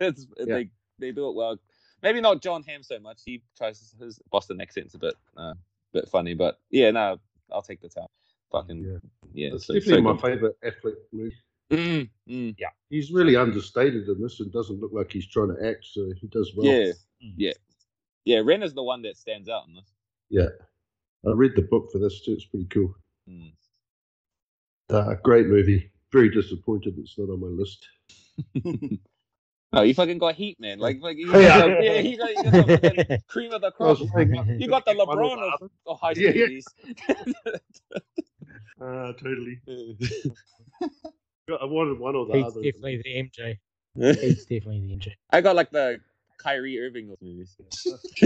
Speaker 6: it's,
Speaker 5: Yeah.
Speaker 6: they they do it well. Maybe not John Hamm so much. He tries his Boston accent's a bit uh, bit funny, but yeah, no, I'll take the town. Fucking
Speaker 5: Yeah.
Speaker 6: yeah,
Speaker 5: It's
Speaker 6: so-
Speaker 5: definitely
Speaker 6: so
Speaker 5: my
Speaker 6: good.
Speaker 5: favourite Affleck movie.
Speaker 6: Mm, mm,
Speaker 5: He's really understated in this and doesn't look like he's trying to act, so he does well.
Speaker 6: Yeah, yeah. Ren is the one that stands out in this.
Speaker 5: I read the book for this too. It's pretty cool.
Speaker 6: Mm.
Speaker 5: Uh, great movie. Very disappointed it's not on my list.
Speaker 6: Mm. No, you fucking got heat, man. Like, like you
Speaker 5: Yeah.
Speaker 6: got the, yeah, you got, you got the fucking cream of the
Speaker 5: I was
Speaker 6: crop.
Speaker 5: like,
Speaker 6: You got the
Speaker 5: One or
Speaker 6: LeBron
Speaker 5: the
Speaker 6: of, of high
Speaker 5: Yeah,
Speaker 6: school
Speaker 5: yeah.
Speaker 6: movies.
Speaker 5: ah, totally. I wanted one or the
Speaker 1: He's
Speaker 5: other.
Speaker 1: definitely the MJ. He's definitely the MJ.
Speaker 6: I got like the Kyrie Irving of movies.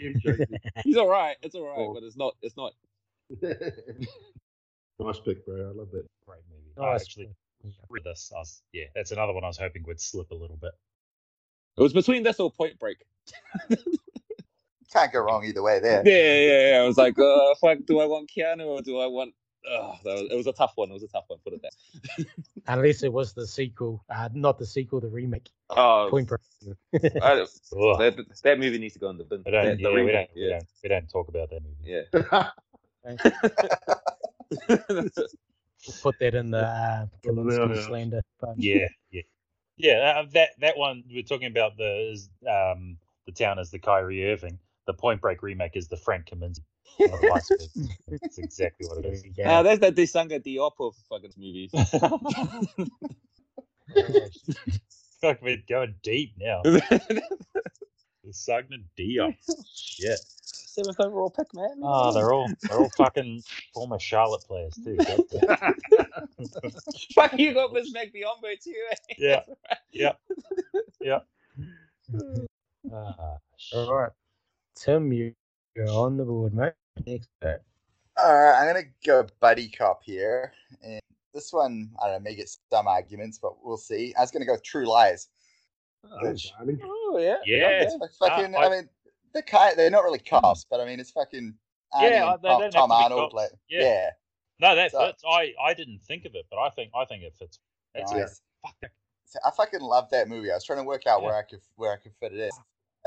Speaker 5: MJ.
Speaker 6: He's all right. It's all right,
Speaker 5: Oh.
Speaker 6: but it's not. It's not.
Speaker 5: nice pick, bro. I love that.
Speaker 2: Mm, Great movie. I
Speaker 1: Nice.
Speaker 2: actually read this. I was, yeah, that's another one I was hoping would slip a little bit.
Speaker 6: It was between this or Point Break.
Speaker 3: Can't go wrong either way
Speaker 6: Yeah,
Speaker 3: there.
Speaker 6: yeah, yeah. I was like, uh, fuck. Do I want Keanu or do I want? Oh, that was, it was a tough one. It was a tough one. Put it that.
Speaker 1: Unless it was the sequel, uh, not the sequel, the remake.
Speaker 6: Oh,
Speaker 1: Point Break.
Speaker 6: I,
Speaker 2: Ugh.
Speaker 6: that, that movie needs to go in the bin.
Speaker 2: We don't,
Speaker 6: That- the
Speaker 2: yeah, we,
Speaker 6: remake,
Speaker 2: don't, we,
Speaker 6: yeah.
Speaker 2: don't, we don't talk about that movie.
Speaker 6: Yeah.
Speaker 1: We'll put that in the uh,
Speaker 5: Well, now,
Speaker 1: Kaminsky
Speaker 5: yeah.
Speaker 1: slander. But
Speaker 2: Yeah, yeah, yeah. Uh, that that one we're talking about the is, um the town is the Kyrie Irving. The Point Break remake is the Frank Kaminsky. and the vice versa. That's exactly what it is.
Speaker 6: Ah,
Speaker 1: yeah.
Speaker 6: that's that Desanga Diop of fucking movies.
Speaker 2: Oh. Fuck, we're going deep now. The Sagna Diop. Shit.
Speaker 6: Seventh overall pick, man.
Speaker 2: Oh, they're all they're all fucking former Charlotte players too.
Speaker 6: Fuck, you got Bismack Biombo too. eh?
Speaker 2: yeah, yeah, yeah. Ah, shit.
Speaker 1: All right. Tim, you- you're on the board, mate. Next up.
Speaker 3: All right, I'm gonna go buddy cop here, and this one I don't know may get some arguments, but we'll see. I was gonna go True Lies. Which-
Speaker 5: Darling.
Speaker 6: Oh, yeah.
Speaker 2: Yeah.
Speaker 3: it's like fucking.
Speaker 2: uh, I-
Speaker 3: I, mean, the ki they're not really cops, but I mean, it's fucking. Arnie
Speaker 2: Yeah, uh,
Speaker 3: and
Speaker 2: they
Speaker 3: Tom,
Speaker 2: don't have
Speaker 3: Tom
Speaker 2: to be
Speaker 3: Arnold.
Speaker 2: cops.
Speaker 3: Like,
Speaker 2: Yeah.
Speaker 3: yeah,
Speaker 2: No, that
Speaker 3: So-
Speaker 2: fits. I, I didn't think of it, but I think I think it fits. It's
Speaker 3: nice.
Speaker 2: fuck that.
Speaker 3: So I fucking love that movie. I was trying to work out where I could where I could fit it in.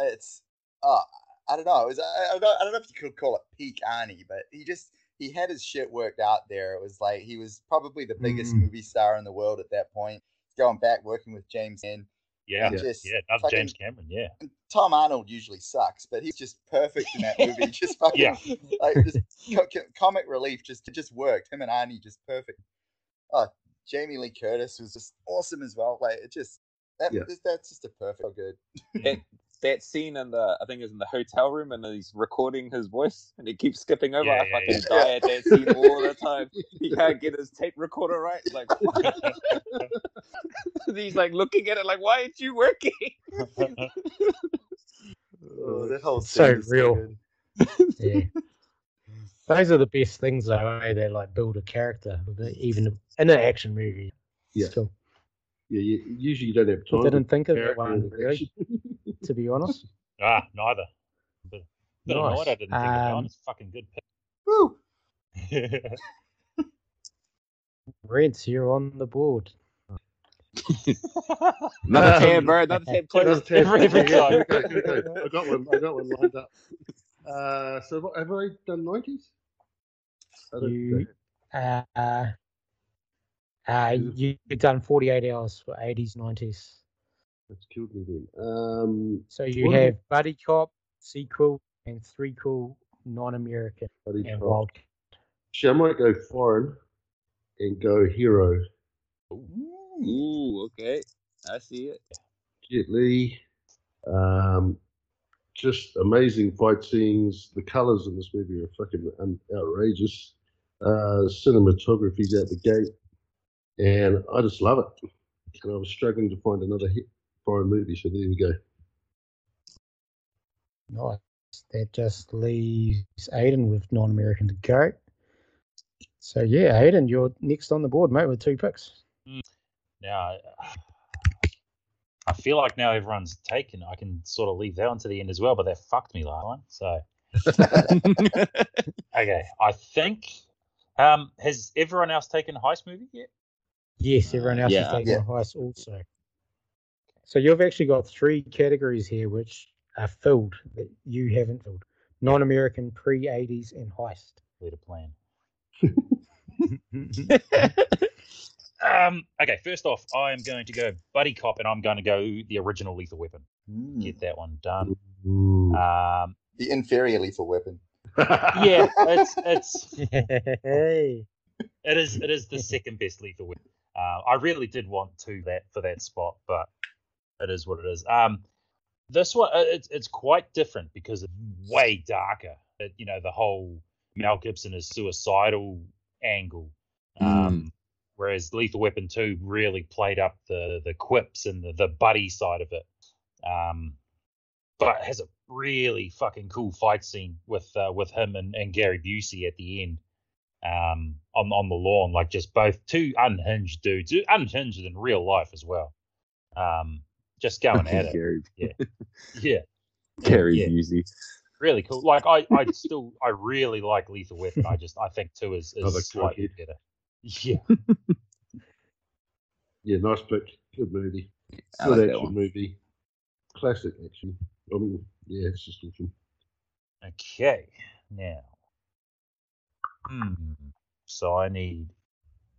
Speaker 3: It's oh, I don't know. It was I, I don't I don't know if you could call it peak Arnie, but he just he had his shit worked out there. It was like he was probably the biggest
Speaker 5: Mm.
Speaker 3: movie star in the world at that point. Going back working with James and
Speaker 2: Yeah,
Speaker 3: Yeah.
Speaker 2: yeah,
Speaker 3: Just
Speaker 2: yeah. Another
Speaker 3: fucking-
Speaker 2: James Cameron. Yeah,
Speaker 3: Tom Arnold usually sucks, but he's just perfect in that movie. just fucking
Speaker 2: Yeah.
Speaker 3: like just co- co- comic relief. Just it just worked. Him and Arnie just perfect. Oh, Jamie Lee Curtis was just awesome as well. Like it just that
Speaker 5: Yeah.
Speaker 3: that's just a perfect so good.
Speaker 6: That scene in the, I think it's in the hotel room, and he's recording his voice, and he keeps skipping over.
Speaker 2: Yeah,
Speaker 6: I
Speaker 2: yeah,
Speaker 6: fucking
Speaker 3: yeah.
Speaker 6: die at that scene all the time. He can't get his tape recorder right. Like, he's like looking at it, like, why aren't you working?
Speaker 3: Oh, that whole
Speaker 1: It's so
Speaker 3: scene is
Speaker 1: real.
Speaker 3: good.
Speaker 1: Yeah. Those are the best things, though, eh? They like build a character, with it, even in an action movie.
Speaker 5: Yeah.
Speaker 1: It's cool.
Speaker 5: Yeah, you, usually you don't have
Speaker 1: I
Speaker 5: time.
Speaker 1: didn't
Speaker 5: for
Speaker 1: think of that
Speaker 5: character
Speaker 1: one, really,
Speaker 5: interaction.
Speaker 1: to be honest.
Speaker 2: ah, neither. But bit
Speaker 1: Nice.
Speaker 2: annoyed I didn't think of that one.
Speaker 1: Um,
Speaker 2: It's a fucking good
Speaker 3: Woo!
Speaker 2: pick.
Speaker 1: Reds, you're on the board.
Speaker 6: Another
Speaker 5: Um,
Speaker 6: tab, bro. Another tab.
Speaker 5: Another
Speaker 6: Please.
Speaker 5: tab.
Speaker 2: every
Speaker 5: Okay,
Speaker 2: time.
Speaker 5: okay, okay, okay. I got one. I got one lined up. Uh, so what, have I done nineties? I don't
Speaker 1: You-
Speaker 5: think
Speaker 1: Uh, uh, uh, you, you've done 48 hours for 80s, 90s.
Speaker 5: that's killed me then. Um,
Speaker 1: So you
Speaker 5: Wouldn't it-
Speaker 1: have Buddy Cop, Sequel, and Three Cool, Non American,
Speaker 5: bloody
Speaker 1: and
Speaker 5: fuck.
Speaker 1: Wild.
Speaker 5: Actually, I might go foreign and go hero.
Speaker 6: Ooh, okay. I see it.
Speaker 5: Jet Li. Um, just amazing fight scenes. The colors in this movie are fucking um, outrageous. Uh, cinematography's out the gate, and I just love it. And I was struggling to find another hit, foreign movie. So there we go.
Speaker 1: Nice. That just leaves Aiden with non American to go. So, yeah, Aiden, you're next on the board, mate, with two picks.
Speaker 2: Now, I- I feel like now everyone's taken. I can sort of leave that one to the end as well, but that fucked me last time. So, okay, I think. Um, has everyone else taken heist movie yet?
Speaker 1: Yes, everyone else is
Speaker 6: yeah.
Speaker 1: taking
Speaker 3: Yeah.
Speaker 1: a heist also. So, you've actually got three categories here which are filled that you haven't filled non American, pre 80s, and heist.
Speaker 2: Way to plan.
Speaker 6: Mm-hmm.
Speaker 2: um, okay, first off, I am going to go Buddy Cop, and I'm going to go the original Lethal Weapon.
Speaker 3: Hmm.
Speaker 2: Get that one done.
Speaker 5: Ooh.
Speaker 2: Um,
Speaker 3: The inferior lethal weapon.
Speaker 6: Uh,
Speaker 2: yeah, it's it's
Speaker 1: hey.
Speaker 2: it is it is the second best lethal weapon. Uh, I really did want to that for that spot, but it is what it is. Um, this one uh, it's it's quite different because it's way darker. It, you know the whole Mel Gibson is suicidal angle. Um, Whereas Lethal Weapon two really played up the the quips and the, the buddy side of it. Um, but it has a really fucking cool fight scene with uh, with him and, and Gary Busey at the end um, on on the lawn, like just both two unhinged dudes, unhinged in real life as well. Um, just going at it,
Speaker 6: Gary,
Speaker 2: yeah,
Speaker 6: Gary
Speaker 2: Yeah.
Speaker 6: Busey.
Speaker 2: really cool. Like I, I still, I really like Lethal Weapon. I just, I think two is,
Speaker 5: Another
Speaker 2: is slightly
Speaker 5: crackhead.
Speaker 2: better. Yeah,
Speaker 5: Yeah, nice pick. Good movie.
Speaker 6: I
Speaker 5: Good
Speaker 6: like that
Speaker 5: action
Speaker 6: one.
Speaker 5: movie. Classic action. I mean, yeah, it's just awesome.
Speaker 2: Okay, now. Hmm. So I need.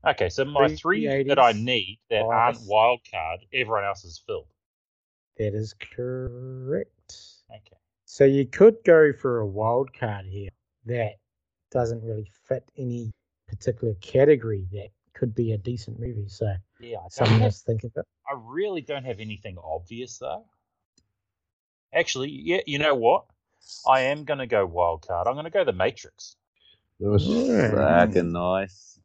Speaker 2: Okay, so my three that I
Speaker 1: 380s,
Speaker 2: need that aren't
Speaker 1: fives.
Speaker 2: wild card, everyone else is filled.
Speaker 1: That is correct.
Speaker 2: Okay.
Speaker 1: So you could go for a wild card here that doesn't really fit any particular category that could be a decent movie. So
Speaker 2: Yeah, I, don't
Speaker 1: someone
Speaker 2: have,
Speaker 1: else think of it.
Speaker 2: I really don't have anything obvious though. Actually, yeah, you know what? I am gonna go wild card. I'm gonna go the Matrix.
Speaker 5: Nice.
Speaker 6: Fucking nice.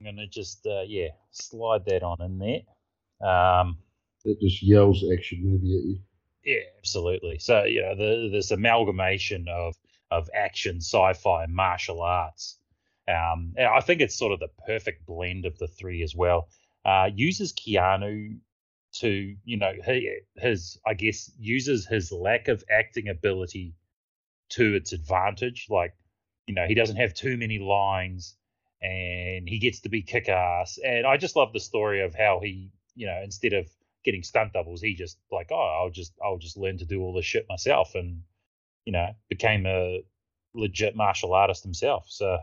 Speaker 2: I'm gonna just uh, yeah slide that on in there. Um,
Speaker 5: That just yells action movie at you.
Speaker 2: Yeah, absolutely. So you know, the, this amalgamation of of action, sci-fi, and martial arts. Um, and I think it's sort of the perfect blend of the three as well. Uh, uses Keanu to you know he, his I guess uses his lack of acting ability to its advantage. Like you know he doesn't have too many lines, and he gets to be kick ass. And I just love the story of how he you know instead of getting stunt doubles, he just like, oh, I'll just I'll just learn to do all this shit myself, and you know, became a legit martial artist himself. So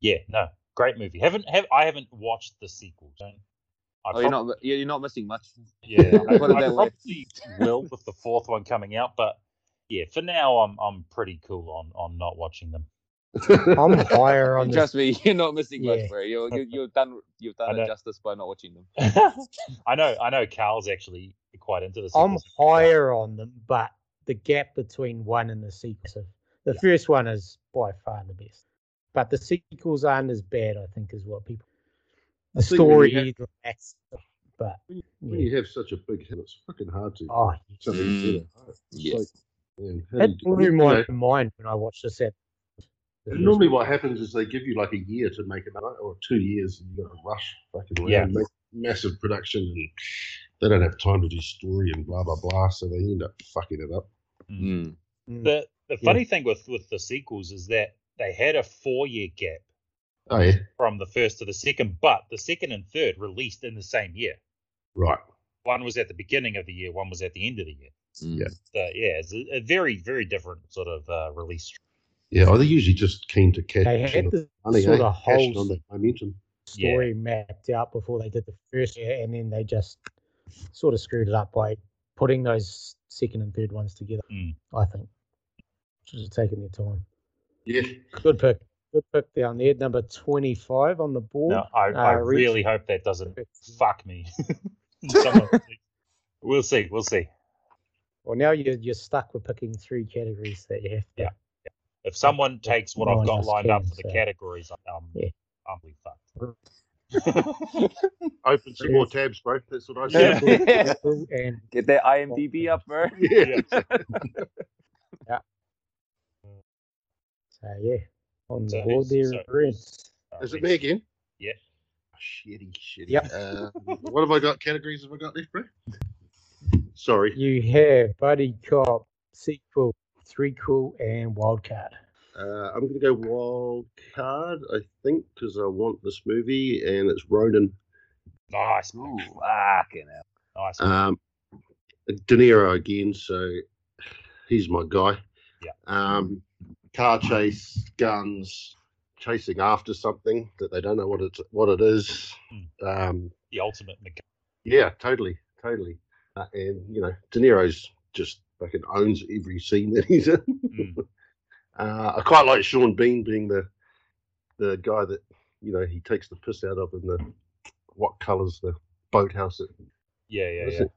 Speaker 2: yeah, no, great movie. Haven't have I haven't watched the sequel. Don't, I
Speaker 6: Oh, you're not yeah, you're not missing much.
Speaker 2: yeah, I,
Speaker 6: put it
Speaker 2: I
Speaker 6: that way.
Speaker 2: probably will with the fourth one coming out, but yeah, for now I'm I'm pretty cool on on not watching them.
Speaker 1: I'm higher on this.
Speaker 6: Trust me, you're not missing
Speaker 1: Yeah.
Speaker 6: much, bro. You're, you're you've done you've
Speaker 2: I
Speaker 6: done
Speaker 2: know.
Speaker 6: it justice by not watching them.
Speaker 2: I know I know Carl's actually quite into this.
Speaker 1: I'm higher on them, but the gap between one and the sequel. The first one is by far the best, but the sequels aren't as bad. I think is what people. The
Speaker 5: think when
Speaker 1: story,
Speaker 5: you
Speaker 1: lacks, but
Speaker 5: When
Speaker 1: yeah.
Speaker 5: you have such a big hit, it's fucking hard to.
Speaker 1: oh,
Speaker 5: something to do. It's
Speaker 6: Yes.
Speaker 5: like, man, how do you
Speaker 1: It
Speaker 5: do-
Speaker 1: blew
Speaker 5: you
Speaker 1: my
Speaker 5: know,
Speaker 1: mind when I watched this at the
Speaker 5: and normally, what happens is they give you like a year to make it, or two years, and you got to rush fucking around,
Speaker 2: Yeah.
Speaker 5: make massive production, and they don't have time to do story and blah blah blah, so they end up fucking it up.
Speaker 6: Mm.
Speaker 1: Mm.
Speaker 2: The the
Speaker 1: Yeah.
Speaker 2: funny thing with with the sequels is that they had a four year gap
Speaker 5: Oh yeah,
Speaker 2: from the first to the second, but the second and third released in the same year.
Speaker 5: right.
Speaker 2: One was at the beginning of the year, one was at the end of the year.
Speaker 6: mm.
Speaker 5: Yeah.
Speaker 2: So yeah, it's a, a very very different sort of uh, release.
Speaker 5: Yeah, oh, they're usually just keen to catch
Speaker 1: They had
Speaker 5: on the
Speaker 1: the
Speaker 5: money,
Speaker 1: sort
Speaker 5: eh?
Speaker 1: of
Speaker 5: Cashing on
Speaker 1: whole
Speaker 5: that momentum.
Speaker 2: Yeah.
Speaker 1: story mapped out before they did the first year, and then they just sort of screwed it up by putting those second and third ones together.
Speaker 2: Mm.
Speaker 1: I think should have taken their time.
Speaker 5: Yeah,
Speaker 1: Good pick. Good pick down there, number twenty-five on the board.
Speaker 2: Now, I, I
Speaker 1: Uh, Reach-
Speaker 2: really hope that doesn't fuck me. Someone- we'll see. We'll see.
Speaker 1: Well, now you're you're stuck with picking three categories that you have to.
Speaker 2: Yeah. If someone takes what
Speaker 1: No
Speaker 2: I've
Speaker 1: one
Speaker 2: got
Speaker 1: else
Speaker 2: lined up
Speaker 1: can,
Speaker 2: for the
Speaker 1: so-
Speaker 2: categories, I'm
Speaker 1: Yeah.
Speaker 2: I'm really fucked.
Speaker 5: Open some more tabs, bro. That's what I
Speaker 2: Yeah.
Speaker 5: said.
Speaker 6: Get
Speaker 1: and
Speaker 6: that IMDb up, bro.
Speaker 5: Yeah.
Speaker 1: so uh, yeah, on
Speaker 2: So
Speaker 1: the board
Speaker 2: who's-
Speaker 1: there,
Speaker 2: so-
Speaker 1: Brent.
Speaker 2: Uh,
Speaker 5: Is it me again?
Speaker 2: Yeah.
Speaker 5: Shitty, shitty.
Speaker 1: Yep.
Speaker 5: Uh, what have I got? Categories have I got left, bro? Sorry.
Speaker 1: You have Buddy Cop, sequel, three cool, and wildcard.
Speaker 5: Uh, I'm going to go wild card, I think, because I want this movie, and it's Ronan.
Speaker 2: Nice,
Speaker 6: Ooh, fucking hell.
Speaker 2: nice.
Speaker 5: Um, De Niro again, so he's my guy.
Speaker 2: Yeah.
Speaker 5: Um, car chase, guns, chasing after something that they don't know what it's what it is. Um,
Speaker 2: the ultimate mechanic.
Speaker 5: Yeah, totally, totally. Uh, and you know, De Niro's just fucking owns every scene that he's in.
Speaker 2: Mm.
Speaker 5: Uh, I quite like Sean Bean being the the guy that you know he takes the piss out of in the what colours the boathouse. At,
Speaker 2: Yeah, yeah,
Speaker 5: what is
Speaker 2: yeah.
Speaker 5: it?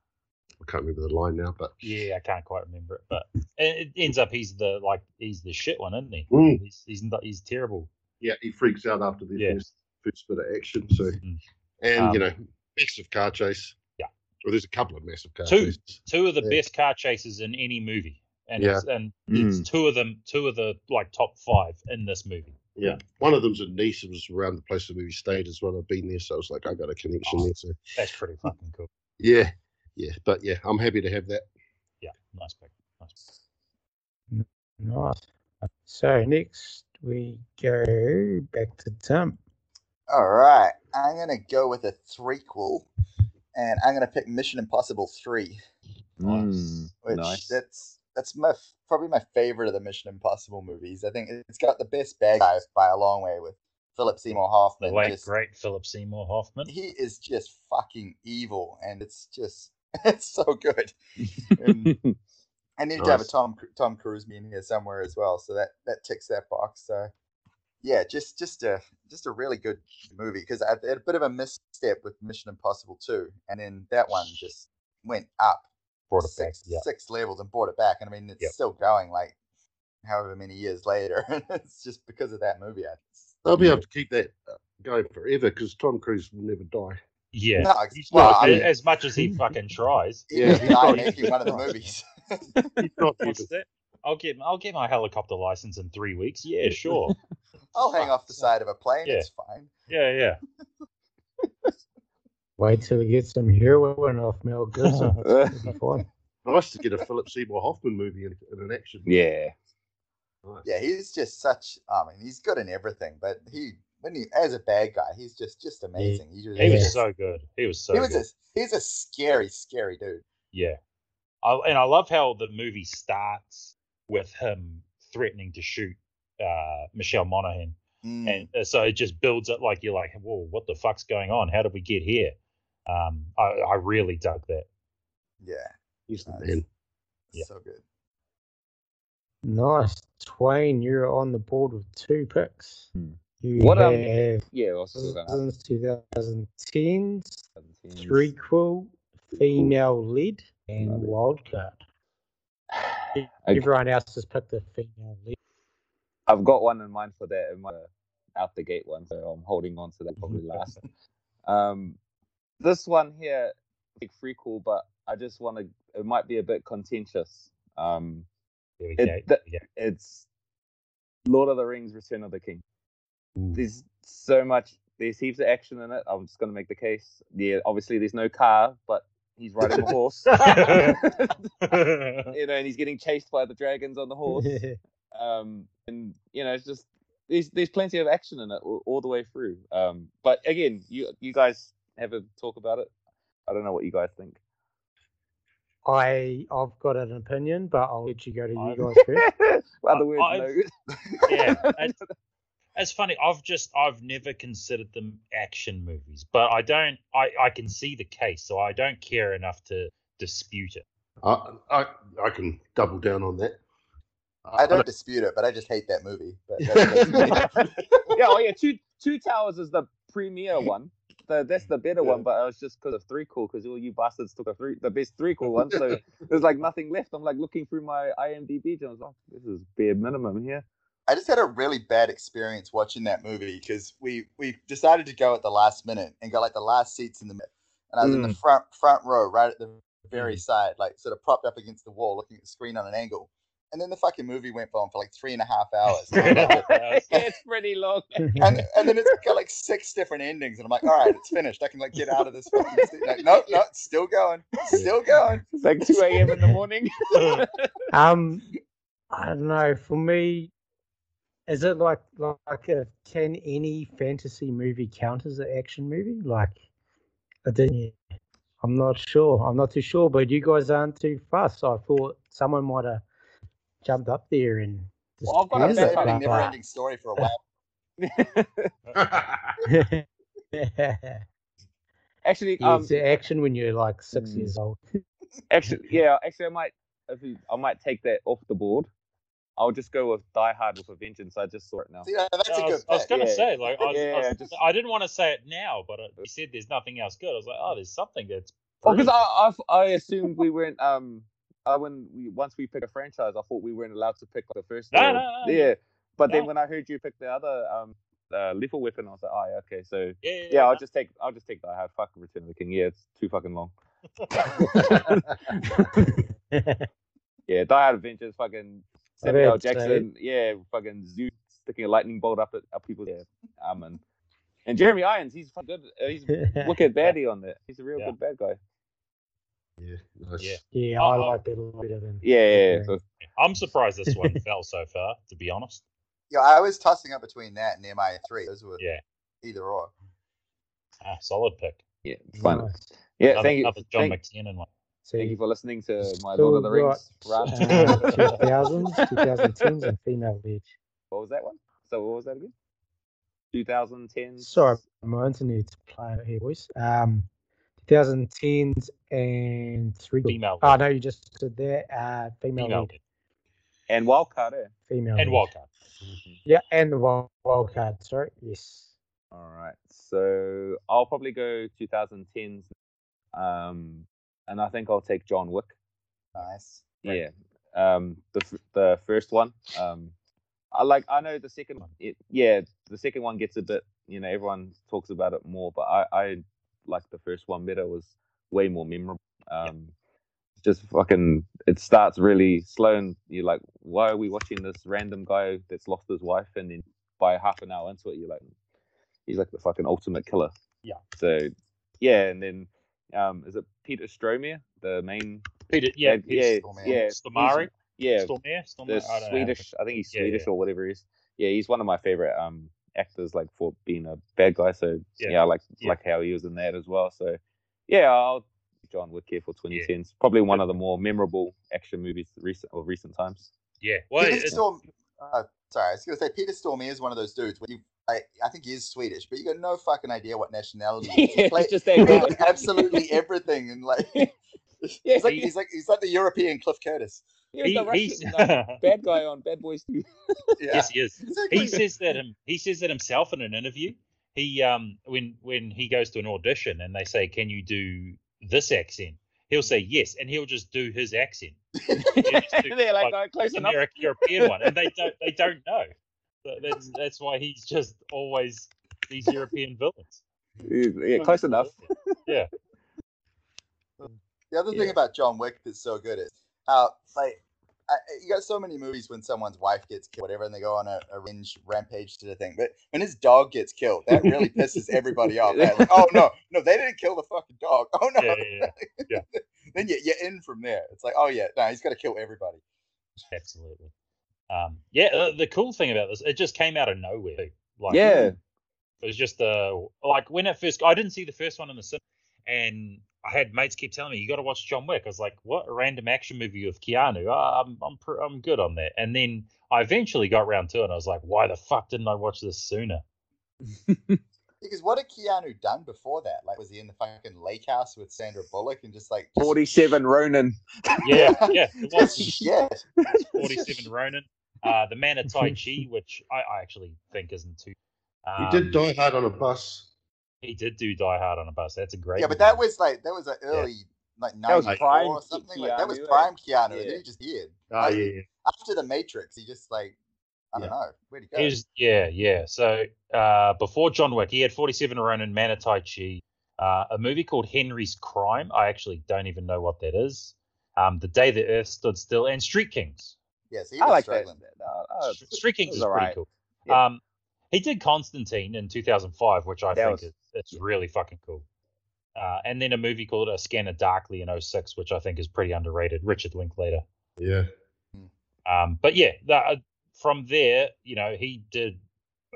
Speaker 5: I can't remember the line now, but
Speaker 2: Yeah, I can't quite remember it, but it it ends up he's the like he's the shit one, isn't he?
Speaker 5: Mm.
Speaker 2: He's he's, not, he's terrible.
Speaker 5: yeah, he freaks out after the
Speaker 2: Yeah.
Speaker 5: first, first bit of action. So
Speaker 2: Mm.
Speaker 5: and
Speaker 2: Um,
Speaker 5: you know, massive car chase.
Speaker 2: Yeah.
Speaker 5: well, there's a couple of massive car
Speaker 2: Two.
Speaker 5: chases.
Speaker 2: Two of the
Speaker 5: Yeah.
Speaker 2: best car chases in any movie, and
Speaker 5: Yeah. Mm.
Speaker 2: it's, and
Speaker 6: Mm,
Speaker 2: it's two of them, two of the like top five in this movie.
Speaker 5: Yeah, one of them's in Nice. It was around the place that we stayed as well. I've been there, so I was like, I got a connection there. So
Speaker 2: That's
Speaker 5: Mm.
Speaker 2: pretty fucking cool.
Speaker 5: yeah, yeah, but yeah, I'm happy to have that.
Speaker 2: Yeah, nice pick. Nice. Pick.
Speaker 1: Nice. So next we go back to Tim.
Speaker 3: All right, I'm gonna go with a threequel, and I'm gonna pick Mission Impossible Three,
Speaker 6: Mm,
Speaker 3: which
Speaker 6: nice.
Speaker 3: that's that's my f- probably my favorite of the Mission Impossible movies. I think it's got the best bad guys by a long way with Philip Seymour
Speaker 2: The
Speaker 3: Hoffman.
Speaker 2: late
Speaker 3: just-
Speaker 2: great Philip Seymour Hoffman.
Speaker 3: he is just fucking evil, and it's just it's so good. And I need to have a
Speaker 5: Nice.
Speaker 3: Tom Tom Cruise in here somewhere as well, so that that ticks that box. So yeah, just just a just a really good movie because I had a bit of a misstep with Mission Impossible Two, and then that one just went up
Speaker 2: Brought it back.
Speaker 3: six
Speaker 2: Yeah,
Speaker 3: six levels and brought it back. And I mean, it's
Speaker 2: Yep.
Speaker 3: still going like however many years later. it's just because of that movie. I-
Speaker 5: They'll be able to keep that uh, going forever because Tom Cruise will never die.
Speaker 2: yeah.
Speaker 3: No, it's-
Speaker 2: He's
Speaker 3: well,
Speaker 2: not-
Speaker 3: I mean,
Speaker 2: as much as he fucking tries.
Speaker 3: even
Speaker 5: yeah,
Speaker 3: if
Speaker 5: he's
Speaker 3: you like
Speaker 5: not-
Speaker 3: making one of the movies.
Speaker 5: He's not
Speaker 2: What's
Speaker 5: human.
Speaker 2: that? I'll get I'll get my helicopter license in three weeks. Yeah, sure.
Speaker 3: I'll hang off the side of a plane.
Speaker 2: Yeah.
Speaker 3: It's fine.
Speaker 2: Yeah, yeah.
Speaker 1: Wait till he gets some heroin off Mel Gibson.
Speaker 6: Uh,
Speaker 1: It'll be fine.
Speaker 5: Nice to get a Philip Seymour Hoffman movie in, in an action.
Speaker 6: yeah.
Speaker 5: Nice.
Speaker 3: Yeah, he's just such. I mean, he's good in everything, but he when he as a bad guy, he's just just amazing. He, just,
Speaker 2: He
Speaker 1: Yeah.
Speaker 2: was so good. He was so
Speaker 3: he was
Speaker 2: good.
Speaker 3: a he's a scary, scary dude.
Speaker 2: Yeah. I, and I love how the movie starts with him threatening to shoot uh, Michelle Monaghan.
Speaker 3: Mm.
Speaker 2: And uh, so it just builds up like you're like, whoa, what the fuck's going on? How did we get here? Um, I, I really dug that.
Speaker 3: yeah,
Speaker 5: He's the
Speaker 3: Nice.
Speaker 5: man.
Speaker 2: Yeah.
Speaker 3: so good.
Speaker 1: Nice. Twain, you're on the board with two picks.
Speaker 6: Hmm.
Speaker 1: You
Speaker 6: What, um,
Speaker 1: have
Speaker 6: Yeah, I was
Speaker 1: uh,
Speaker 6: just gonna
Speaker 1: Citizens 2010, 's
Speaker 6: ask.
Speaker 1: Threequel, Female Lead, and
Speaker 6: Love it.
Speaker 1: Wildcard. E-
Speaker 6: Okay.
Speaker 1: Everyone else has picked a female lead.
Speaker 6: I've got one in mind for that in my out the gate one, so I'm holding on to that probably last. um, this one here, big frequel, but I just want to. It might be a bit contentious. Um,
Speaker 2: There we go.
Speaker 6: It- that-
Speaker 2: yeah.
Speaker 6: it's Lord of the Rings: Return of the King. There's so much. There's heaps of action in it. I'm just gonna make the case. Yeah, obviously there's no car, but he's riding a horse. you know, and he's getting chased by the dragons on the horse. um, and you know, it's just there's there's plenty of action in it all, all the way through. Um, but again, you you guys have a talk about it. I don't know what you guys think.
Speaker 1: I, I've got an opinion, but I'll let you go to you
Speaker 2: I'm-
Speaker 1: guys first.
Speaker 6: Other words,
Speaker 2: I've-
Speaker 6: no.
Speaker 2: yeah, it's, it's funny. I've just I've never considered them action movies, but I don't. I I can see the case, so I don't care enough to dispute it.
Speaker 5: I, I I can double down on that.
Speaker 3: I don't dispute it, but I just hate that movie. But that's-
Speaker 5: I
Speaker 6: yeah, oh yeah, two two towers is the premier one. The, that's the better one, but I was just because of three call because all you bastards took a three the best three call one, "Oh, so there's like nothing left. I'm like looking through my IMDb, and I was like, this is bare minimum here.
Speaker 3: I just had a really bad experience watching that movie because we we decided to go at the last minute and got like the last seats in the middle, and I was in
Speaker 2: Mm.
Speaker 3: the front front row, right at the
Speaker 2: Mm-hmm.
Speaker 3: very side, like sort of propped up against the wall, looking at the screen on an angle. And then the fucking movie went on for like three and a half hours,
Speaker 2: uh,
Speaker 6: it's pretty long.
Speaker 3: and and then it's got like six different endings, and I'm like, all right, it's finished. I can like get out of this. Fucking seat." Like, nope, nope, it's still going, it's still going.
Speaker 6: It's like 2 a.m. in the morning.
Speaker 1: Um, I don't know. For me, is it like like a, can any fantasy movie count as an action movie? Like, I didn't. I'm not sure. I'm not too sure. But you guys aren't too fast. I thought someone might have jumped up there and. just
Speaker 6: Well, I've got a
Speaker 1: cleared
Speaker 3: I've
Speaker 1: it,
Speaker 3: been
Speaker 6: Yeah,
Speaker 3: having
Speaker 1: but-
Speaker 3: never ending story for a while.
Speaker 6: Actually,
Speaker 1: Yeah,
Speaker 6: um,
Speaker 1: it's action when you're like six
Speaker 6: Mm.
Speaker 1: years old.
Speaker 6: actually, yeah, actually, I might, if you, I might take that off the board. I'll just go with Die Hard with a Vengeance. I just saw it now.
Speaker 3: See, no, that's
Speaker 2: I
Speaker 3: a good.
Speaker 2: was, I was
Speaker 3: pick.
Speaker 2: gonna
Speaker 6: yeah.
Speaker 2: say like I, was, I, was-
Speaker 6: Yeah, just-
Speaker 2: I didn't want to say it now, but I, you said there's nothing else good. I was like, oh, there's something that's.
Speaker 6: Oh, because
Speaker 2: pretty-
Speaker 6: I, I, I assumed we weren't. Um, I when we once we pick a franchise, I thought we weren't allowed to pick the first.
Speaker 2: No,
Speaker 6: or-
Speaker 2: no, no, no.
Speaker 6: yeah. But then
Speaker 2: No.
Speaker 6: when I heard you pick the other um, uh, lethal weapon, I was like, oh, yeah, okay, so
Speaker 2: yeah, yeah,
Speaker 6: yeah, I'll
Speaker 2: no.
Speaker 6: just take, I'll just take Die Hard. Fuck Return of the King. Yeah, it's too fucking long. Yeah, Die Hard Adventures, fucking
Speaker 1: I've
Speaker 6: Samuel L.
Speaker 1: heard, so-
Speaker 6: Jackson. Yeah, fucking Zeus sticking a lightning bolt up at up people's yeah, um, and, and Jeremy Irons, he's fucking good. uh, He's wicked baddie on that. He's a real
Speaker 2: Yeah.
Speaker 6: good bad guy.
Speaker 5: Yeah, nice.
Speaker 2: Yeah.
Speaker 1: yeah, I
Speaker 2: Uh-uh.
Speaker 1: like it a little bit of him.
Speaker 6: uh, Yeah, yeah, yeah.
Speaker 1: Yeah.
Speaker 6: so-
Speaker 2: I'm surprised this one fell so far. To be honest,
Speaker 3: Yeah, I was tossing up between that and MI three. Those were
Speaker 2: Yeah.
Speaker 3: either or.
Speaker 2: ah, solid pick.
Speaker 6: yeah, it's fun.
Speaker 1: Nice.
Speaker 6: Yeah,
Speaker 2: Another,
Speaker 6: thank you.
Speaker 2: another John
Speaker 6: Thank,
Speaker 2: McTiernan one.
Speaker 1: So
Speaker 6: thank you
Speaker 1: you
Speaker 6: for listening to my
Speaker 1: still
Speaker 6: Lord of the Rings
Speaker 1: got,
Speaker 6: rant.
Speaker 1: uh, 2000s, 2010s, and female lead.
Speaker 6: what was that one? So what was that again? 2010.
Speaker 1: Sorry, my internet's playing out here, boys. Um, 2010s and three.
Speaker 2: Female
Speaker 1: Oh
Speaker 6: Ah,
Speaker 2: lead.
Speaker 1: no, you just did that. Uh, female,
Speaker 2: Female
Speaker 1: lead,
Speaker 2: lead.
Speaker 6: And Wildcard. Eh?
Speaker 1: female
Speaker 2: and
Speaker 1: lead.
Speaker 2: Wildcard.
Speaker 1: Yeah, and the wild, wild card. Sorry, yes.
Speaker 6: All right. So I'll probably go 2010s. Um, and I think I'll take John Wick.
Speaker 3: Nice.
Speaker 6: Yeah. Um, the f- the first one. Um, I like. I know the second one. It, yeah, the second one gets a bit. You know, everyone talks about it more, but I I like the first one better. It was way more memorable. Um, just fucking. It starts really slow, and you're like, why are we watching this random guy that's lost his wife? And then by half an hour into it, you're like, he's like the fucking ultimate killer.
Speaker 2: Yeah.
Speaker 6: So yeah, and then um, is it Peter Stromir, the main
Speaker 2: Peter, yeah,
Speaker 6: yeah,
Speaker 2: Peter
Speaker 6: yeah,
Speaker 3: Stormare.
Speaker 6: yeah,
Speaker 2: Stomare,
Speaker 6: he's- yeah,
Speaker 2: Stormare,
Speaker 6: the
Speaker 2: Stormare? I don't know.
Speaker 6: Swedish. I think he's
Speaker 2: Yeah,
Speaker 6: Swedish
Speaker 2: yeah.
Speaker 6: or whatever he is. Yeah, he's one of my favorite um actors, like for being a bad guy. So
Speaker 2: Yeah.
Speaker 6: yeah, I like
Speaker 2: Yeah.
Speaker 6: like how he was in that as well. So yeah, I'll John Wick here for 2010s. Probably one of the more memorable action movies recent or recent times.
Speaker 2: Yeah, well,
Speaker 3: Peter
Speaker 2: it's,
Speaker 3: Storm. Uh, sorry, I was gonna say Peter Stormy is one of those dudes. Where you, I, I think he is Swedish, but you got no fucking idea what nationality. he is. He
Speaker 6: It's
Speaker 3: play-
Speaker 6: just
Speaker 3: he
Speaker 6: that
Speaker 3: plays
Speaker 6: guy.
Speaker 3: absolutely everything, and like
Speaker 6: Yeah,
Speaker 3: he's like
Speaker 6: he-
Speaker 3: he's like he's like the European Cliff Curtis.
Speaker 6: he was
Speaker 2: he,
Speaker 6: the
Speaker 2: he's,
Speaker 6: Russian, uh, bad guy on Bad Boys 2.
Speaker 3: Yeah.
Speaker 2: yes, he is.
Speaker 3: Exactly.
Speaker 2: he says that him, he says that himself in an interview. He um when when he goes to an audition and they say, "Can you do this accent?" He'll say yes, and he'll just do his accent,
Speaker 6: and they're like, oh, close enough.
Speaker 2: generic European one, and they don't they don't know. So that's that's why he's just always these European villains.
Speaker 6: Yeah, close enough.
Speaker 3: The other thing
Speaker 6: Yeah.
Speaker 3: about John Wick that's so good is, uh, like, I, I- you got so many movies when someone's wife gets killed, whatever, and they go on a, a revenge rampage to the thing. But when his dog gets killed, that really pisses everybody off. They're like, oh no, no, they didn't kill the fucking dog. Oh no.
Speaker 2: Yeah, yeah,
Speaker 3: Then you, you're in from there. It's like, oh yeah, no, he's got to kill everybody.
Speaker 2: yeah, absolutely. Um, yeah, the, the cool thing about this, it just came out of nowhere. too. Like,
Speaker 6: Yeah.
Speaker 2: It was just the like when it first. I didn't see the first one in the cinema, and I had mates keep telling me you got to watch John Wick. I was like, what a random action movie with Keanu. Ah, I'm I'm pr- I'm good on that. And then I eventually got round to it. and I was like, why the fuck didn't I watch this sooner?
Speaker 3: Because what had Keanu done before that? Like, was he in the fucking lake house with Sandra Bullock and just like just,
Speaker 6: 47 Ronin.
Speaker 2: Yeah, yeah. It was
Speaker 3: just shit?
Speaker 2: 47 Ronin, uh, the Man of Tai Chi, which I, I actually think isn't too. Um,
Speaker 5: He did die hard on a bus.
Speaker 2: He did do Die Hard on a bus. That's a great.
Speaker 3: Yeah,
Speaker 2: movie.
Speaker 3: but that was like that was an early like
Speaker 6: That was
Speaker 3: ninety four
Speaker 6: prime
Speaker 3: or something. Like that was
Speaker 6: Keanu, eh?
Speaker 3: prime Keanu. And
Speaker 6: Yeah.
Speaker 3: then he just did.
Speaker 5: Oh yeah,
Speaker 3: after the Matrix, he just like I don't know. Where'd he go?
Speaker 2: He was, yeah, yeah. So uh, before John Wick, he had 47 Ronin, Man of Tai Chi, uh, a movie called Henry's Crime. I actually don't even know what that is. Um, the Day the Earth Stood Still, and Street Kings.
Speaker 3: yes, he
Speaker 6: I
Speaker 3: was
Speaker 6: like that.
Speaker 3: struggling.
Speaker 6: Uh, uh,
Speaker 2: Sh- Street Kings
Speaker 6: was
Speaker 2: is pretty
Speaker 6: alright.
Speaker 2: cool.
Speaker 6: Yeah.
Speaker 2: Um, he did Constantine in 2005, which I
Speaker 6: That
Speaker 2: think
Speaker 6: was-
Speaker 2: is it's really fucking cool. Uh, and then a movie called A Scanner Darkly in 06, which I think is pretty underrated. Richard Linklater.
Speaker 5: Yeah.
Speaker 2: Um, but yeah, that, from there, you know, he did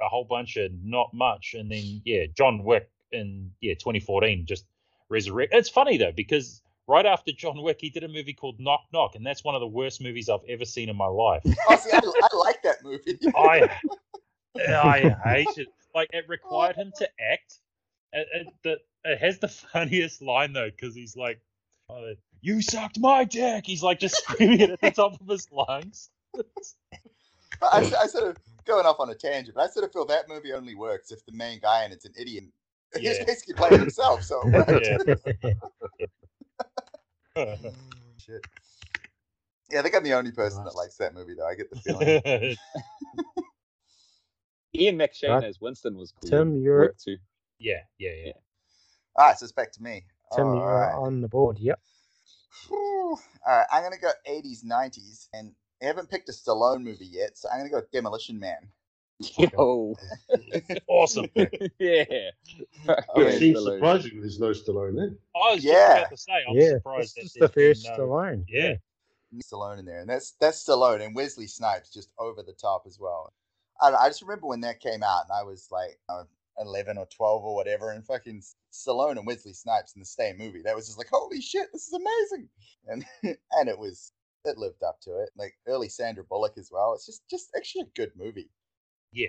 Speaker 2: a whole bunch of not much, and then yeah, John Wick in yeah 2014 just resurrect. It's funny though because right after John Wick, he did a movie called Knock Knock, and that's one of the worst movies I've ever seen in my life.
Speaker 3: oh, see, I, I like that movie.
Speaker 2: I I hate it. Like it required him to act. It, it, the, it has the funniest line though, because he's like, uh, "You sucked my dick." He's like just screaming it at the top of his lungs.
Speaker 3: But I, s- I sort of going off on a tangent, but I sort of feel that movie only works if the main guy and it's an idiot. He's
Speaker 2: Yeah.
Speaker 3: basically playing himself, so it worked.
Speaker 2: Yeah.
Speaker 3: "Mm, Shit. Yeah, I think I'm the only person that likes
Speaker 5: Nice.
Speaker 3: that movie, though. I get the feeling.
Speaker 2: yeah,
Speaker 6: Ian McShane
Speaker 1: Right.
Speaker 6: as Winston was cool.
Speaker 1: Tim,
Speaker 6: in
Speaker 1: you're-
Speaker 6: Wick too.
Speaker 2: yeah, yeah.
Speaker 3: ah, so it's back to me.
Speaker 1: Tim,
Speaker 3: All
Speaker 1: you're
Speaker 3: right.
Speaker 1: on the board. Yep.
Speaker 3: All right, I'm gonna go 80s, 90s, and I haven't picked a Stallone movie yet, so I'm gonna go Demolition Man.
Speaker 6: Yo.
Speaker 2: Awesome. I
Speaker 6: yeah.
Speaker 3: Oh,
Speaker 5: It
Speaker 3: yeah,
Speaker 5: seems
Speaker 6: Stallone.
Speaker 5: surprising there's no Stallone there.
Speaker 2: was
Speaker 3: Yeah.
Speaker 2: just about to say, I'm
Speaker 1: yeah,
Speaker 2: surprised
Speaker 1: this is
Speaker 2: that
Speaker 1: the
Speaker 2: there's
Speaker 1: first
Speaker 2: been no-
Speaker 1: Stallone.
Speaker 2: Yeah.
Speaker 3: Stallone in there, and that's that's Stallone and Wesley Snipes just over the top as well. I, don't- I just remember when that came out, and I was like uh, eleven or twelve or whatever, and fucking Stallone and Wesley Snipes in the same movie. That was just like, holy shit, this is amazing, and and it was it lived up to it. Like early Sandra Bullock as well. It's just just actually a good movie.
Speaker 2: Yeah.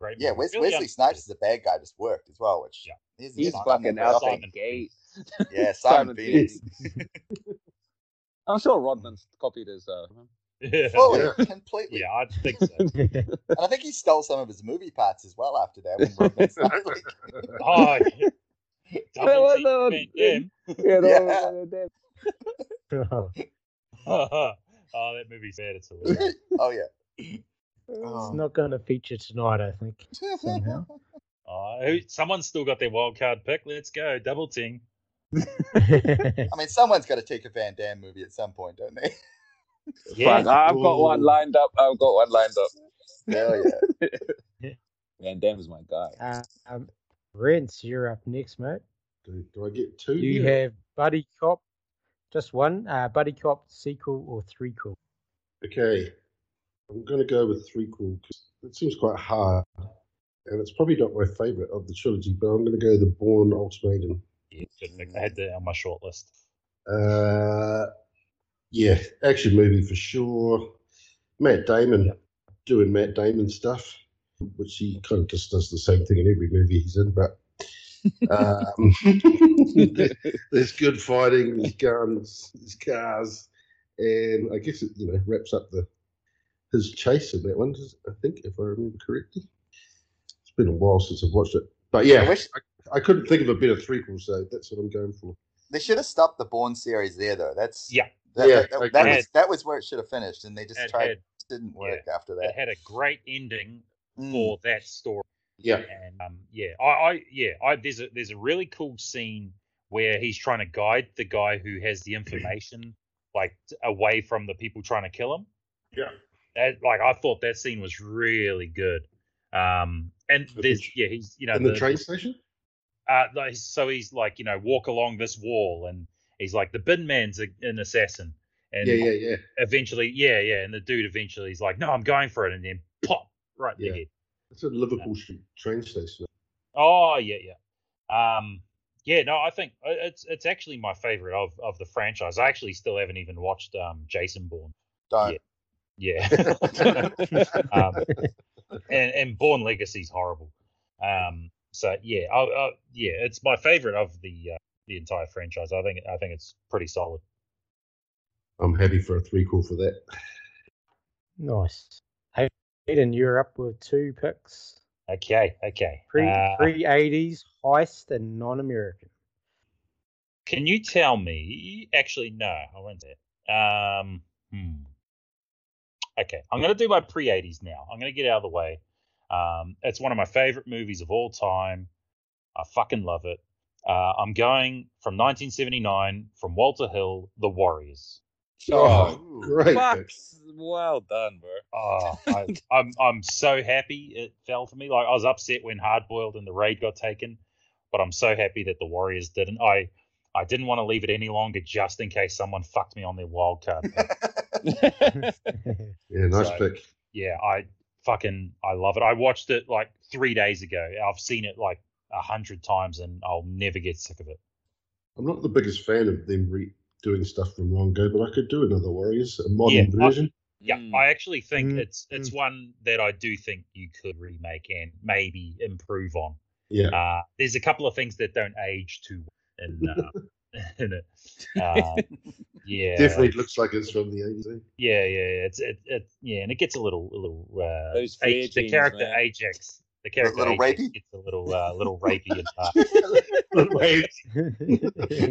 Speaker 2: Great.
Speaker 3: Yeah,
Speaker 2: movie.
Speaker 3: Wes-
Speaker 2: Really
Speaker 3: Wesley
Speaker 2: un-
Speaker 3: Snipes is the bad guy, just worked as well, which
Speaker 2: Yeah.
Speaker 3: isn't
Speaker 6: He's
Speaker 3: done
Speaker 6: fucking
Speaker 3: that
Speaker 6: out
Speaker 3: often.
Speaker 6: the gate.
Speaker 3: Yeah, Simon Phoenix.
Speaker 6: I'm sure Rodman's copied his. Uh,
Speaker 2: yeah.
Speaker 3: Fully, completely.
Speaker 2: yeah, I think so.
Speaker 1: Yeah.
Speaker 3: And I think he stole some of his movie parts as well after that. When Rodman started, like,
Speaker 2: Oh, yeah. Double team
Speaker 6: no,
Speaker 2: Van
Speaker 6: yeah.
Speaker 2: Damme.
Speaker 6: yeah,
Speaker 3: Yeah.
Speaker 6: no, yeah.
Speaker 1: it's
Speaker 2: oh, that movie's bad. It's hilarious.
Speaker 3: oh yeah. Oh.
Speaker 1: not going to feature tonight, I think. Somehow.
Speaker 2: Oh, who- someone's still got their wild card pick. Let's go. Double team.
Speaker 3: I mean, someone's got to take a Van Damme movie at some point, don't they?
Speaker 2: Yeah.
Speaker 6: Fuck, I've got one
Speaker 5: Ooh.
Speaker 6: lined up. I've got one lined up.
Speaker 3: Hell yeah.
Speaker 6: Van Damme is my guy.
Speaker 1: Uh, um, Rents, you're up next, mate.
Speaker 5: Do, do I get two?
Speaker 1: You
Speaker 5: here?
Speaker 1: have Buddy Cop, just one, uh, Buddy Cop sequel or three cool.
Speaker 5: Okay. I'm going to go with three cool because it seems quite hard. And it's probably not my favorite of the trilogy, but I'm going to go the Born Ultimatum.
Speaker 2: yeah good pick. I had that on my short list.
Speaker 5: Uh, yeah, action movie for sure. Matt Damon doing Matt Damon stuff, which he kind of just does the same thing in every movie he's in. But um, there- there's good fighting, there's guns, there's cars, and I guess it you know wraps up the his chase in that one. does- I think if I remember correctly, it's been a while since I've watched it. But
Speaker 3: I
Speaker 5: yeah,
Speaker 3: wish
Speaker 5: I couldn't think of a better threequel, so that's what I'm going for.
Speaker 3: they should have stopped the Bourne series there, though. That's
Speaker 2: Yeah.
Speaker 3: That,
Speaker 5: Yeah,
Speaker 3: that, that-
Speaker 5: I
Speaker 3: that
Speaker 2: agree.
Speaker 3: was that was where it should have finished, and they just
Speaker 2: It
Speaker 3: tried.
Speaker 2: had,
Speaker 3: didn't work after
Speaker 2: it
Speaker 3: that.
Speaker 2: had a great ending
Speaker 3: Mm.
Speaker 2: for that story.
Speaker 5: Yeah.
Speaker 2: and um, yeah, I, I yeah, I there's a there's a really cool scene where he's trying to guide the guy who has the information like t- away from the people trying to kill him.
Speaker 5: Yeah.
Speaker 2: That like I thought that scene was really good. Um, and
Speaker 5: the
Speaker 2: there's
Speaker 5: tr-
Speaker 2: yeah, he's you know
Speaker 5: in the, train station?
Speaker 2: uh, no, he's- so he's like you know walk along this wall and he's like the bin man's a, an assassin and
Speaker 5: yeah, yeah, yeah.
Speaker 2: eventually yeah yeah and the dude eventually he's like no I'm going for it and then pop right in the
Speaker 5: Yeah.
Speaker 2: head.
Speaker 5: It's a Liverpool Street train station.
Speaker 2: Oh yeah, yeah. Um, yeah. No, I think i- it's it's actually my favorite of of the franchise. I actually still haven't even watched um Jason Bourne.
Speaker 3: Don't.
Speaker 2: Yeah. um, and and Bourne Legacy's horrible. Um, so yeah, I, I, yeah, it's my favorite of the uh, the entire franchise. I think I think it's pretty solid.
Speaker 5: I'm happy for a three call for that.
Speaker 1: Nice. Hey, Eden, you're up with two picks.
Speaker 2: Okay, okay.
Speaker 1: Pre
Speaker 2: Uh,
Speaker 1: pre eighties heist and non American.
Speaker 2: Can you tell me? Actually, no, I won't say it. Um, hmm. Okay, I'm going to do my pre 80s now. I'm going to get out of the way. Um, it's one of my favorite movies of all time. I fucking love it. Uh, I'm going from 1979 from Walter Hill, The Warriors.
Speaker 5: Oh, great.
Speaker 6: Fuck. Well done, bro.
Speaker 2: Oh, I, I'm I'm so happy it fell for me. Like I was upset when Hardboiled and the raid got taken, but I'm so happy that the Warriors didn't. I I didn't want to leave it any longer just in case someone fucked me on their wild card. pick.
Speaker 5: Yeah, nice
Speaker 2: So-
Speaker 5: pick.
Speaker 2: yeah, I fucking I love it. I watched it like three days ago. I've seen it like a hundred times and I'll never get sick of it.
Speaker 5: I'm not the biggest fan of them re- doing stuff from long ago, but I could do another Warriors, a modern
Speaker 2: Yeah, I-
Speaker 5: version.
Speaker 2: Yeah,
Speaker 6: Mm.
Speaker 2: I actually think
Speaker 1: Mm,
Speaker 2: it's it's one that I do think you could remake and maybe improve on.
Speaker 5: yeah.
Speaker 2: Uh, there's a couple of things that don't age too well in, uh, in it. Uh, yeah,
Speaker 5: Definitely looks like it's from the 80s. eh?
Speaker 2: yeah, yeah. yeah, It's it, it yeah, and it gets a little a little. Uh,
Speaker 6: Those
Speaker 2: Aj-
Speaker 6: flare
Speaker 2: the
Speaker 6: jeans,
Speaker 2: character
Speaker 6: man.
Speaker 2: Ajax, the character
Speaker 3: little
Speaker 2: Ajax
Speaker 3: rapey?
Speaker 2: gets a little uh, little rapey in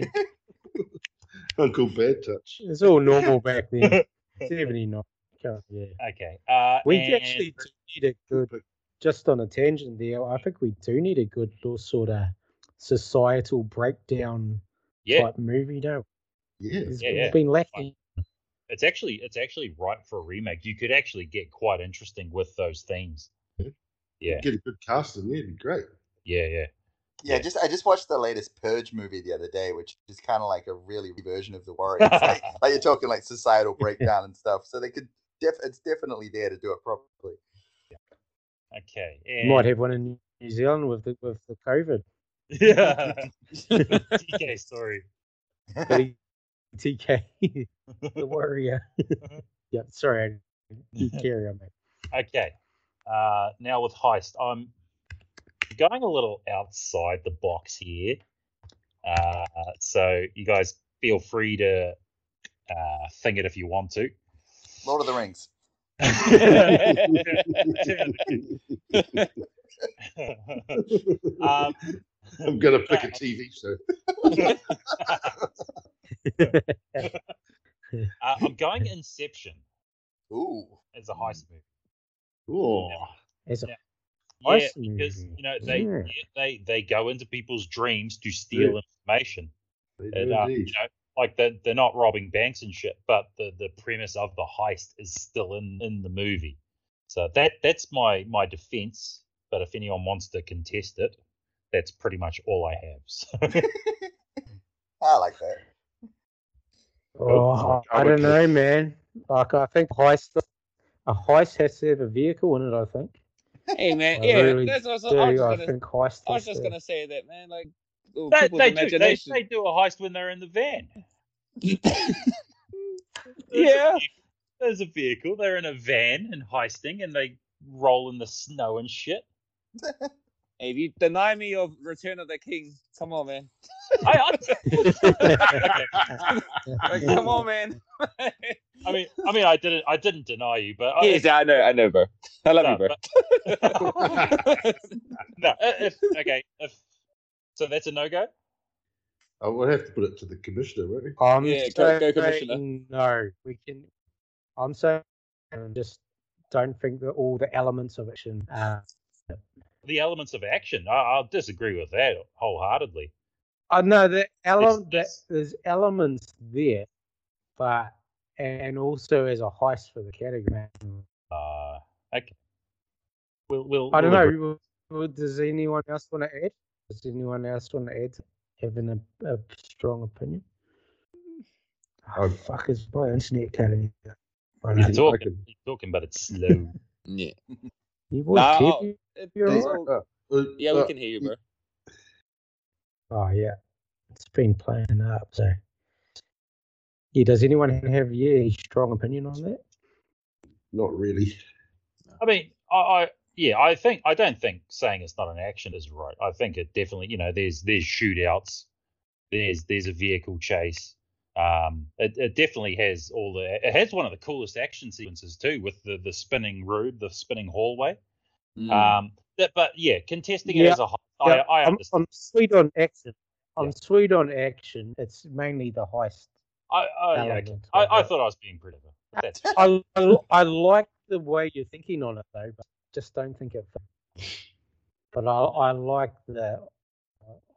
Speaker 2: part.
Speaker 5: Uncle Bad Touch.
Speaker 1: it's all normal back then. 79. God, Yeah.
Speaker 2: Okay, uh,
Speaker 1: We
Speaker 2: and-
Speaker 1: actually do need a good, just on a tangent there, I think we do need a good little sort of societal breakdown
Speaker 2: yeah,
Speaker 1: type movie, don't
Speaker 5: Yeah.
Speaker 1: we? It's
Speaker 2: Yeah, yeah.
Speaker 1: been lacking.
Speaker 2: it's actually it's actually ripe for a remake. You could actually get quite interesting with those themes.
Speaker 3: Hmm.
Speaker 2: Yeah,
Speaker 5: Get a good cast in there, it'd be great.
Speaker 2: yeah, yeah.
Speaker 3: Yeah, just I just watched the latest Purge movie the other day, which is kind of like a really version of the Warriors. like, like you're talking like societal breakdown and stuff. So they could, def- it's definitely there to do it properly.
Speaker 2: Okay,
Speaker 1: You
Speaker 2: and
Speaker 1: Might have one in New Zealand with the, with the COVID.
Speaker 2: yeah. TK, sorry.
Speaker 1: But he, TK, the warrior. yeah, sorry. I you carry on, mate.
Speaker 2: Okay. Uh, now with heist, I'm going a little outside the box here. Uh, so you guys feel free to uh, thing it if you want to.
Speaker 3: Lord of the Rings.
Speaker 2: um,
Speaker 5: I'm going to pick a TV show.
Speaker 2: uh, I'm going Inception
Speaker 3: Ooh.
Speaker 2: as a heist movie.
Speaker 5: Oh,
Speaker 1: It's a
Speaker 2: Yeah.
Speaker 1: heist
Speaker 2: yeah, because
Speaker 1: movie.
Speaker 2: you know they
Speaker 1: Yeah.
Speaker 2: they they go into people's dreams to steal information.
Speaker 5: they do
Speaker 2: It, uh, you
Speaker 5: indeed.
Speaker 2: know, like they're, they're not robbing banks and shit, but the, the premise of the heist is still in, in the movie. So that that's my my defense. But if anyone wants to contest it, that's pretty much all I have. So
Speaker 3: I like that.
Speaker 1: Oh, I, I don't know, man. Like I think heist, a heist has to have a vehicle in it. I think.
Speaker 6: hey man,
Speaker 1: I
Speaker 6: yeah,
Speaker 1: really
Speaker 6: that's what I was, I
Speaker 1: Do
Speaker 6: was just
Speaker 1: I
Speaker 6: gonna,
Speaker 1: think heist?
Speaker 6: I
Speaker 1: has
Speaker 6: was just
Speaker 1: to-
Speaker 6: gonna say that, man. Like oh,
Speaker 2: They-
Speaker 6: people's
Speaker 2: they, do, they,
Speaker 6: imagination.
Speaker 2: they do a heist when they're in the van.
Speaker 6: yeah,
Speaker 2: There's a vehicle. They're in a van and heisting, and they roll in the snow and shit.
Speaker 6: Hey, if you deny me of Return of the King, come on, man.
Speaker 2: I,
Speaker 6: Like, come on, man.
Speaker 2: I, I mean, I mean, I didn't, I didn't deny you, but I,
Speaker 6: yes, Oh, I know, I know, bro. I love
Speaker 2: No,
Speaker 6: you, bro.
Speaker 2: no, i- if, okay, if so, that's a no go.
Speaker 5: I will have to put it to the commissioner, won't we?
Speaker 1: I'm
Speaker 6: Yeah, go- go,
Speaker 1: saying
Speaker 6: Commissioner.
Speaker 1: No, we can. I'm saying just don't think that all the elements of action. Uh,
Speaker 2: the elements of action. I, I'll disagree with that wholeheartedly.
Speaker 1: I know Oh, the element that
Speaker 2: it's-
Speaker 1: there's elements there, but and also as a heist for the category.
Speaker 2: Uh, okay. We'll, we'll,
Speaker 1: I don't
Speaker 2: we'll
Speaker 1: know.
Speaker 2: agree.
Speaker 1: w- w- Does anyone else want to add? Does anyone else want to add? Having a, a strong opinion. Oh,
Speaker 5: Um,
Speaker 1: fuck! Is my internet cutting? out? I
Speaker 2: You're
Speaker 1: know.
Speaker 5: talk-
Speaker 2: talking,
Speaker 5: can-
Speaker 2: you're talking, but it's slow.
Speaker 6: Yeah.
Speaker 1: You would
Speaker 6: Nah,
Speaker 1: keep-
Speaker 6: I'll- it-
Speaker 1: You're
Speaker 6: it's
Speaker 1: right.
Speaker 6: all-
Speaker 5: Uh, uh,
Speaker 6: yeah, we
Speaker 5: uh,
Speaker 6: can hear you, bro.
Speaker 1: Oh yeah, it's been playing up. So yeah, does anyone have yeah a strong opinion on that?
Speaker 5: Not really.
Speaker 2: I mean, I, I, yeah, I think I don't think saying it's not an action is right. I think it definitely, you know, there's there's shootouts, there's there's a vehicle chase. Um, it, it definitely has all the. It has one of the coolest action sequences too, with the the spinning room, the spinning hallway.
Speaker 6: Mm. Hmm. Ah,
Speaker 2: Um, that, but yeah, contesting it
Speaker 1: Yeah,
Speaker 2: as a, hi-
Speaker 1: Yeah,
Speaker 2: I, I
Speaker 1: I'm,
Speaker 2: understand.
Speaker 1: I'm sweet on action. I'm
Speaker 2: Yeah.
Speaker 1: sweet on action. It's mainly the heist.
Speaker 2: I, I, yeah,
Speaker 1: element
Speaker 2: okay.
Speaker 1: of
Speaker 2: I, I
Speaker 1: it.
Speaker 2: thought I was being critical. That's
Speaker 1: I, I, I like the way you're thinking on it though, but just don't think it. fits. But I, I like the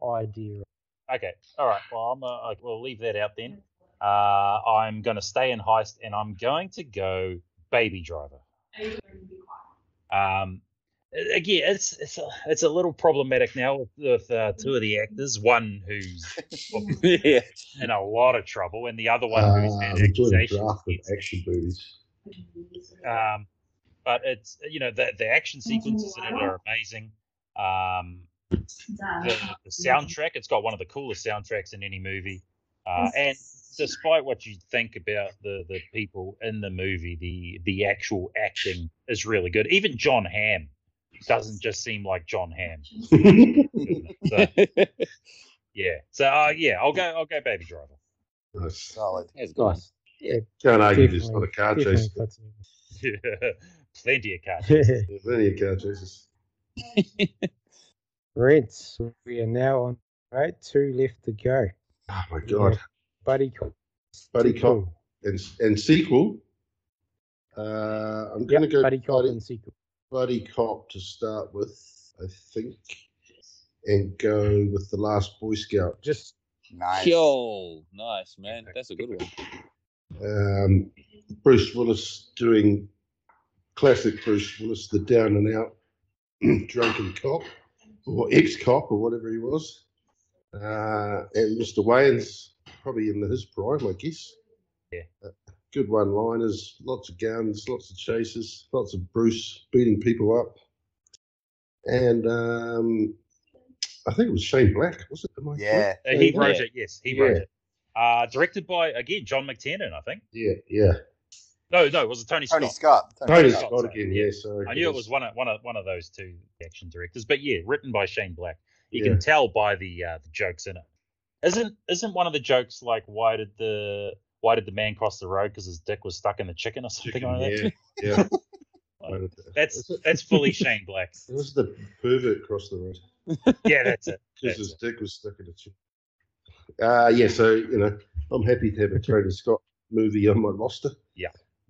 Speaker 1: uh, idea.
Speaker 2: Okay. All right. Well, I'm. Uh, I- we'll leave that out then. Uh, I'm going to stay in heist, and I'm going to go Baby Driver. Um, a- again, it's it's a, it's a little problematic now with, with uh, two of the actors. One who's
Speaker 6: yeah.
Speaker 2: in a lot of trouble, and the other one who's
Speaker 5: Uh,
Speaker 2: had
Speaker 5: we're doing a
Speaker 2: accusations.
Speaker 5: draft of
Speaker 2: against him.
Speaker 5: action movies.
Speaker 2: Um, but it's you know the the action sequences in it are amazing. Um, the, the soundtrack. It's got one of the coolest soundtracks in any movie. Uh, and despite what you think about the, the people in the movie, the the actual acting is really good. Even John Hamm doesn't just seem like John Hamm. So, yeah. So uh, yeah, I'll go. I'll go Baby Driver.
Speaker 5: Nice.
Speaker 3: Solid.
Speaker 6: That's good.
Speaker 1: Nice. Yeah,
Speaker 5: Can't argue there's not a
Speaker 1: definitely-
Speaker 5: car
Speaker 1: definitely
Speaker 5: chase.
Speaker 1: puts it
Speaker 2: Plenty of cars.
Speaker 1: in.
Speaker 5: There's plenty of car chases.
Speaker 1: Reds. We are now on right two left to go.
Speaker 5: Oh my god.
Speaker 1: Buddy cop.
Speaker 5: Buddy
Speaker 1: Sequel.
Speaker 5: cop and and sequel. Uh, I'm
Speaker 1: Yep,
Speaker 5: gonna go
Speaker 1: buddy cop
Speaker 5: Buddy-
Speaker 1: and sequel.
Speaker 5: Buddy Cop to start with, I think, and go with the Last Boy Scout.
Speaker 1: Just
Speaker 3: Nice.
Speaker 6: Yo, nice man. That's a good one.
Speaker 5: Um, Bruce Willis doing classic Bruce Willis, the down and out drunken cop or ex cop or whatever he was, uh, and Mr. Wayans probably in his prime, I guess.
Speaker 2: Yeah.
Speaker 5: Uh, Good one liners, lots of guns, lots of chases, lots of Bruce beating people up. And um, I think it was Shane Black, was it? Am I correct?
Speaker 3: Yeah.
Speaker 2: Uh, he
Speaker 5: Yeah.
Speaker 2: wrote it. Yes, he wrote it. Uh, directed by again John McTiernan, I think.
Speaker 5: Yeah, yeah.
Speaker 2: No, no, it was Tony Scott.
Speaker 3: Tony Scott.
Speaker 5: Tony
Speaker 2: Scott,
Speaker 5: Scott
Speaker 2: sorry.
Speaker 5: again, yeah. Sorry.
Speaker 2: I knew it was one of one of one of those two action directors, but yeah, written by Shane Black. You
Speaker 5: Yeah.
Speaker 2: can tell by the uh, the jokes in it. Isn't isn't one of the jokes like why did the why did the man cross the road because his dick was stuck in the chicken or something like that?
Speaker 5: Yeah, yeah.
Speaker 2: That's that's fully Shane Black.
Speaker 5: It was the pervert across the road
Speaker 2: Yeah, that's it.
Speaker 5: because
Speaker 2: That's
Speaker 5: his
Speaker 2: it.
Speaker 5: dick was stuck in a chip. Uh, yeah, so, you know, I'm happy to have a Tony Scott movie on my roster.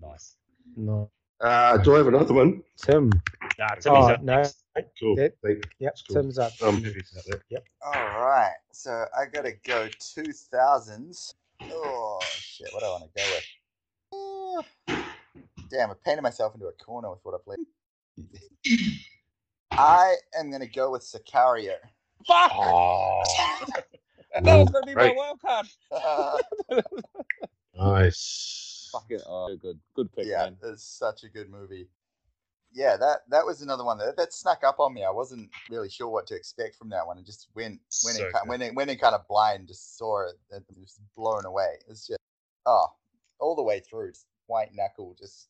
Speaker 2: Nice.
Speaker 1: no.
Speaker 5: Uh, do I have another one?
Speaker 1: Tim.
Speaker 2: Nah, Timmy's
Speaker 1: Oh,
Speaker 2: up
Speaker 1: no.
Speaker 2: next.
Speaker 5: Cool.
Speaker 1: That-
Speaker 5: Thank
Speaker 1: Yep.
Speaker 5: That's cool.
Speaker 1: Tim's up.
Speaker 5: I'm happy about that.
Speaker 1: Yep.
Speaker 3: All right. So I got to go 2000s. Oh, shit. What do I want to go with? Uh, damn, I painted myself into a corner with what I played. I am going to go with Sicario.
Speaker 6: Fuck!
Speaker 2: Oh,
Speaker 6: that was gonna be my
Speaker 5: Right.
Speaker 6: wild card.
Speaker 3: Uh,
Speaker 5: Nice.
Speaker 6: Fuck it. Oh, good, good pick,
Speaker 3: yeah,
Speaker 6: man.
Speaker 3: it's such a good movie. Yeah, that that was another one that that snuck up on me. I wasn't really sure what to expect from that one. It just went went
Speaker 2: So
Speaker 3: in, ki-
Speaker 2: good.
Speaker 3: went in, went in kind of blind. Just saw it and was blown away. It's just oh, all the way through, just white knuckle, just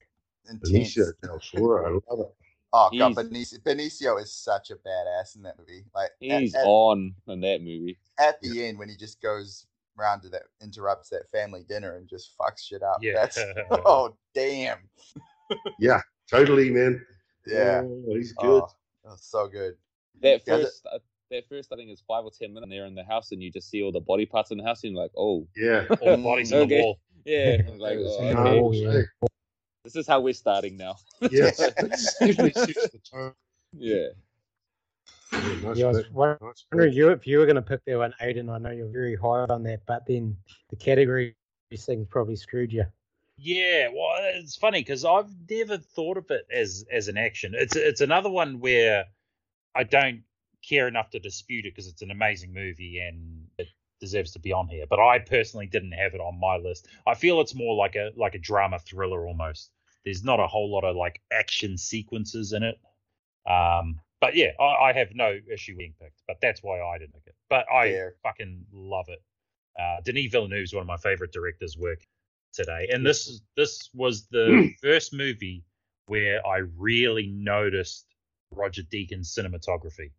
Speaker 3: intense.
Speaker 5: Benicio del Toro. I love it.
Speaker 3: Oh god,
Speaker 6: He's-
Speaker 3: Benicio, Benicio is such a badass in that movie. Like at-
Speaker 6: He's
Speaker 3: at,
Speaker 6: on in that movie.
Speaker 3: at the end when he just goes round to that interrupts that family dinner and just fucks shit up.
Speaker 2: Yeah.
Speaker 3: That's oh damn.
Speaker 5: Totally, man.
Speaker 3: Yeah.
Speaker 5: Oh, he's good.
Speaker 3: Oh, that was so good.
Speaker 6: That
Speaker 3: Yeah, the-
Speaker 6: first, uh, that first, I think it's five or ten minutes. And they're in the house, and you just see all the body parts in the house, and you're like, oh,
Speaker 5: Yeah.
Speaker 2: all bodies on the
Speaker 6: Okay.
Speaker 2: wall.
Speaker 6: yeah, like,
Speaker 5: It's
Speaker 6: oh,
Speaker 5: hard,
Speaker 6: okay.
Speaker 1: no. yeah.
Speaker 5: eh?
Speaker 6: this is how we're starting now.
Speaker 5: Oh, Yeah. it's definitely suits the time.
Speaker 6: Yeah,
Speaker 5: Yeah, nice
Speaker 1: Yeah, I was
Speaker 5: pick,
Speaker 1: wondering
Speaker 5: nice pick.
Speaker 1: if you, if you were going to pick that one, Aiden. I know you're very high on that, but then the category thing probably screwed you.
Speaker 2: Yeah, well, it's funny because I've never thought of it as as an action. It's it's another one where I don't care enough to dispute it because it's an amazing movie and it deserves to be on here. But I personally didn't have it on my list. I feel it's more like a like a drama thriller almost. There's not a whole lot of like action sequences in it. Um, but yeah, I, I have no issue being picked, but that's why I didn't pick it. But I
Speaker 3: Yeah.
Speaker 2: fucking love it. Uh, Denis Villeneuve is one of my favorite directors' work today, and this is this was the first movie where I really noticed Roger Deakins' cinematography.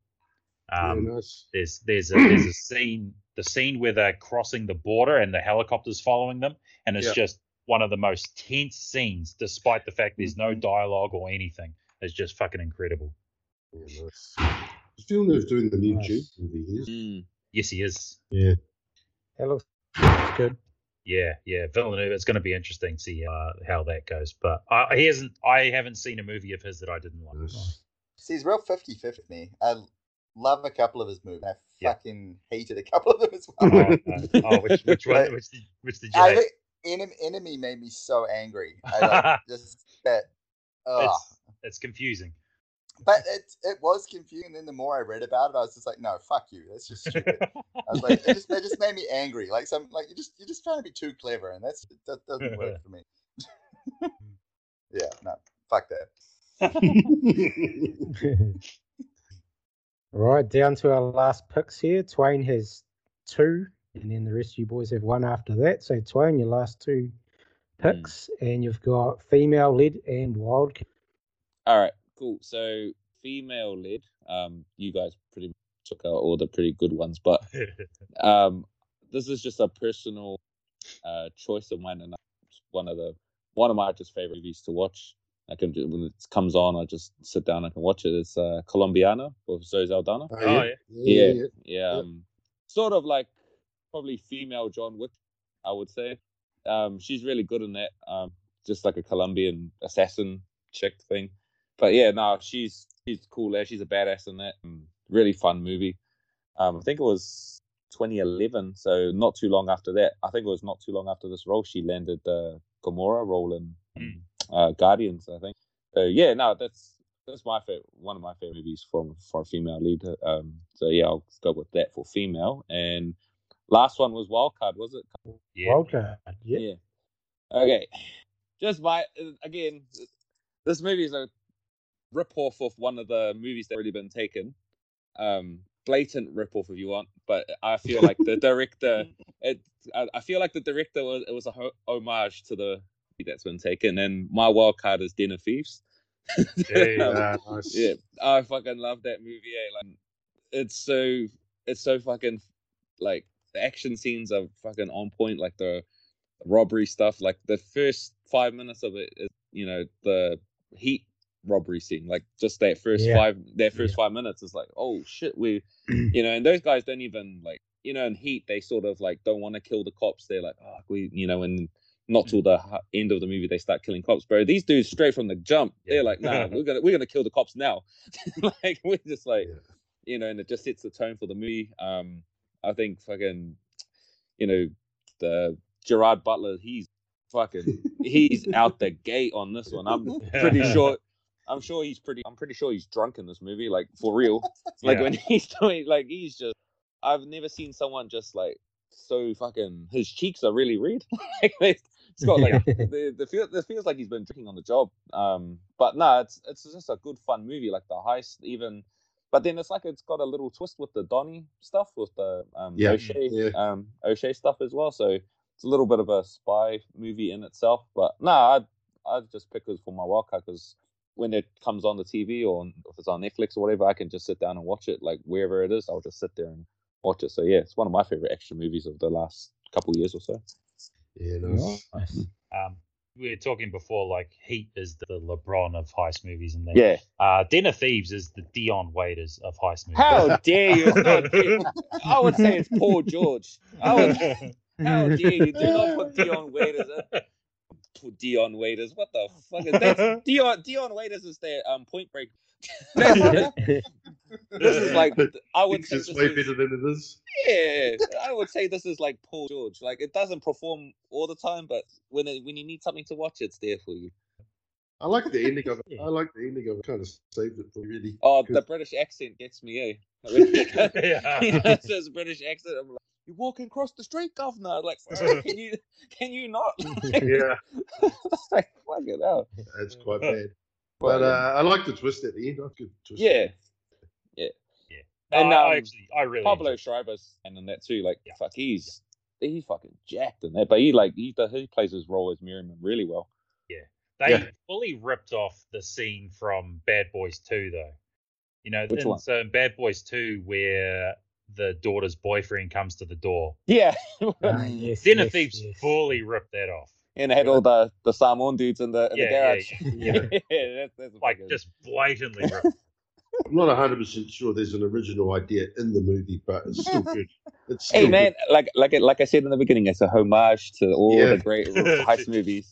Speaker 2: Um,
Speaker 5: yeah, nice.
Speaker 2: there's there's a there's a scene the scene where they're crossing the border and the helicopters following them and it's
Speaker 5: Yeah.
Speaker 2: just one of the most tense scenes despite the fact there's
Speaker 5: Mm-hmm.
Speaker 2: no dialogue or anything it's just fucking incredible
Speaker 5: Yeah, nice. Is Villeneuve doing the new
Speaker 1: Nice.
Speaker 5: Dune movie? He is.
Speaker 6: Mm.
Speaker 2: yes he is
Speaker 5: Yeah.
Speaker 1: That looks good.
Speaker 2: Yeah, yeah, Villeneuve. It's going to be interesting to see uh, how that goes. But uh, he hasn't. I haven't seen a movie of his that I didn't like.
Speaker 5: Yes.
Speaker 3: See, he's real 50 50. I love a couple of his movies. I
Speaker 2: Yeah.
Speaker 3: fucking hated a couple of them as
Speaker 2: Oh,
Speaker 3: well.
Speaker 2: uh, oh, which which one? Which did, which did you?
Speaker 3: I
Speaker 2: Hate?
Speaker 3: think Enem- Enemy made me so angry. I like, just that. Ugh.
Speaker 2: It's, it's confusing.
Speaker 3: But it it was confusing. And then the more I read about it, I was just like, no, fuck you. That's just stupid. I was like, it just, that just made me angry. Like some like you just you're just trying to be too clever, and that's that doesn't work for me. yeah, no, fuck that.
Speaker 1: All right, down to our last picks here. Twain has two, and then the rest of you boys have one after that. So Twain, your last two
Speaker 2: Hmm.
Speaker 1: picks, and you've got female led and wild.
Speaker 6: All right, cool. So female led. Um, you guys pretty much took out all the pretty good ones, but um, this is just a personal uh, choice of mine, and it's one of the one of my just favorite movies to watch. I can ju- when it comes on, I just sit down and can watch it. It's uh, Colombiana with Zoe Saldana.
Speaker 5: Oh,
Speaker 2: yeah.
Speaker 6: Yeah,
Speaker 5: yeah.
Speaker 6: yeah. Um, sort of like probably female John Wick, I would say. Um, she's really good in that. Um, just like a Colombian assassin chick thing. But yeah, no, she's she's cool there. She's a badass in that. Um, really fun movie. Um, I think it was 2011, so not too long after that. I think it was not too long after this role she landed the Gamora role in um, uh, Guardians. I think. So yeah, no, that's that's my favorite, one of my favorite movies from for a female lead. Um, so yeah, I'll go with that for female. And last one was Wild Card, was it?
Speaker 2: Yeah.
Speaker 1: Wildcard. Yeah.
Speaker 6: Okay. Just my again, this movie is a rip-off of one of the movies that already been taken. Um, blatant rip-off if you want, but I feel like the director, it, I, I feel like the director was it was a ho- homage to the movie that's been taken. And my wild card is Den of Thieves.
Speaker 2: Hey,
Speaker 6: Um,
Speaker 5: Ah, nice.
Speaker 6: yeah, I fucking love that movie. Eh? Like, it's so it's so fucking like the action scenes are fucking on point. Like the robbery stuff. Like the first five minutes of it is you know the heat robbery scene. Like just that first
Speaker 1: Yeah.
Speaker 6: five that first five minutes is like oh shit we you know and those guys don't even like you know in heat they sort of like don't want to kill the cops. They're like oh we you know and not till the hu- end of the movie they start killing cops, bro. These dudes straight from the jump,
Speaker 2: Yeah.
Speaker 6: they're like, nah, we're gonna we're gonna kill the cops now. like we're just like,
Speaker 5: Yeah.
Speaker 6: you know, and it just sets the tone for the movie. Um, I think fucking, you know, the Gerard Butler, he's fucking, he's out the gate on this one. I'm pretty sure. I'm sure he's pretty. I'm pretty sure he's drunk in this movie, like for real. Like
Speaker 2: Yeah.
Speaker 6: when he's doing, like he's just. I've never seen someone just like so fucking. His cheeks are really red. like they- it's got like the the feel. This feels like he's been drinking on the job. Um, but no, it's it's just a good fun movie. Like the heist, even. But then it's like it's got a little twist with the Donnie stuff, with the um,
Speaker 5: Yeah,
Speaker 6: O'Shea
Speaker 5: yeah.
Speaker 6: um O'Shea stuff as well. So it's a little bit of a spy movie in itself. But no, I I just pick it for my wildcard because when it comes on the TV or on- if it's on Netflix or whatever, I can just sit down and watch it. Like wherever it is, I'll just sit there and watch it. So yeah, it's one of my favorite action movies of the last couple years or so.
Speaker 5: Yeah, nice.
Speaker 1: Nice.
Speaker 2: um, we were talking before, like Heat is the LeBron of heist movies, and that.
Speaker 6: Yeah.
Speaker 2: Uh, Den of Thieves is the Dion Waiters of heist movies.
Speaker 6: How dare you? It's not Dion- I would say it's Paul George. I would. How
Speaker 2: Oh,
Speaker 6: dare you? Do not put Dion Waiters. in- Put Dion Waiters. What the fuck is that? Dion Dion Waiters is their um Point Break. That's- this is like I would
Speaker 5: It's
Speaker 6: say
Speaker 5: just
Speaker 6: this
Speaker 5: way
Speaker 6: is-
Speaker 5: better than it is.
Speaker 6: Yeah, I would say this is like Paul George. Like it doesn't perform all the time, but when it, when you need something to watch, it's there for you.
Speaker 5: I like the ending of it.
Speaker 1: Yeah.
Speaker 5: I like the ending of it. Kind of saved it for really.
Speaker 6: Oh, the
Speaker 5: Good.
Speaker 6: British accent gets me. Eh? When he
Speaker 2: yeah.
Speaker 6: does his British accent. I'm like, you're walking across the street, governor. Like, "Bro, can you can you not?
Speaker 5: Yeah,
Speaker 6: It's like, fuck it out.
Speaker 5: it's quite bad. But uh, I like the twist at the end. I could twist.
Speaker 6: yeah, yeah.
Speaker 2: Yeah.
Speaker 6: And
Speaker 2: No, I-
Speaker 6: um,
Speaker 2: I actually, I really.
Speaker 6: Pablo
Speaker 2: enjoyed
Speaker 6: Schreiber's and in that too. Like,
Speaker 2: Yeah.
Speaker 6: fuck, he's he's fucking jacked in that, but he like he, he plays his role as Merriman really well.
Speaker 2: it. They
Speaker 5: Yeah.
Speaker 2: fully ripped off the scene from Bad Boys Two, though. You know,
Speaker 6: Which
Speaker 2: in-
Speaker 6: one?
Speaker 2: so in Bad Boys Two, where the daughter's boyfriend comes to the door,
Speaker 6: Yeah.
Speaker 1: Ah, yes,
Speaker 2: Den
Speaker 1: yes,
Speaker 2: of Thieves
Speaker 1: yes.
Speaker 2: fully ripped that off.
Speaker 6: and it had all the the Samoan dudes in the in
Speaker 2: Yeah,
Speaker 6: the
Speaker 2: yeah,
Speaker 6: garage. Yeah, that's, that's a
Speaker 2: Like
Speaker 6: fucking-
Speaker 2: just blatantly ripped.
Speaker 5: I'm not 100 percent sure there's an original idea in the movie, but it's still good. It's still
Speaker 6: Hey man, like like I- like I said in the beginning, it's a homage to all
Speaker 5: Yeah.
Speaker 6: the great heist movies.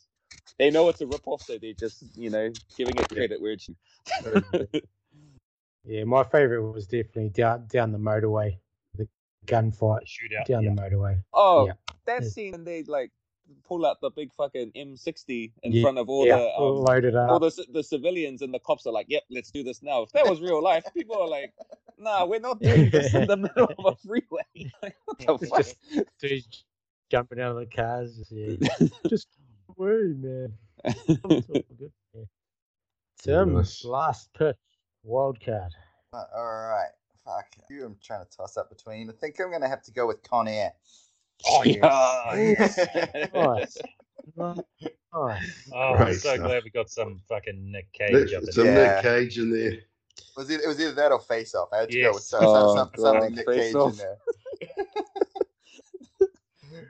Speaker 6: They know it's a ripoff, so they're just you know giving it credit where it's.
Speaker 5: good.
Speaker 1: Yeah, my favorite was definitely down down the motorway, the gunfight
Speaker 2: Shootout.
Speaker 1: down
Speaker 2: yeah.
Speaker 1: the motorway.
Speaker 6: Oh,
Speaker 1: Yeah.
Speaker 6: that
Speaker 1: Yeah.
Speaker 6: scene when they like pull out the big fucking M60 in
Speaker 1: Yeah.
Speaker 6: front of all
Speaker 1: yeah,
Speaker 6: the um,
Speaker 1: all loaded up.
Speaker 6: all the ci- the civilians and the cops are like, "Yep, let's do this now." If that was real life, people are like, "Nah, we're not doing this in the middle of a freeway." Like, what the
Speaker 1: It's
Speaker 6: fuck?
Speaker 1: just- dudes jumping out of the cars. Just, yeah, just worry, man. It's all good. Yeah. Tim,
Speaker 5: Nice.
Speaker 1: last pitch, wild card.
Speaker 3: Uh, all right. Fuck. You, I'm trying to toss up between. I think I'm going to have to go with Con Air.
Speaker 2: Oh, yeah.
Speaker 6: Yeah.
Speaker 1: Nice. nice.
Speaker 2: Oh, I'm
Speaker 5: Right,
Speaker 2: so
Speaker 5: so-
Speaker 2: glad we got some fucking Nick Cage up in
Speaker 5: There's some
Speaker 2: there.
Speaker 3: a- Yeah.
Speaker 5: Nick Cage in there.
Speaker 3: Was it, it was either that or Face Off. I had to go with
Speaker 2: Yes.
Speaker 3: some, some-
Speaker 6: Oh,
Speaker 3: some-
Speaker 6: God,
Speaker 3: something Nick
Speaker 6: Face
Speaker 3: Cage
Speaker 6: Off.
Speaker 3: in there.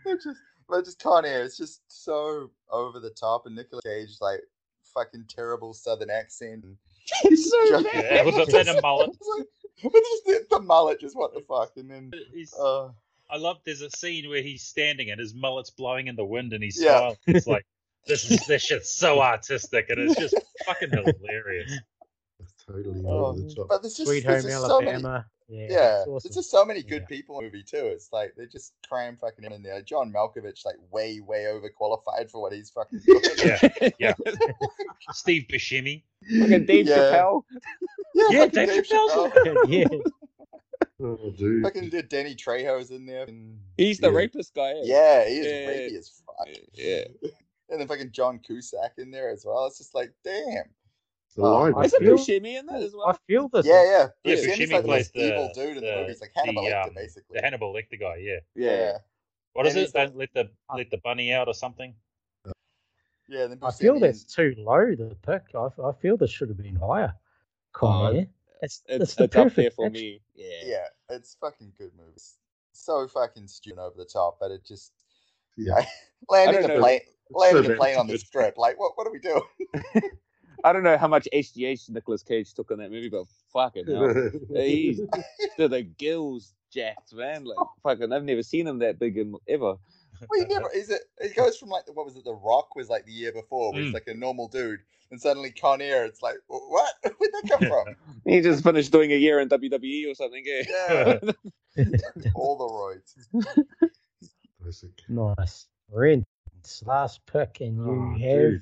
Speaker 3: It just, but just Con Air. It's just so over the top, and Nicolas Cage like fucking terrible Southern accent. and
Speaker 6: it's so
Speaker 3: just-
Speaker 6: bad.
Speaker 2: Yeah, with the
Speaker 3: just-
Speaker 2: venom mullet.
Speaker 3: it's like- but just the, the mullet, just what the fuck, and then
Speaker 2: He's-
Speaker 3: uh,
Speaker 2: I love there's a scene where he's standing and his mullet's blowing in the wind and he's
Speaker 3: Yeah.
Speaker 2: smiling. It's like this is this shit's so artistic and it's just fucking hilarious.
Speaker 5: It's totally
Speaker 3: Oh,
Speaker 5: over the top.
Speaker 3: but there's just
Speaker 1: Sweet
Speaker 3: there's
Speaker 1: home
Speaker 3: just so many,
Speaker 1: Alabama. yeah,
Speaker 3: yeah,
Speaker 1: it's
Speaker 3: there's
Speaker 1: awesome.
Speaker 3: just so many good
Speaker 1: Yeah.
Speaker 3: people in the movie too. It's like they're just cram fucking in there. John Malkovich like way way overqualified for what he's fucking doing.
Speaker 2: Yeah. Steve Buscemi.
Speaker 6: Fucking Dave
Speaker 3: Yeah.
Speaker 6: Chappelle.
Speaker 2: Yeah,
Speaker 3: fucking
Speaker 2: Dave Chappelle's in
Speaker 1: yeah,
Speaker 5: Oh, dude.
Speaker 3: Fucking did Danny Trejo's in there. and-
Speaker 6: He's the
Speaker 5: Yeah.
Speaker 6: rapist guy. eh?
Speaker 3: Yeah, he is
Speaker 6: Yeah.
Speaker 3: rapey as fuck.
Speaker 6: Yeah.
Speaker 3: And then fucking John Cusack in there as well. It's just like, damn.
Speaker 5: The
Speaker 3: Oh,
Speaker 5: line
Speaker 1: I
Speaker 5: is
Speaker 6: Isn't
Speaker 1: feel-
Speaker 5: good.
Speaker 6: Buscemi in that as
Speaker 1: I
Speaker 6: well?
Speaker 1: feel this.
Speaker 3: Yeah, yeah.
Speaker 2: Yeah,
Speaker 3: Buscemi's
Speaker 2: Buscemi
Speaker 3: like the
Speaker 2: plays
Speaker 3: most
Speaker 2: the-
Speaker 3: evil dude in the,
Speaker 2: the-
Speaker 3: movie. He's like Hannibal
Speaker 2: the,
Speaker 3: Lecter,
Speaker 2: um,
Speaker 3: basically.
Speaker 2: The Hannibal Lecter guy, yeah.
Speaker 3: yeah.
Speaker 2: What is
Speaker 3: And
Speaker 2: it?
Speaker 3: he's like-
Speaker 2: Don't let the let the bunny out or something?
Speaker 3: Yeah, then
Speaker 1: I feel
Speaker 3: Buscemi
Speaker 1: that's too low. The pick. I, I feel this should have been higher. Con
Speaker 6: Oh,
Speaker 1: Air. It's,
Speaker 6: It's,
Speaker 1: the
Speaker 6: it's up there
Speaker 1: perfect
Speaker 6: for
Speaker 1: match.
Speaker 6: me. Yeah.
Speaker 3: and- yeah, it's fucking good movies. So fucking stupid over the top, but it just
Speaker 5: Yeah.
Speaker 3: I- landing
Speaker 6: don't
Speaker 3: a
Speaker 6: know.
Speaker 3: plane landing a
Speaker 5: bad.
Speaker 3: plane on the strip. Like what what are we doing?
Speaker 6: I don't know how much HGH Nicolas Cage took in that movie, but fucking hell. He's to the gills jacked, man. Like, fucking, I've never seen him that big in, ever.
Speaker 3: Well, you never is it. It goes from like what was it? The Rock was like the year before, where he's
Speaker 2: Mm.
Speaker 3: like a normal dude, and suddenly Con Air. It's like "Wh- what? Where'd that come from?
Speaker 6: He just finished doing a year in WWE or something. eh? Yeah.
Speaker 3: yeah, all the roids.
Speaker 5: Classic.
Speaker 1: Nice. Rent. Last pick, and you
Speaker 5: Oh,
Speaker 1: have
Speaker 5: dude.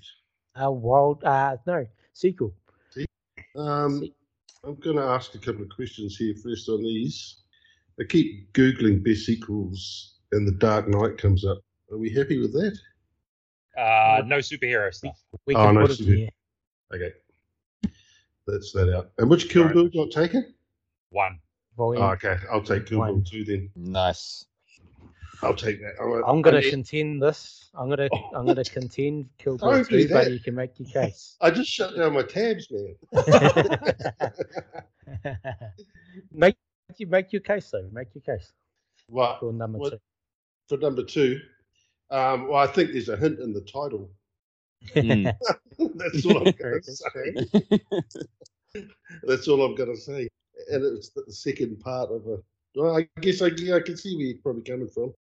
Speaker 1: a wild. Uh, no sequel.
Speaker 5: Um, I'm going to ask a couple of questions here first on these. I keep Googling best sequels, and The Dark Knight comes up. Are we happy with that?
Speaker 2: Uh no superhero stuff.
Speaker 1: We
Speaker 5: Oh,
Speaker 1: can
Speaker 5: no,
Speaker 1: put it
Speaker 5: sequel.
Speaker 1: here.
Speaker 5: Okay. That's that out. And which Kill
Speaker 2: Right.
Speaker 5: Bill got taken?
Speaker 2: One.
Speaker 1: Volume.
Speaker 5: Oh, okay. I'll take Kill Bill
Speaker 1: One.
Speaker 5: 2 then.
Speaker 6: Nice.
Speaker 5: I'll take that. I-
Speaker 1: I'm gonna
Speaker 5: I, mean,
Speaker 1: contend this. I'm gonna
Speaker 5: Oh.
Speaker 1: I'm gonna contend Kill Bill
Speaker 5: Don't do
Speaker 1: 2, but
Speaker 5: that.
Speaker 1: you can make your case.
Speaker 5: I just shut down my tabs, man.
Speaker 1: make you make your case though. Make your case.
Speaker 5: Right.
Speaker 1: Your number
Speaker 5: What-
Speaker 1: two.
Speaker 5: For number two, um, well, I think there's a hint in the title.
Speaker 6: Mm.
Speaker 5: That's all I'm
Speaker 1: True,
Speaker 5: going to
Speaker 1: that's
Speaker 5: say.
Speaker 1: true.
Speaker 5: That's all I'm going to say. And it's the second part of a. Well, I guess I, yeah, I can see where you're probably coming from.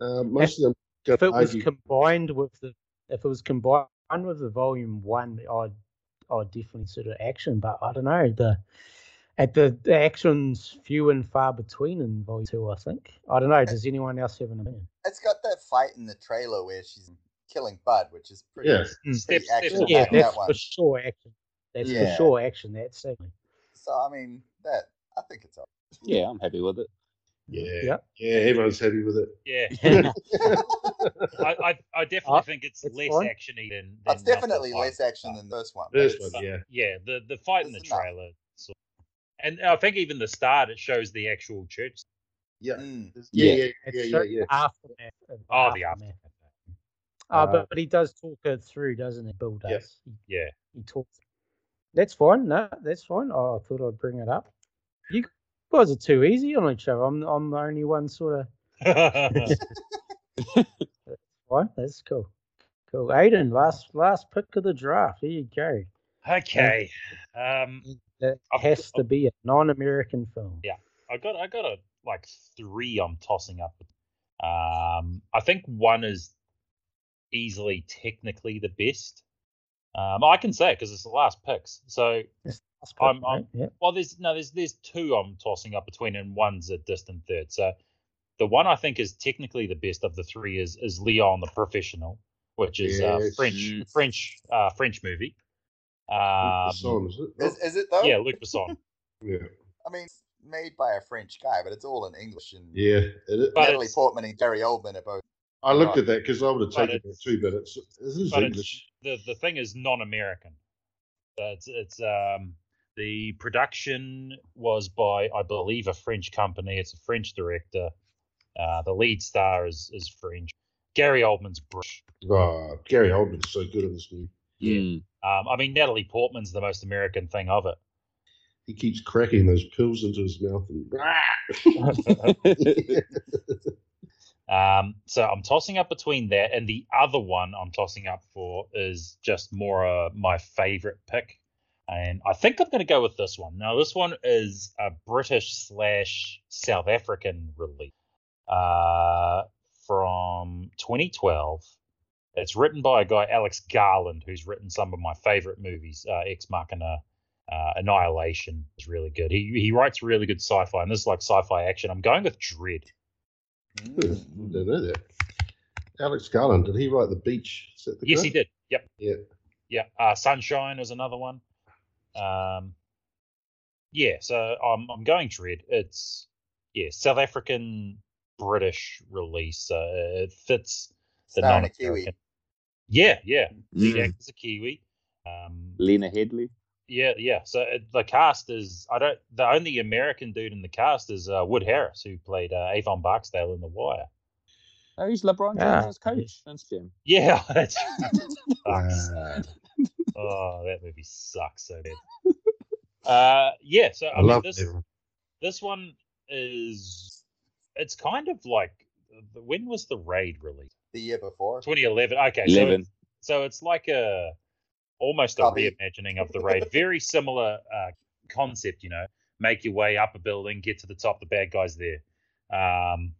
Speaker 5: Um, mostly, I'm going
Speaker 1: If
Speaker 5: to
Speaker 1: it was
Speaker 5: argue.
Speaker 1: combined with the if it was combined with the volume one, I'd I'd definitely sort of action, but I don't know the at the, the actions few and far between in volume two. I think I don't know. Does anyone else have an opinion?
Speaker 3: It's got that fight in the trailer where she's killing Bud, which is pretty.
Speaker 5: Yeah.
Speaker 1: Mm.
Speaker 2: Step
Speaker 3: Pretty action
Speaker 2: step
Speaker 1: Yeah,
Speaker 3: that
Speaker 1: that's
Speaker 3: one.
Speaker 1: for sure action. That's for
Speaker 3: Yeah.
Speaker 1: sure action. That's definitely.
Speaker 3: So I mean, that I think it's all.
Speaker 6: Yeah, I'm happy with it.
Speaker 5: Yeah.
Speaker 1: Yep.
Speaker 5: Yeah, everyone's happy with it.
Speaker 2: Yeah.
Speaker 1: Yeah.
Speaker 2: I, I, I definitely
Speaker 1: Uh,
Speaker 2: think it's,
Speaker 1: it's
Speaker 2: less
Speaker 1: fine.
Speaker 2: actiony than, than
Speaker 3: It's definitely
Speaker 2: number one.
Speaker 3: less action than this one. but
Speaker 5: This
Speaker 3: it's-
Speaker 5: one, yeah.
Speaker 2: Yeah, the the fight in the
Speaker 3: It's enough.
Speaker 2: trailer. sort of- And I think even the start it shows the actual church.
Speaker 5: Yeah.
Speaker 3: Mm.
Speaker 5: Yeah,
Speaker 6: Yeah.
Speaker 5: yeah, yeah,
Speaker 1: It's
Speaker 5: yeah,
Speaker 1: so
Speaker 5: yeah.
Speaker 1: aftermath. of
Speaker 2: Oh, the aftermath.
Speaker 1: Ah,
Speaker 5: Uh,
Speaker 1: but, but he does talk it through, doesn't he? Bill does.
Speaker 5: Yeah.
Speaker 1: He,
Speaker 2: Yeah.
Speaker 1: he talks. That's fine. No, that's fine. Oh, I thought I'd bring it up. You guys are too easy on each other. I'm I'm the only one sort of fine. That's cool. Cool. Aiden, last last pick of the draft. Here you go.
Speaker 2: okay. Um,
Speaker 1: It has to be a non-American film.
Speaker 2: Yeah. I got I got a like three I'm tossing up. Um, I think one is easily technically the best. Um, I can say because it's the last picks. So
Speaker 1: That's
Speaker 2: I'm-
Speaker 1: right,
Speaker 2: I'm-
Speaker 1: yeah.
Speaker 2: well, there's no there's there's two I'm tossing up between, and one's a distant third. So the one I think is technically the best of the three is is Leon the Professional, which is uh,
Speaker 5: Yes.
Speaker 2: French French uh, French movie. Um,
Speaker 5: the song, is it? Oh,
Speaker 3: Is, is it though?
Speaker 2: yeah, Luc Besson.
Speaker 5: yeah.
Speaker 3: I mean, it's made by a French guy, but it's all in English. And
Speaker 5: Yeah. It,
Speaker 2: But
Speaker 3: Natalie
Speaker 2: it's-
Speaker 3: Portman and Gary Oldman are both.
Speaker 5: I looked
Speaker 3: Right.
Speaker 5: at that because I would have
Speaker 2: But
Speaker 5: taken that
Speaker 2: it's-
Speaker 5: too, but it's this is
Speaker 2: but
Speaker 5: English.
Speaker 2: it's, the the thing is non-American. Uh, It's it's um the production was by I believe a French company. It's a French director. Uh, the lead star is is French. Gary Oldman's British.
Speaker 5: Oh, Gary Oldman's so good in this movie.
Speaker 6: Yeah.
Speaker 2: Um, I mean Natalie Portman's the most American thing of it.
Speaker 5: He keeps cracking those pills into his mouth and
Speaker 2: Mm. Um, so I'm tossing up between that and the other one I'm tossing up for is just more uh, my favorite pick. And I think I'm going to go with this one. Now, this one is a British slash South African release uh, from 2012. It's written by a guy, Alex Garland, who's written some of my favorite movies. Uh, Ex Machina, uh, Annihilation is really good. He, he writes really good sci fi, and this is like sci fi action. I'm going with Dread.
Speaker 5: I Hmm, don't know that. Alex Garland, did he write The Beach? Is that the
Speaker 2: Yes,
Speaker 5: guy?
Speaker 2: he did. Yep.
Speaker 5: Yeah.
Speaker 2: Yeah. Uh, Sunshine was another one. Um, yeah. So I'm I'm going to read. It's yeah, South African British release. Uh, it fits the
Speaker 3: Starring
Speaker 2: non
Speaker 3: a Kiwi.
Speaker 2: American. Yeah, yeah. Lead
Speaker 6: Mm.
Speaker 2: actor's a Kiwi. Um,
Speaker 6: Lena Headley.
Speaker 2: yeah, yeah. So uh, the cast is I don't the only American dude in the cast is uh, Wood Harris who played uh, Avon Barksdale in The Wire.
Speaker 6: Oh, he's LeBron
Speaker 1: Ah.
Speaker 6: James' coach. That's Jim.
Speaker 2: Yeah, that's, sucks.
Speaker 5: Ah,
Speaker 2: Oh, that movie sucks so bad. Uh, yeah, so I,
Speaker 5: I
Speaker 2: mean,
Speaker 5: love
Speaker 2: this
Speaker 5: that one.
Speaker 2: this one is it's kind of like when was the raid released?
Speaker 3: The year before.
Speaker 2: 2011. Okay, so
Speaker 6: Eleven.
Speaker 2: it's- So, it's like a almost a
Speaker 3: Copy.
Speaker 2: reimagining of the raid. Very similar uh, concept, you know. Make your way up a building, get to the top. The bad guys there. Um,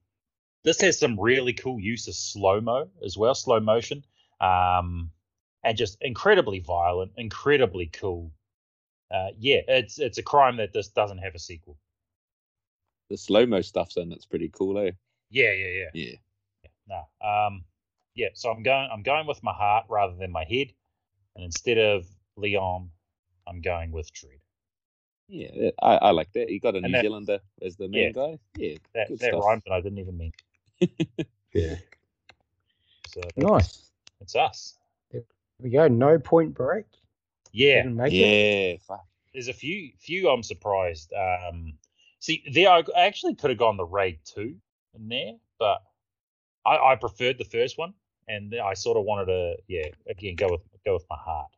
Speaker 2: this has some really cool use of slow mo as well, slow motion, um, and just incredibly violent, incredibly cool. Uh, yeah, it's it's a crime that this doesn't have a sequel.
Speaker 6: The slow mo stuff's in. It's pretty cool, eh?
Speaker 2: Yeah, yeah, yeah.
Speaker 6: Yeah.
Speaker 2: No. Um, yeah. So I'm going. I'm going with my heart rather than my head, and instead of Leon, I'm going with Dread.
Speaker 6: Yeah, that- I, I like that. You got a
Speaker 2: And
Speaker 6: New
Speaker 2: that-
Speaker 6: Zealander as the main
Speaker 2: Yeah.
Speaker 6: guy. Yeah,
Speaker 2: That
Speaker 6: good
Speaker 2: that
Speaker 6: stuff.
Speaker 2: rhymed, but I didn't even mean. it.
Speaker 5: Yeah.
Speaker 2: So
Speaker 1: Nice.
Speaker 2: it's us.
Speaker 1: There we go. No point break.
Speaker 2: Yeah.
Speaker 1: Didn't make it.
Speaker 6: yeah, fuck.
Speaker 2: There's a few few I'm surprised. Um, see, there I I actually could have gone the raid two in there, but I, I preferred the first one, and I sort of wanted to yeah again go with go with my heart.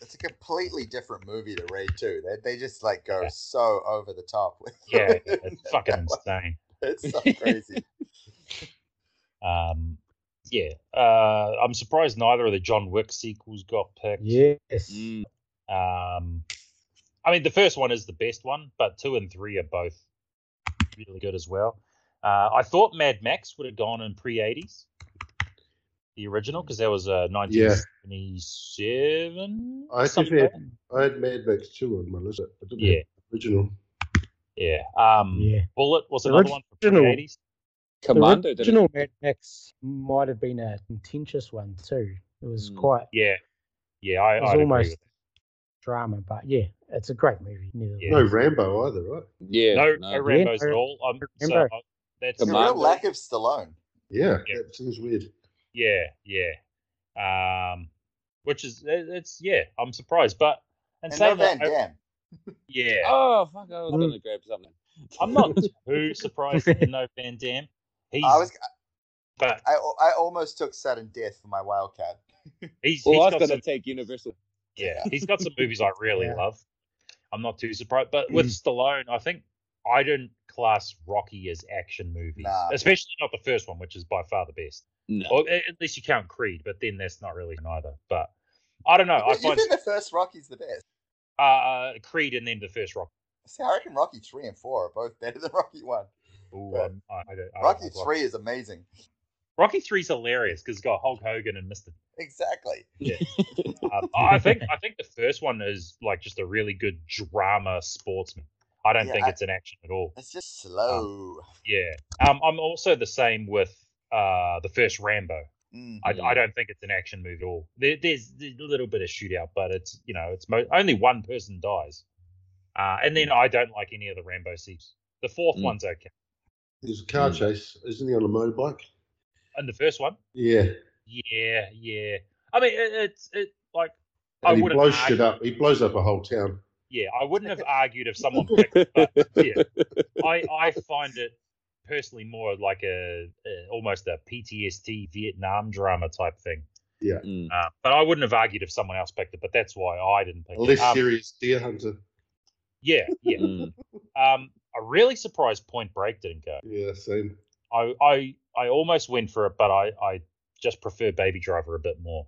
Speaker 3: It's a completely different movie to Raid 2. They, they just like go
Speaker 2: Yeah.
Speaker 3: so over the top with
Speaker 2: Yeah, it's fucking
Speaker 3: That one-
Speaker 2: insane.
Speaker 3: It's so crazy.
Speaker 2: Um, yeah, uh, I'm surprised neither of the John Wick sequels got picked.
Speaker 1: Yes.
Speaker 6: Mm,
Speaker 2: Um, I mean, the first one is the best one, but two and three are both really good as well. Uh, I thought Mad Max would have gone in pre 80s, the original, because that was uh, 1977.
Speaker 5: I think
Speaker 2: something
Speaker 5: it-
Speaker 2: like that.
Speaker 5: I had Mad Max 2 on my list. I didn't
Speaker 2: Yeah,
Speaker 5: have the original.
Speaker 2: yeah. Um,
Speaker 1: Yeah.
Speaker 2: Bullet was
Speaker 1: The
Speaker 2: another one for pre
Speaker 1: original-
Speaker 2: 80s.
Speaker 6: Commando
Speaker 1: the
Speaker 6: did
Speaker 1: original
Speaker 6: it.
Speaker 1: Mad Max might have been a contentious one too. It was
Speaker 6: Mm.
Speaker 1: quite.
Speaker 2: Yeah, yeah,
Speaker 1: It
Speaker 2: I, I'd
Speaker 1: was
Speaker 2: agree
Speaker 1: almost
Speaker 2: with
Speaker 1: drama, but yeah, it's a great movie. Neither
Speaker 2: Yeah.
Speaker 5: No Rambo either, right?
Speaker 6: Yeah,
Speaker 2: that. No,
Speaker 6: no.
Speaker 2: no Rambo's
Speaker 1: Yeah,
Speaker 2: at
Speaker 1: no
Speaker 2: all. Um, so,
Speaker 1: Rambo.
Speaker 2: uh, that's
Speaker 3: It's a
Speaker 6: Commando.
Speaker 3: real lack of Stallone.
Speaker 5: Yeah,
Speaker 2: Yeah.
Speaker 5: that seems weird.
Speaker 2: Yeah, yeah. Um, which is it- it's yeah, I'm surprised, but and,
Speaker 3: And,
Speaker 2: saying
Speaker 3: no Van
Speaker 2: that, I-
Speaker 3: Damme.
Speaker 2: yeah,
Speaker 6: Oh fuck! I was
Speaker 1: Mm.
Speaker 6: gonna grab something.
Speaker 2: I'm not too surprised at no Van Dam. He's
Speaker 3: I was
Speaker 2: but
Speaker 3: I, I almost took sudden death for my wildcat.
Speaker 2: he's,
Speaker 6: Well, I
Speaker 2: he's
Speaker 6: was
Speaker 2: got
Speaker 6: gonna
Speaker 2: some
Speaker 6: take Universal.
Speaker 2: yeah, he's got some movies I really
Speaker 1: Yeah.
Speaker 2: love. I'm not too surprised, but with
Speaker 6: Mm.
Speaker 2: Stallone, I think I don't class Rocky as action movies,
Speaker 3: Nah.
Speaker 2: especially not the first one, which is by far the best.
Speaker 6: No.
Speaker 2: Or a- at least you count Creed, but then that's not really neither. But I don't know. I
Speaker 3: you
Speaker 2: find
Speaker 3: think the first Rocky's the best?
Speaker 2: Uh, Creed and then the first Rocky.
Speaker 3: See, I reckon Rocky three and four are both better than Rocky one.
Speaker 2: Ooh,
Speaker 3: Yeah.
Speaker 2: I'm- I, I don't, I don't
Speaker 3: Rocky
Speaker 2: like Rocky
Speaker 3: three is amazing.
Speaker 2: Rocky three's hilarious because it's got Hulk Hogan and Mister.
Speaker 3: Exactly.
Speaker 2: Um, I think I think the first one is like just a really good drama sportsman. I don't
Speaker 3: Yeah,
Speaker 2: think
Speaker 3: I-
Speaker 2: it's an action at all.
Speaker 3: It's just slow.
Speaker 2: Yeah. Um, I'm also the same with uh the first Rambo.
Speaker 3: Mm.
Speaker 2: I, I
Speaker 6: Mhm.
Speaker 2: don't think it's an action movie at all. There, there's, there's a little bit of shootout, but it's you know it's mo- only one person dies. Uh, and then I don't like any of the Rambo sequels. The fourth
Speaker 6: Mm.
Speaker 2: one's okay.
Speaker 5: There's a car
Speaker 2: Hmm.
Speaker 6: Mm.
Speaker 5: chase, isn't he, on a motorbike?
Speaker 2: And the first one,
Speaker 5: Yeah.
Speaker 2: yeah, yeah. I mean, it, it's it like I
Speaker 5: And he
Speaker 2: wouldn't
Speaker 5: blows
Speaker 2: argue-
Speaker 5: shit up. He blows up a whole town.
Speaker 2: yeah, I wouldn't have argued if someone picked, it, but yeah, I I find it personally more like a, a almost a PTSD Vietnam drama type thing.
Speaker 6: Mm.
Speaker 2: Uh, but I wouldn't have argued if someone else picked it. But that's why I didn't pick
Speaker 5: A less
Speaker 2: it. Um,
Speaker 5: serious deer hunter.
Speaker 2: yeah, yeah.
Speaker 6: Mm.
Speaker 2: Um, a really surprised Point Break didn't go.
Speaker 5: Yeah, same.
Speaker 2: I I, I almost went for it, but I, I just prefer Baby Driver a bit more.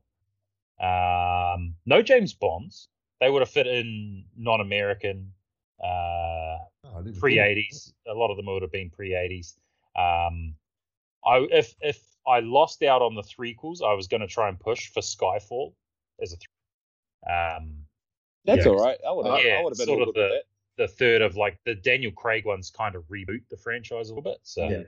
Speaker 2: Um, no James Bonds. They would have fit in non-American, uh,
Speaker 7: Oh, I didn't
Speaker 2: pre
Speaker 7: think of-
Speaker 2: eighties. A lot of them would have been pre eighties. Um, I if if I lost out on the threequels, I was going to try and push for Skyfall as a. Th- um,
Speaker 6: That's
Speaker 2: Yeah.
Speaker 6: all right. I would have.
Speaker 2: Yeah,
Speaker 6: I would have been
Speaker 2: sort
Speaker 6: all
Speaker 2: of
Speaker 6: good with
Speaker 2: the-
Speaker 6: that.
Speaker 2: the third of like the Daniel Craig ones kind of reboot the franchise a little bit. So
Speaker 5: Yeah.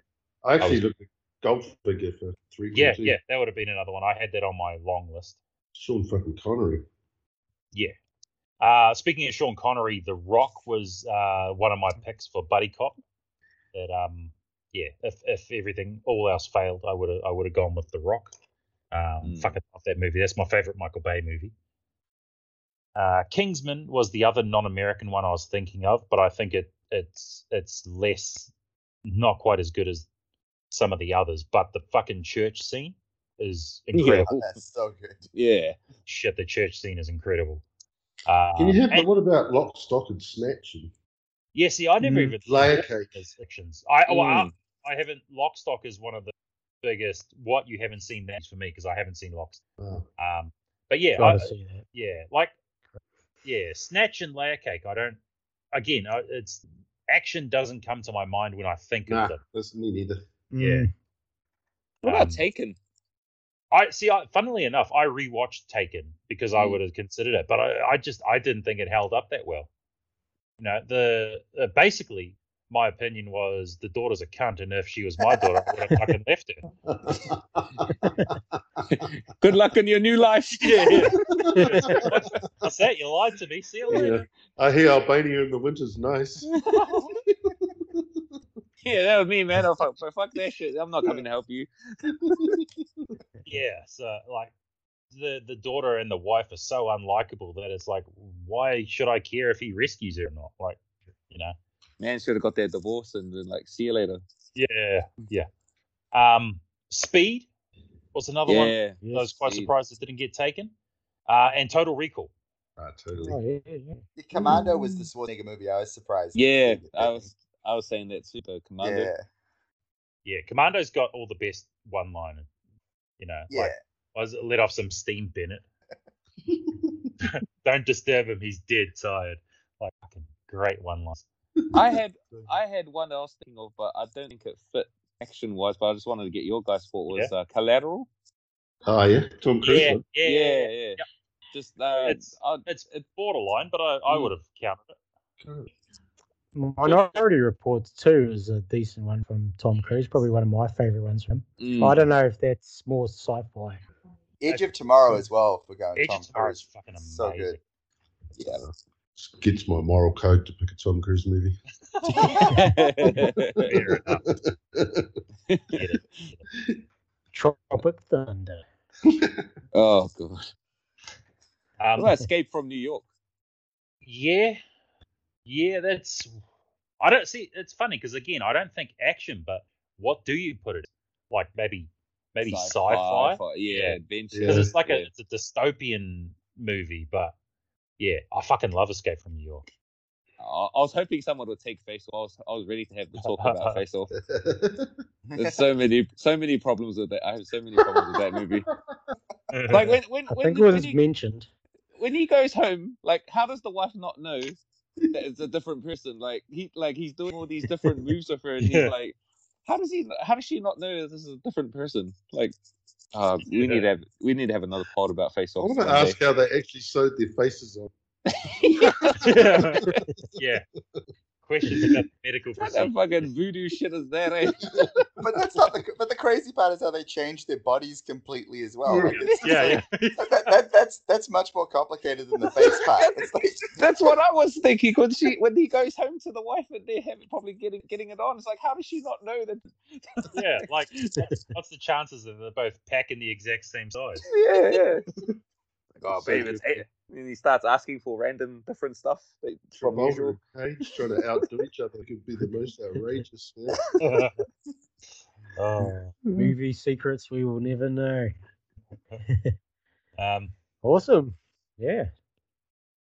Speaker 5: I actually
Speaker 2: was-
Speaker 5: looked at golf figure for three.
Speaker 2: yeah,
Speaker 5: quarters.
Speaker 2: yeah, that would have been another one. I had that on my long list.
Speaker 5: Sean fucking Connery.
Speaker 2: Uh, speaking of Sean Connery, The Rock was uh, one of my picks for Buddy Cop. That um, yeah, if if everything all else failed, I would have I would have gone with The Rock.
Speaker 5: Hmm.
Speaker 2: Um,
Speaker 6: Mm.
Speaker 2: Fucking love that movie. That's my favorite Michael Bay movie. Uh, Kingsman was the other non-American one I was thinking of, but I think it it's it's less, not quite as good as some of the others. But the fucking church scene is incredible.
Speaker 3: Oh, that's so good.
Speaker 6: Yeah.
Speaker 2: Shit, the church scene is incredible. Uh,
Speaker 5: Can you have?
Speaker 2: and-
Speaker 5: But what about Lock, Stock, and Snatch? And
Speaker 2: Yeah, see, I never
Speaker 1: Mm,
Speaker 2: even thought
Speaker 5: layer
Speaker 2: of
Speaker 5: cake.
Speaker 2: those sections. I, well, I
Speaker 6: Mm.
Speaker 2: I haven't. Lockstock is one of the biggest. What you haven't seen that's for me because I haven't seen Lockstock.
Speaker 5: oh,
Speaker 2: Um, but yeah,
Speaker 1: Try
Speaker 2: I,
Speaker 1: to see that.
Speaker 2: yeah, like yeah, Snatch and Layer Cake. I don't. Again, I, it's action doesn't come to my mind when I think
Speaker 5: nah,
Speaker 2: of them.
Speaker 5: that's me neither.
Speaker 2: Yeah.
Speaker 6: Mm. What about
Speaker 2: Um,
Speaker 6: Taken?
Speaker 2: I see. I, funnily enough, I rewatched Taken because I
Speaker 6: Mm.
Speaker 2: would have considered it, but I, I just I didn't think it held up that well. You know, the uh, basically my opinion was the daughter's a cunt, and if she was my daughter, I would have fucking left her.
Speaker 6: Good luck in your new life.
Speaker 2: That's that. You lied to me. See you
Speaker 5: Yeah.
Speaker 2: later.
Speaker 5: I hear Albania in the winter's nice.
Speaker 6: yeah, that was me, man. I'm fuck, fuck that shit. I'm not coming to help you.
Speaker 2: Yeah. So like. The, the daughter and the wife are so unlikable that it's like, why should I care if he rescues her or not? Like, you know,
Speaker 6: Man should have got that divorce and then like, see you later.
Speaker 2: yeah, yeah. Um, Speed was another one.
Speaker 6: Yeah.
Speaker 2: I was quite
Speaker 6: Speed.
Speaker 2: surprised it didn't get taken. Uh, and Total Recall.
Speaker 5: Ah, totally.
Speaker 1: Oh, yeah, yeah.
Speaker 3: The Commando was the Schwarzenegger movie. I was surprised.
Speaker 6: Yeah, I was. I was saying that too. The Commando.
Speaker 3: Yeah,
Speaker 2: Yeah, Commando's got all the best one liners You know,
Speaker 3: yeah.
Speaker 2: like I was let off some steam, Bennett. Don't disturb him; he's dead tired. Like fucking great one line.
Speaker 6: I had I had one else thinking of, but I don't think it fit action wise. But I just wanted to get your guys' thought was uh, Collateral.
Speaker 5: Oh yeah, Tom Cruise.
Speaker 2: Yeah,
Speaker 5: one.
Speaker 2: yeah,
Speaker 6: yeah. Just uh,
Speaker 2: It's-
Speaker 6: I,
Speaker 2: It's it's borderline, but I,
Speaker 3: Mm.
Speaker 2: I would have counted it.
Speaker 1: Minority Report too is a decent one from Tom Cruise. Probably one of my favorite ones from him.
Speaker 6: mm,
Speaker 1: I don't know if that's more sci-fi.
Speaker 3: Edge of Tomorrow as well. If we're going
Speaker 2: Edge
Speaker 3: Tom
Speaker 2: of Tomorrow is
Speaker 3: Cruise.
Speaker 2: fucking
Speaker 3: So
Speaker 2: amazing.
Speaker 3: good.
Speaker 6: yeah.
Speaker 5: Gets my moral code to pick a Tom Cruise movie.
Speaker 2: Fair enough. Get it.
Speaker 1: Tropic Thunder.
Speaker 6: oh god. What
Speaker 2: Um,
Speaker 6: about Escape from New York?
Speaker 2: Yeah, yeah, that's. I don't see. It's funny because again, I don't think action, but what do you put it? in? Like maybe, maybe sci-fi.
Speaker 6: fi- Yeah,
Speaker 2: Yeah.
Speaker 6: adventure.
Speaker 2: because it's like a
Speaker 6: yeah.
Speaker 2: it's a dystopian movie, but yeah, I fucking love Escape from New York.
Speaker 6: I I was hoping someone would take Face Off. I was, I was ready to have the talk about Face Off. There's so many, so many problems with that. I have so many problems with that movie. Like when, when,
Speaker 1: I
Speaker 6: when,
Speaker 1: think
Speaker 6: the-
Speaker 1: it
Speaker 6: when
Speaker 1: was
Speaker 6: you-
Speaker 1: mentioned.
Speaker 6: when he goes home, like how does the wife not know that it's a different person? Like he like he's doing all these different moves with her, and
Speaker 2: Yeah.
Speaker 6: he's like, how does he? How does she not know that this is a different person? Like, uh, we need to have we need to have another pod about face
Speaker 5: I
Speaker 6: off.
Speaker 5: want to ask how they actually sewed their faces on.
Speaker 6: eh?
Speaker 2: yeah. Questions about the medical
Speaker 6: What the
Speaker 2: procedure.
Speaker 6: fucking voodoo shit is that? Eh?
Speaker 3: But that's not the. But the crazy part is how they change their bodies completely as well. Like, it's just like-
Speaker 2: Yeah, yeah.
Speaker 3: That, that, that's that's much more complicated than the face part. It's like
Speaker 6: That's what I was thinking when she when he goes home to the wife and they're having, probably getting getting it on. It's like how does she not know that?
Speaker 2: yeah. Like, what's, what's the chances that they're both packing the exact same size?
Speaker 6: Yeah, yeah. Like, oh,
Speaker 5: So
Speaker 6: babe, it's
Speaker 5: good.
Speaker 6: eight. And he starts asking for random different stuff that- from usual.
Speaker 5: Travolta and Cage trying to outdo each other could be the most outrageous. Yeah.
Speaker 2: oh.
Speaker 1: Movie secrets we will never know.
Speaker 2: Um,
Speaker 1: Awesome. Yeah.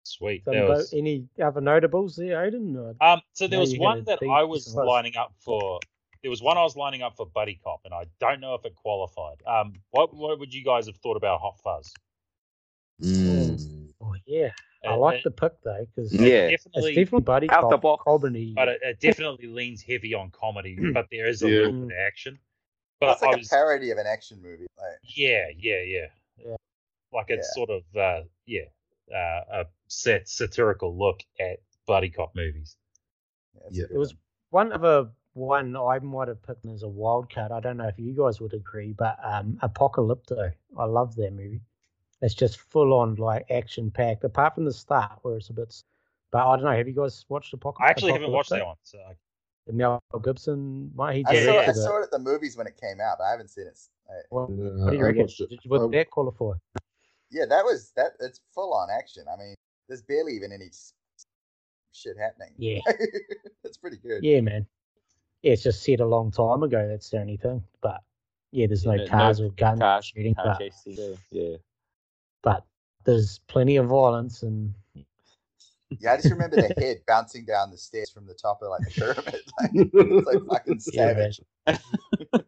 Speaker 2: sweet.
Speaker 1: Some
Speaker 2: That
Speaker 1: bo-
Speaker 2: was-
Speaker 1: any other notables there, Odin? Or-
Speaker 2: Um, so there
Speaker 1: Now
Speaker 2: was
Speaker 1: you're
Speaker 2: one
Speaker 1: gonna
Speaker 2: that
Speaker 1: think
Speaker 2: I
Speaker 1: this
Speaker 2: was
Speaker 1: was-
Speaker 2: lining up for. There was one I was lining up for Buddy Cop, and I don't know if it qualified. Um, what what would you guys have thought about Hot Fuzz?
Speaker 1: Oh, yeah. I
Speaker 2: It-
Speaker 1: like
Speaker 2: it-
Speaker 1: the pick though because
Speaker 6: Mm. Uh, Yeah.
Speaker 1: it's
Speaker 2: definitely,
Speaker 1: definitely buddy
Speaker 6: Out
Speaker 1: cop,
Speaker 6: the box.
Speaker 1: comedy.
Speaker 2: but it, it definitely leans heavy on comedy, but there is a
Speaker 5: Yeah.
Speaker 2: little bit of action. But
Speaker 3: that's like
Speaker 2: I
Speaker 3: a
Speaker 2: was,
Speaker 3: parody of an action movie. Like
Speaker 2: yeah, yeah, yeah,
Speaker 1: Yeah.
Speaker 2: Like it's sort of, uh, yeah, uh, a sat- satirical look at Buddy Cop movies.
Speaker 3: yeah, it's a
Speaker 5: Yeah.
Speaker 3: good
Speaker 1: It was
Speaker 3: one.
Speaker 1: one other one I might have picked as a wild card. I don't know if you guys would agree, but um, Apocalypto. I love that movie. It's just full on like action packed, apart from the start where it's a bit. s- But I don't know. Have you guys watched Apocalypto?
Speaker 2: I actually haven't watched that one, so
Speaker 1: The Mel Gibson one. He
Speaker 3: I,
Speaker 2: Yeah,
Speaker 1: directed
Speaker 3: saw,
Speaker 2: yeah.
Speaker 3: I saw it at the movies when it came out. But I haven't seen it. s- like-
Speaker 1: What, what
Speaker 5: Uh,
Speaker 1: do you
Speaker 5: I
Speaker 1: reckon?
Speaker 5: watched it.
Speaker 1: Did- Would
Speaker 5: Um,
Speaker 1: that qualify?
Speaker 3: yeah, that was that. It's full on action. I mean, there's barely even any s- shit happening.
Speaker 1: Yeah.
Speaker 3: it's pretty good.
Speaker 1: Yeah, man. Yeah, it's just set a long time ago. That's the only thing. But yeah, there's no
Speaker 6: Yeah, no
Speaker 1: cars or guns
Speaker 6: Car-
Speaker 1: shooting,
Speaker 6: car
Speaker 1: but,
Speaker 6: chasing, Yeah.
Speaker 1: but there's plenty of violence and
Speaker 3: Yeah, I just remember the head bouncing down the stairs from the top of like the pyramid. Like, it's like fucking
Speaker 1: Yeah, man.
Speaker 3: savage.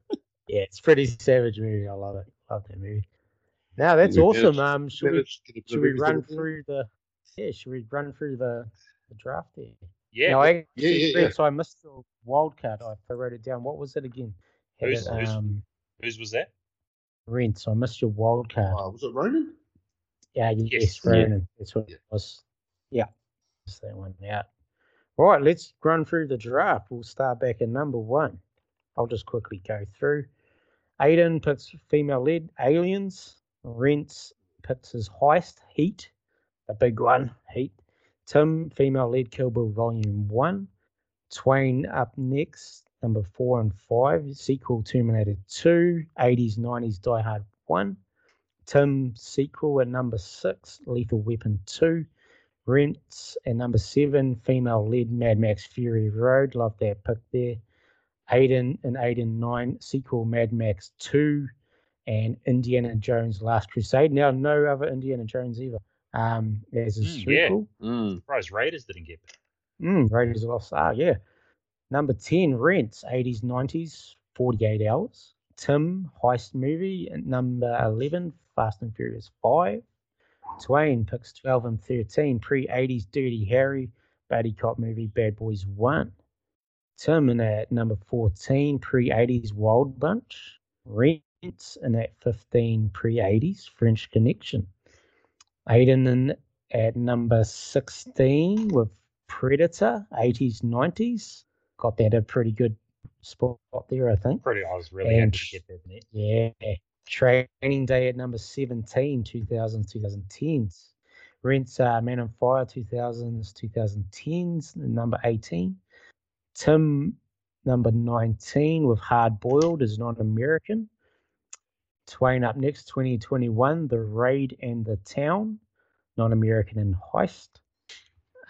Speaker 1: Yeah, it's pretty savage movie. I love it. Love that movie. Now that's
Speaker 5: We
Speaker 1: awesome.
Speaker 5: managed-
Speaker 1: Um, should we
Speaker 5: managed to get a bit
Speaker 1: should
Speaker 5: of
Speaker 1: we
Speaker 5: everything
Speaker 1: run
Speaker 5: in there.
Speaker 1: through the yeah? Should we run through the, the draft there?
Speaker 2: yeah.
Speaker 1: Now, I
Speaker 5: Yeah, yeah,
Speaker 1: actually,
Speaker 5: yeah.
Speaker 1: So I missed the wild card. I I wrote it down. What was it again? Had
Speaker 2: Who's-
Speaker 1: it,
Speaker 2: who's-
Speaker 1: um,
Speaker 2: whose was that?
Speaker 1: rent. So I missed your wild card.
Speaker 5: Wow, Oh, was it Ronan?
Speaker 1: Yeah, yes,
Speaker 2: Yes.
Speaker 1: yes
Speaker 2: Yeah.
Speaker 1: Ronan. That's what
Speaker 5: Yeah.
Speaker 1: it was. Yeah. Just that one out. All right, let's run through the draft. We'll start back at number one. I'll just quickly go through. Aiden picks female lead aliens. Rents picks his heist, Heat, the big one, Heat. Tim, female lead Kill Bill Volume 1. Twain up next, number 4 and 5. Sequel Terminator 2, 80s, 90s Die Hard 1. Tim sequel at number six, Lethal Weapon 2. Rents at number seven, female led Mad Max Fury Road. Love that pick there. Aiden and Aiden 9, sequel Mad Max 2 and Indiana Jones Last Crusade. Now, no other Indiana Jones either um, as a
Speaker 2: Mm, yeah.
Speaker 1: sequel.
Speaker 2: Surprised Raiders didn't get that.
Speaker 1: Mm, Raiders of the Lost Ark, yeah. Number 10, Rents, 80s, 90s, 48 Hours. Tim, Heist Movie. And Number 11, Fast and Furious 5. Twain picks 12 and 13, pre 80s Dirty Harry, Buddy Cop Movie, Bad Boys 1. Tim in at number 14, pre 80s Wild Bunch. Rents in at 15, pre 80s French Connection. Aiden in at number 16 with Predator, 80s, 90s. Got that a pretty good spot there, I think.
Speaker 2: Pretty, I was really
Speaker 1: And
Speaker 2: happy to
Speaker 1: sh-
Speaker 2: get that. in there.
Speaker 1: Yeah. Training Day at number 17, 2000s, 2010s. Rents uh, Man on Fire, 2000s, 2010s, number 18. Tim, number 19, with Hard Boiled, is not American. Twain up next, 2021, The Raid and the Town, non American and Heist.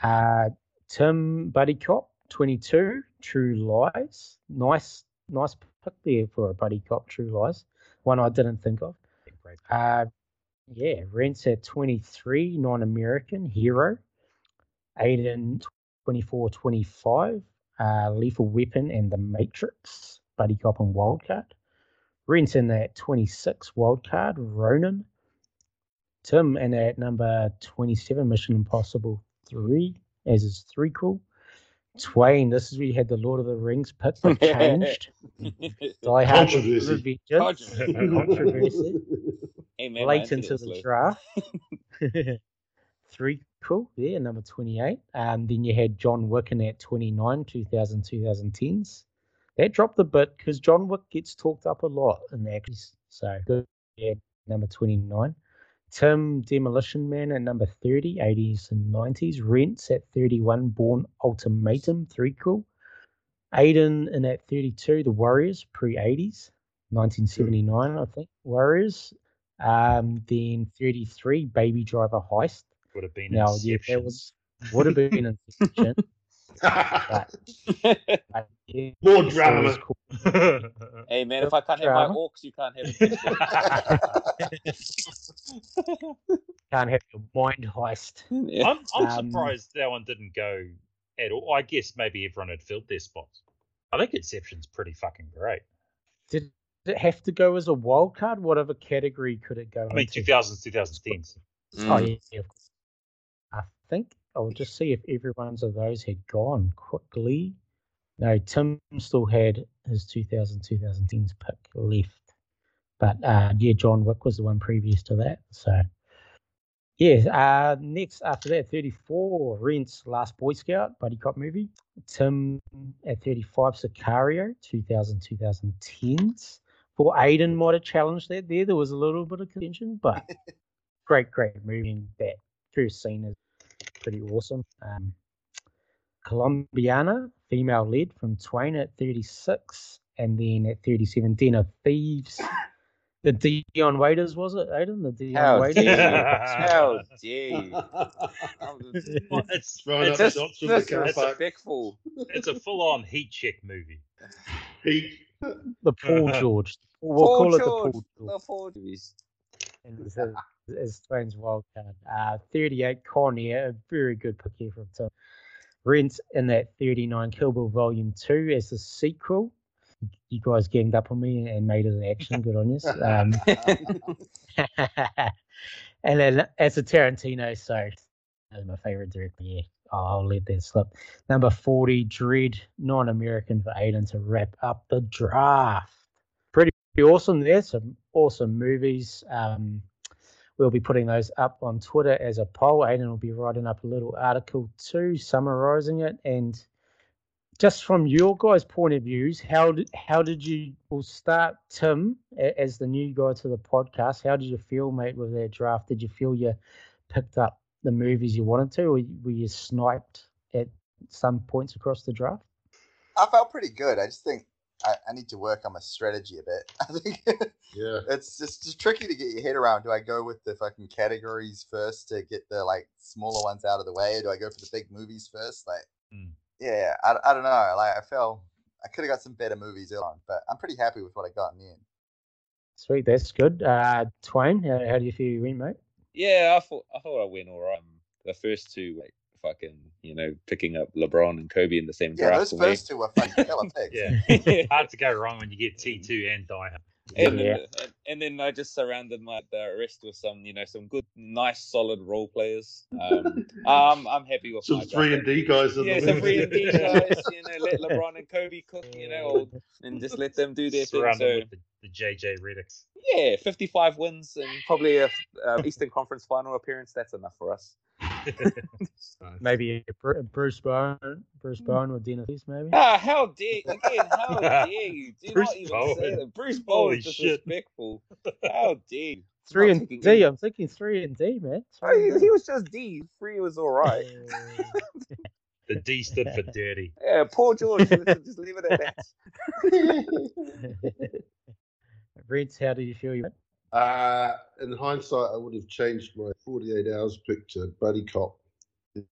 Speaker 1: Uh, Tim Buddy Cop, 22, True Lies. Nice, nice pick there for a Buddy Cop, True Lies. One I didn't think of.
Speaker 2: Great.
Speaker 1: Uh, yeah, Rents at 23, non American, Hero. Aiden, 24, 25, uh, Lethal Weapon and The Matrix, Buddy Cop and Wildcard. Rents in at 26, Wildcard, Ronan. Tim and at number 27, Mission Impossible 3, as his three call. Twain, this is where you had the Lord of the Rings pick, but changed. Die Hard with
Speaker 5: Controversy.
Speaker 1: Vengeance. Controversy.
Speaker 6: hey, man, my
Speaker 1: late into
Speaker 6: internet's
Speaker 1: the
Speaker 6: slow.
Speaker 1: draft. Three cool there, number 28. Um, then you had John Wick in at 29, 2000, 2010s. That dropped a bit because John Wick gets talked up a lot in the actors. So good, yeah, number 29. Tim Demolition Man at number 30, 80s and 90s. Rents at 31, Born Ultimatum, three cool. Aiden in at 32, The Warriors, pre 80s, 1979, I think. Warriors, um, then 33, Baby Driver Heist.
Speaker 2: Would have been
Speaker 1: Now, yeah,
Speaker 2: Inception.
Speaker 1: that was would have been an Inception, but, but yeah,
Speaker 5: More
Speaker 1: this one was
Speaker 5: drama.
Speaker 1: cool.
Speaker 6: Hey, man, if I can't have my
Speaker 1: Drama.
Speaker 6: orcs, you can't have it.
Speaker 1: Can't have your mind heist.
Speaker 6: yeah.
Speaker 2: I'm, I'm
Speaker 1: Um,
Speaker 2: surprised that one didn't go at all. I guess maybe everyone had filled their spots. I think Inception's pretty fucking great.
Speaker 1: Did, did it have to go as a wild card? Whatever category could it go
Speaker 2: I mean,
Speaker 1: into?
Speaker 2: 2000s, 2010s.
Speaker 1: Oh,
Speaker 6: Mm.
Speaker 1: yeah, yeah, of course. I think I'll just see if everyone's of those had gone quickly. No, Tim still had his 2000 2010s pick left. But uh, yeah, John Wick was the one previous to that. So yeah, uh, next after that, 34, Rents Last Boy Scout, Buddy Cop movie. Tim at 35, Sicario, 2000 2010s. For Aiden might have challenged that there. There was a little bit of contention, but great, great movie. And that first scene is pretty awesome. Um, Colombiana, female lead from Twain at 36, and then at 37, Den of Thieves. The Dion Waiters, was it, Aiden? The Dion
Speaker 6: How
Speaker 1: Waiters?
Speaker 6: dare you? How dare you?
Speaker 5: That's
Speaker 6: I'm just-
Speaker 2: Well, It's,
Speaker 5: right up
Speaker 2: it's, a,
Speaker 5: the
Speaker 6: That's-
Speaker 5: shots of the
Speaker 6: That's
Speaker 5: car park.
Speaker 6: respectful.
Speaker 2: it's a full-on heat check movie.
Speaker 5: Heat.
Speaker 1: The Paul George. We'll
Speaker 6: Paul
Speaker 1: call it the Paul
Speaker 6: George,
Speaker 1: George.
Speaker 6: The four movies.
Speaker 1: is, is Twain's wild card. Uh, 38 Cornier, a very good pick here from Tim. Rent in that 39 Kill Bill Volume 2 as the sequel. You guys ganged up on me and made it an action. Good on you. Um, and then as a Tarantino, so that's my favorite director. Yeah, I'll I'll let that slip. Number 40, Dread, non American for Aiden to wrap up the draft. Pretty awesome there. Some awesome movies. Um, we'll be putting those up on Twitter as a poll. Aiden will be writing up a little article too, summarizing it. And just from your guys' point of views, how did, how did you, we'll start Tim a- as the new guy to the podcast. How did you feel, mate, with that draft? Did you feel you picked up the movies you wanted to, or were you sniped at some points across the draft?
Speaker 3: I felt pretty good. I just think I, I need to work on my strategy a bit. I think
Speaker 5: Yeah.
Speaker 3: it's just just tricky to get your head around. Do I go with the fucking categories first to get the like smaller ones out of the way, or do I go for the big movies first? Like,
Speaker 1: Hmm.
Speaker 2: Mm.
Speaker 3: yeah, I, I don't know. Like, I feel I could have got some better movies early on, but I'm pretty happy with what I got in the end.
Speaker 1: Sweet, that's good. Uh, Twain, how, how do you feel you went, mate?
Speaker 6: Yeah, I thought I thought I went all right. The first two, like fucking, you know, picking up LeBron and Kobe in the same
Speaker 3: Yeah,
Speaker 6: draft.
Speaker 3: those
Speaker 6: for me.
Speaker 3: first two were fucking killer picks.
Speaker 2: Yeah,
Speaker 6: and,
Speaker 2: hard to go wrong when you get T2 and Dyer.
Speaker 6: then,
Speaker 1: Yeah.
Speaker 6: and, and then I just surrounded my the rest with some, you know, some good, nice, solid role players. Um, I'm I'm happy with my
Speaker 5: Some three and
Speaker 6: draft.
Speaker 5: D guys. in
Speaker 6: Yeah,
Speaker 5: the
Speaker 6: some
Speaker 5: league.
Speaker 6: three and D guys. You know, let LeBron and Kobe cook. You know, or, and just let them do their thing.
Speaker 2: Surrounded
Speaker 6: So
Speaker 2: with the, the JJ Reddicks.
Speaker 6: yeah, 55 wins and probably a uh, Eastern Conference final appearance. That's enough for us.
Speaker 1: Maybe Bru- Bruce Bowen, Bruce Bowen or Dennis, Lees, maybe.
Speaker 6: Ah, how dare again? How dare you? Do
Speaker 2: Bruce
Speaker 6: not even say
Speaker 2: Bowen.
Speaker 6: that. Bruce Bowen is
Speaker 2: Holy shit.
Speaker 6: disrespectful. How dare you?
Speaker 1: Three
Speaker 6: not
Speaker 1: and
Speaker 6: taking
Speaker 1: D.
Speaker 6: any-
Speaker 1: I'm thinking three and D, man.
Speaker 6: Oh,
Speaker 1: Three
Speaker 6: he,
Speaker 1: and
Speaker 6: he
Speaker 1: D.
Speaker 6: was just D. Three was all right.
Speaker 2: The D stood for dirty.
Speaker 6: Yeah, poor George. Let's just leave it at that.
Speaker 1: Reds, how do you feel? You went?
Speaker 5: Uh, in hindsight, I would have changed my 48 hours pick to Buddy Cop,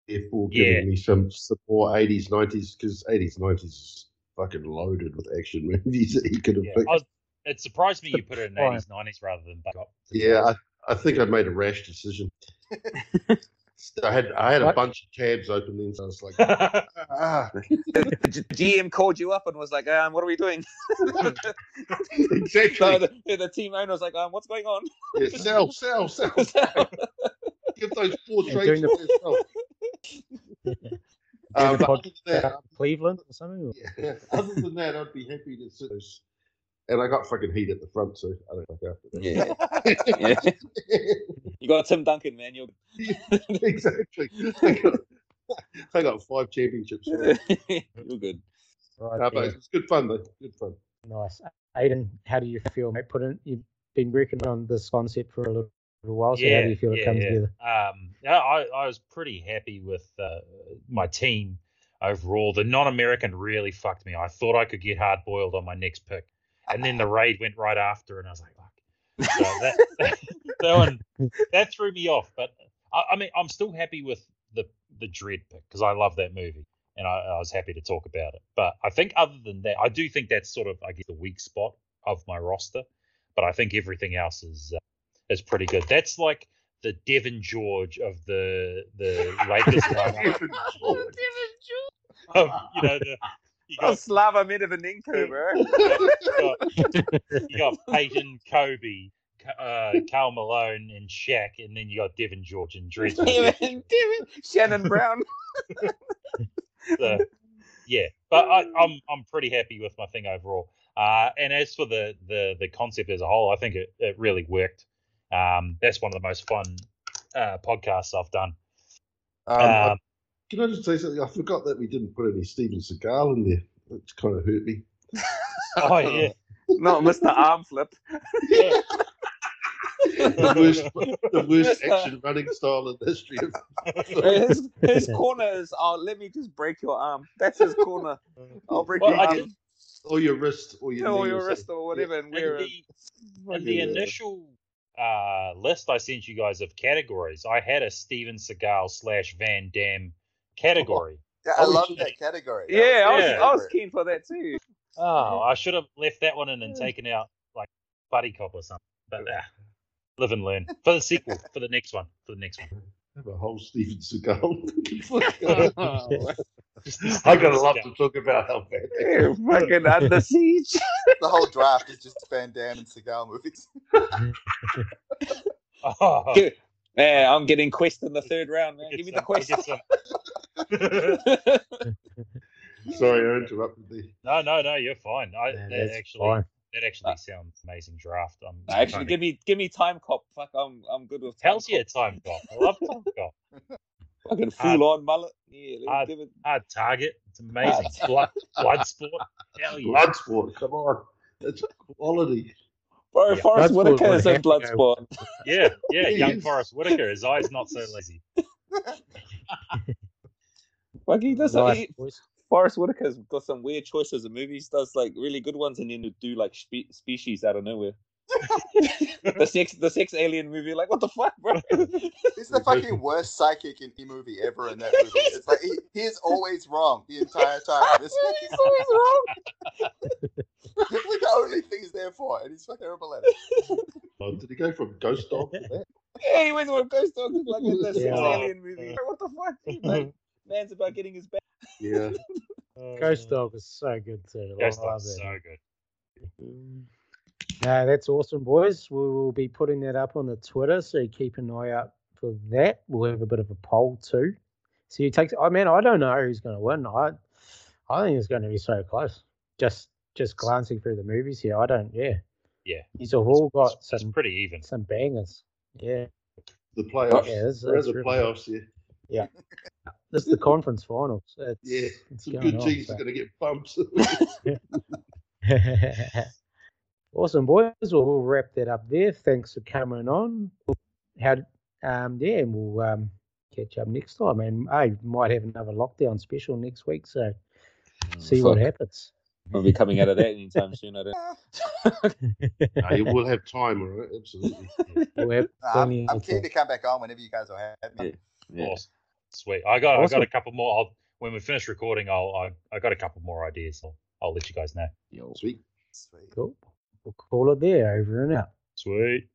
Speaker 5: therefore giving
Speaker 2: Yeah.
Speaker 5: me some, some more 80s, 90s, because 80s, 90s is fucking loaded with action movies that you could have
Speaker 2: Yeah.
Speaker 5: picked.
Speaker 2: I was, it surprised me you put it in
Speaker 1: Fine.
Speaker 2: 80s, 90s rather than back up.
Speaker 5: yeah, I, I think I made a rash decision. I had I had a
Speaker 1: What?
Speaker 5: bunch of tabs open then, so I was like, ah,
Speaker 6: The G- GM called you up and was like, um, what are we doing? so
Speaker 5: exactly.
Speaker 6: the, the team owner was like, um, what's going on?
Speaker 5: Yeah, sell, sell, sell. Give those four
Speaker 1: Yeah,
Speaker 5: trades.
Speaker 1: doing the-
Speaker 5: to yourself.
Speaker 1: Doing
Speaker 5: Um,
Speaker 1: the
Speaker 5: but other than
Speaker 1: podcast
Speaker 5: that,
Speaker 1: about Uh, Cleveland or something.
Speaker 5: yeah, other than that, I'd be happy to sit. those- And I got fucking heat at the front, so I don't fuck after that.
Speaker 6: Yeah. yeah. You got Tim Duncan, man. You're
Speaker 5: exactly. I got, I got five championships. for that.
Speaker 6: you're good.
Speaker 1: Right
Speaker 5: No, but
Speaker 1: there.
Speaker 5: it's good fun though. Good fun.
Speaker 1: Nice. Aiden, how do you feel, mate? Put in, you've been working on this concept for a little, little while, so how do you feel it comes together?
Speaker 2: Um, yeah, I, I was pretty happy with uh, my team overall. The non-American really fucked me. I thought I could get hard boiled on my next pick, and then the raid went right after, and I was like, fuck. So that, that, one that threw me off. But I, I mean, I'm still happy with the the Dread pick because I love that movie, and I, I was happy to talk about it. But I think other than that, I do think that's sort of I guess the weak spot of my roster. But I think everything else is uh, is pretty good. That's like the Devon George of the the latest lineup of Um, you know the you
Speaker 6: Oh,
Speaker 2: got,
Speaker 6: Slava Medvinenko, bro.
Speaker 2: you got you got Peyton Kobe, Ka- uh, Cal Malone, and Shaq, and then you got Devon George and Dresden.
Speaker 6: Damn it, damn it. Shannon Brown.
Speaker 2: So, yeah, but I, I'm I'm pretty happy with my thing overall. Uh, and as for the, the the concept as a whole, I think it, it really worked. Um, that's one of the most fun uh, podcasts I've done.
Speaker 5: Um,
Speaker 2: Um,
Speaker 5: I- can I just say something? I forgot that we didn't put any Steven Seagal in there. It's kind of hurt me.
Speaker 2: oh yeah,
Speaker 6: No, Mr. Arm Flip.
Speaker 2: yeah.
Speaker 5: the worst, the worst action running style in the history of.
Speaker 6: His, his corner is, oh, let me just break your arm. That's his corner. I'll break
Speaker 2: Well,
Speaker 6: your
Speaker 2: I
Speaker 6: arm.
Speaker 2: did-
Speaker 5: Or your wrist, or your,
Speaker 6: or
Speaker 5: knee
Speaker 6: your
Speaker 5: something.
Speaker 6: wrist or whatever, and
Speaker 2: In
Speaker 6: wear a
Speaker 2: the, in the initial uh, list I sent you guys of categories, I had a Steven Seagal slash Van Damme category.
Speaker 3: Yeah, I
Speaker 2: Oh,
Speaker 3: love
Speaker 2: shit.
Speaker 3: that category. That
Speaker 6: Yeah, I was,
Speaker 2: Yeah.
Speaker 6: I was keen for that too.
Speaker 2: Oh, I should have left that one in and taken out like Buddy Cop or something. But uh, live and learn for the sequel, for the next one, for the next one.
Speaker 5: Have a whole Steven Seagal.
Speaker 6: Yeah,
Speaker 5: I got a lot to talk about. How bad that is.
Speaker 6: fucking under siege.
Speaker 3: The whole draft is just Van Damme and Seagal movies.
Speaker 2: Oh,
Speaker 6: Yeah, Yeah, I'm getting quest in the third round, man.
Speaker 2: get
Speaker 6: Give me the
Speaker 2: some-
Speaker 6: quest.
Speaker 2: get some-
Speaker 5: Sorry, I interrupted there.
Speaker 2: no, no, no, you're fine. I,
Speaker 1: Yeah,
Speaker 2: that
Speaker 1: that's
Speaker 2: actually,
Speaker 1: fine.
Speaker 2: that actually sounds amazing draft. I'm I'm
Speaker 6: Actually,
Speaker 2: kinda-
Speaker 6: give me give me time cop. Fuck, I'm I'm good with time
Speaker 2: Hell's yeah, time cop. I love time cop.
Speaker 6: cop. Fucking full on mullet. Yeah, let me
Speaker 2: uh,
Speaker 6: give it.
Speaker 2: Hard target. It's amazing. Blood, blood sport. Hell Oh, yeah.
Speaker 5: Bloodsport, come on, that's quality.
Speaker 6: Bro,
Speaker 2: yeah.
Speaker 6: Forrest
Speaker 1: Bloodsport
Speaker 6: Whitaker
Speaker 1: would
Speaker 6: is in
Speaker 1: have to go.
Speaker 6: Bloodsport.
Speaker 2: Yeah, yeah. Young
Speaker 5: Yes.
Speaker 2: Forrest Whitaker. His eyes not so lazy.
Speaker 6: Fuck, he does.
Speaker 1: Nice,
Speaker 6: He,
Speaker 1: boys.
Speaker 6: Forrest Whitaker's got some weird choices in movies. Does like really good ones, and then do like spe- species out of nowhere. the sex, the sex alien movie. Like, what the fuck, bro?
Speaker 3: He's the fucking worst psychic in any movie ever in that movie. It's like he, he is always wrong the entire time. This
Speaker 6: He's always wrong.
Speaker 3: it's like the only thing he's there for, and he's fucking terrible at it.
Speaker 5: Oh, did he go from ghost dog to that?
Speaker 6: Yeah, he went with Ghost Dog. Like, in the sex
Speaker 1: Yeah.
Speaker 6: alien movie. Bro, what the fuck? Like, man's about getting his back.
Speaker 5: Yeah,
Speaker 1: Ghost Dog is so good too. I
Speaker 2: Ghost
Speaker 1: love
Speaker 2: Dog's
Speaker 1: that.
Speaker 2: so good.
Speaker 1: No, that's awesome, boys. We will be putting that up on the Twitter, so keep an eye out for that. We'll have a bit of a poll too. So you take. I mean, Oh, I don't know who's going to win. I, I think it's going to be so close. Just, just glancing through the movies here, I don't. Yeah,
Speaker 2: Yeah.
Speaker 1: These have all got
Speaker 2: It's, it's
Speaker 1: some
Speaker 2: pretty even.
Speaker 1: some bangers. Yeah,
Speaker 5: the
Speaker 1: yeah.
Speaker 5: playoffs.
Speaker 1: This,
Speaker 5: We're in
Speaker 1: this,
Speaker 5: the playoffs here.
Speaker 1: this is the conference finals. It's,
Speaker 5: Yeah,
Speaker 1: it's
Speaker 5: some
Speaker 1: going
Speaker 5: good
Speaker 1: on,
Speaker 5: G's
Speaker 1: so.
Speaker 5: are going to get bumps.
Speaker 1: awesome, boys. Well, we'll wrap that up there. Thanks for coming on. How, um, yeah, and we'll um, catch up next time. And I might have another lockdown special next week, so
Speaker 6: Mm,
Speaker 1: see what
Speaker 6: Fuck.
Speaker 1: happens.
Speaker 6: We'll be coming out of that anytime soon. I don't.
Speaker 5: no, you will have time, all right? Absolutely.
Speaker 1: We'll have
Speaker 3: Nah,
Speaker 1: plenty
Speaker 3: I'm,
Speaker 1: of
Speaker 3: I'm keen
Speaker 1: time.
Speaker 3: to come back on whenever you guys are happy.
Speaker 6: Yeah.
Speaker 2: Awesome. Sweet. I got I
Speaker 1: Awesome.
Speaker 2: got a couple more. I'll, when we finish recording, I'll I, I got a couple more ideas. I'll, I'll let you guys know.
Speaker 5: Sweet.
Speaker 3: Sweet.
Speaker 1: Cool. We'll call it there. Over and out.
Speaker 2: Sweet.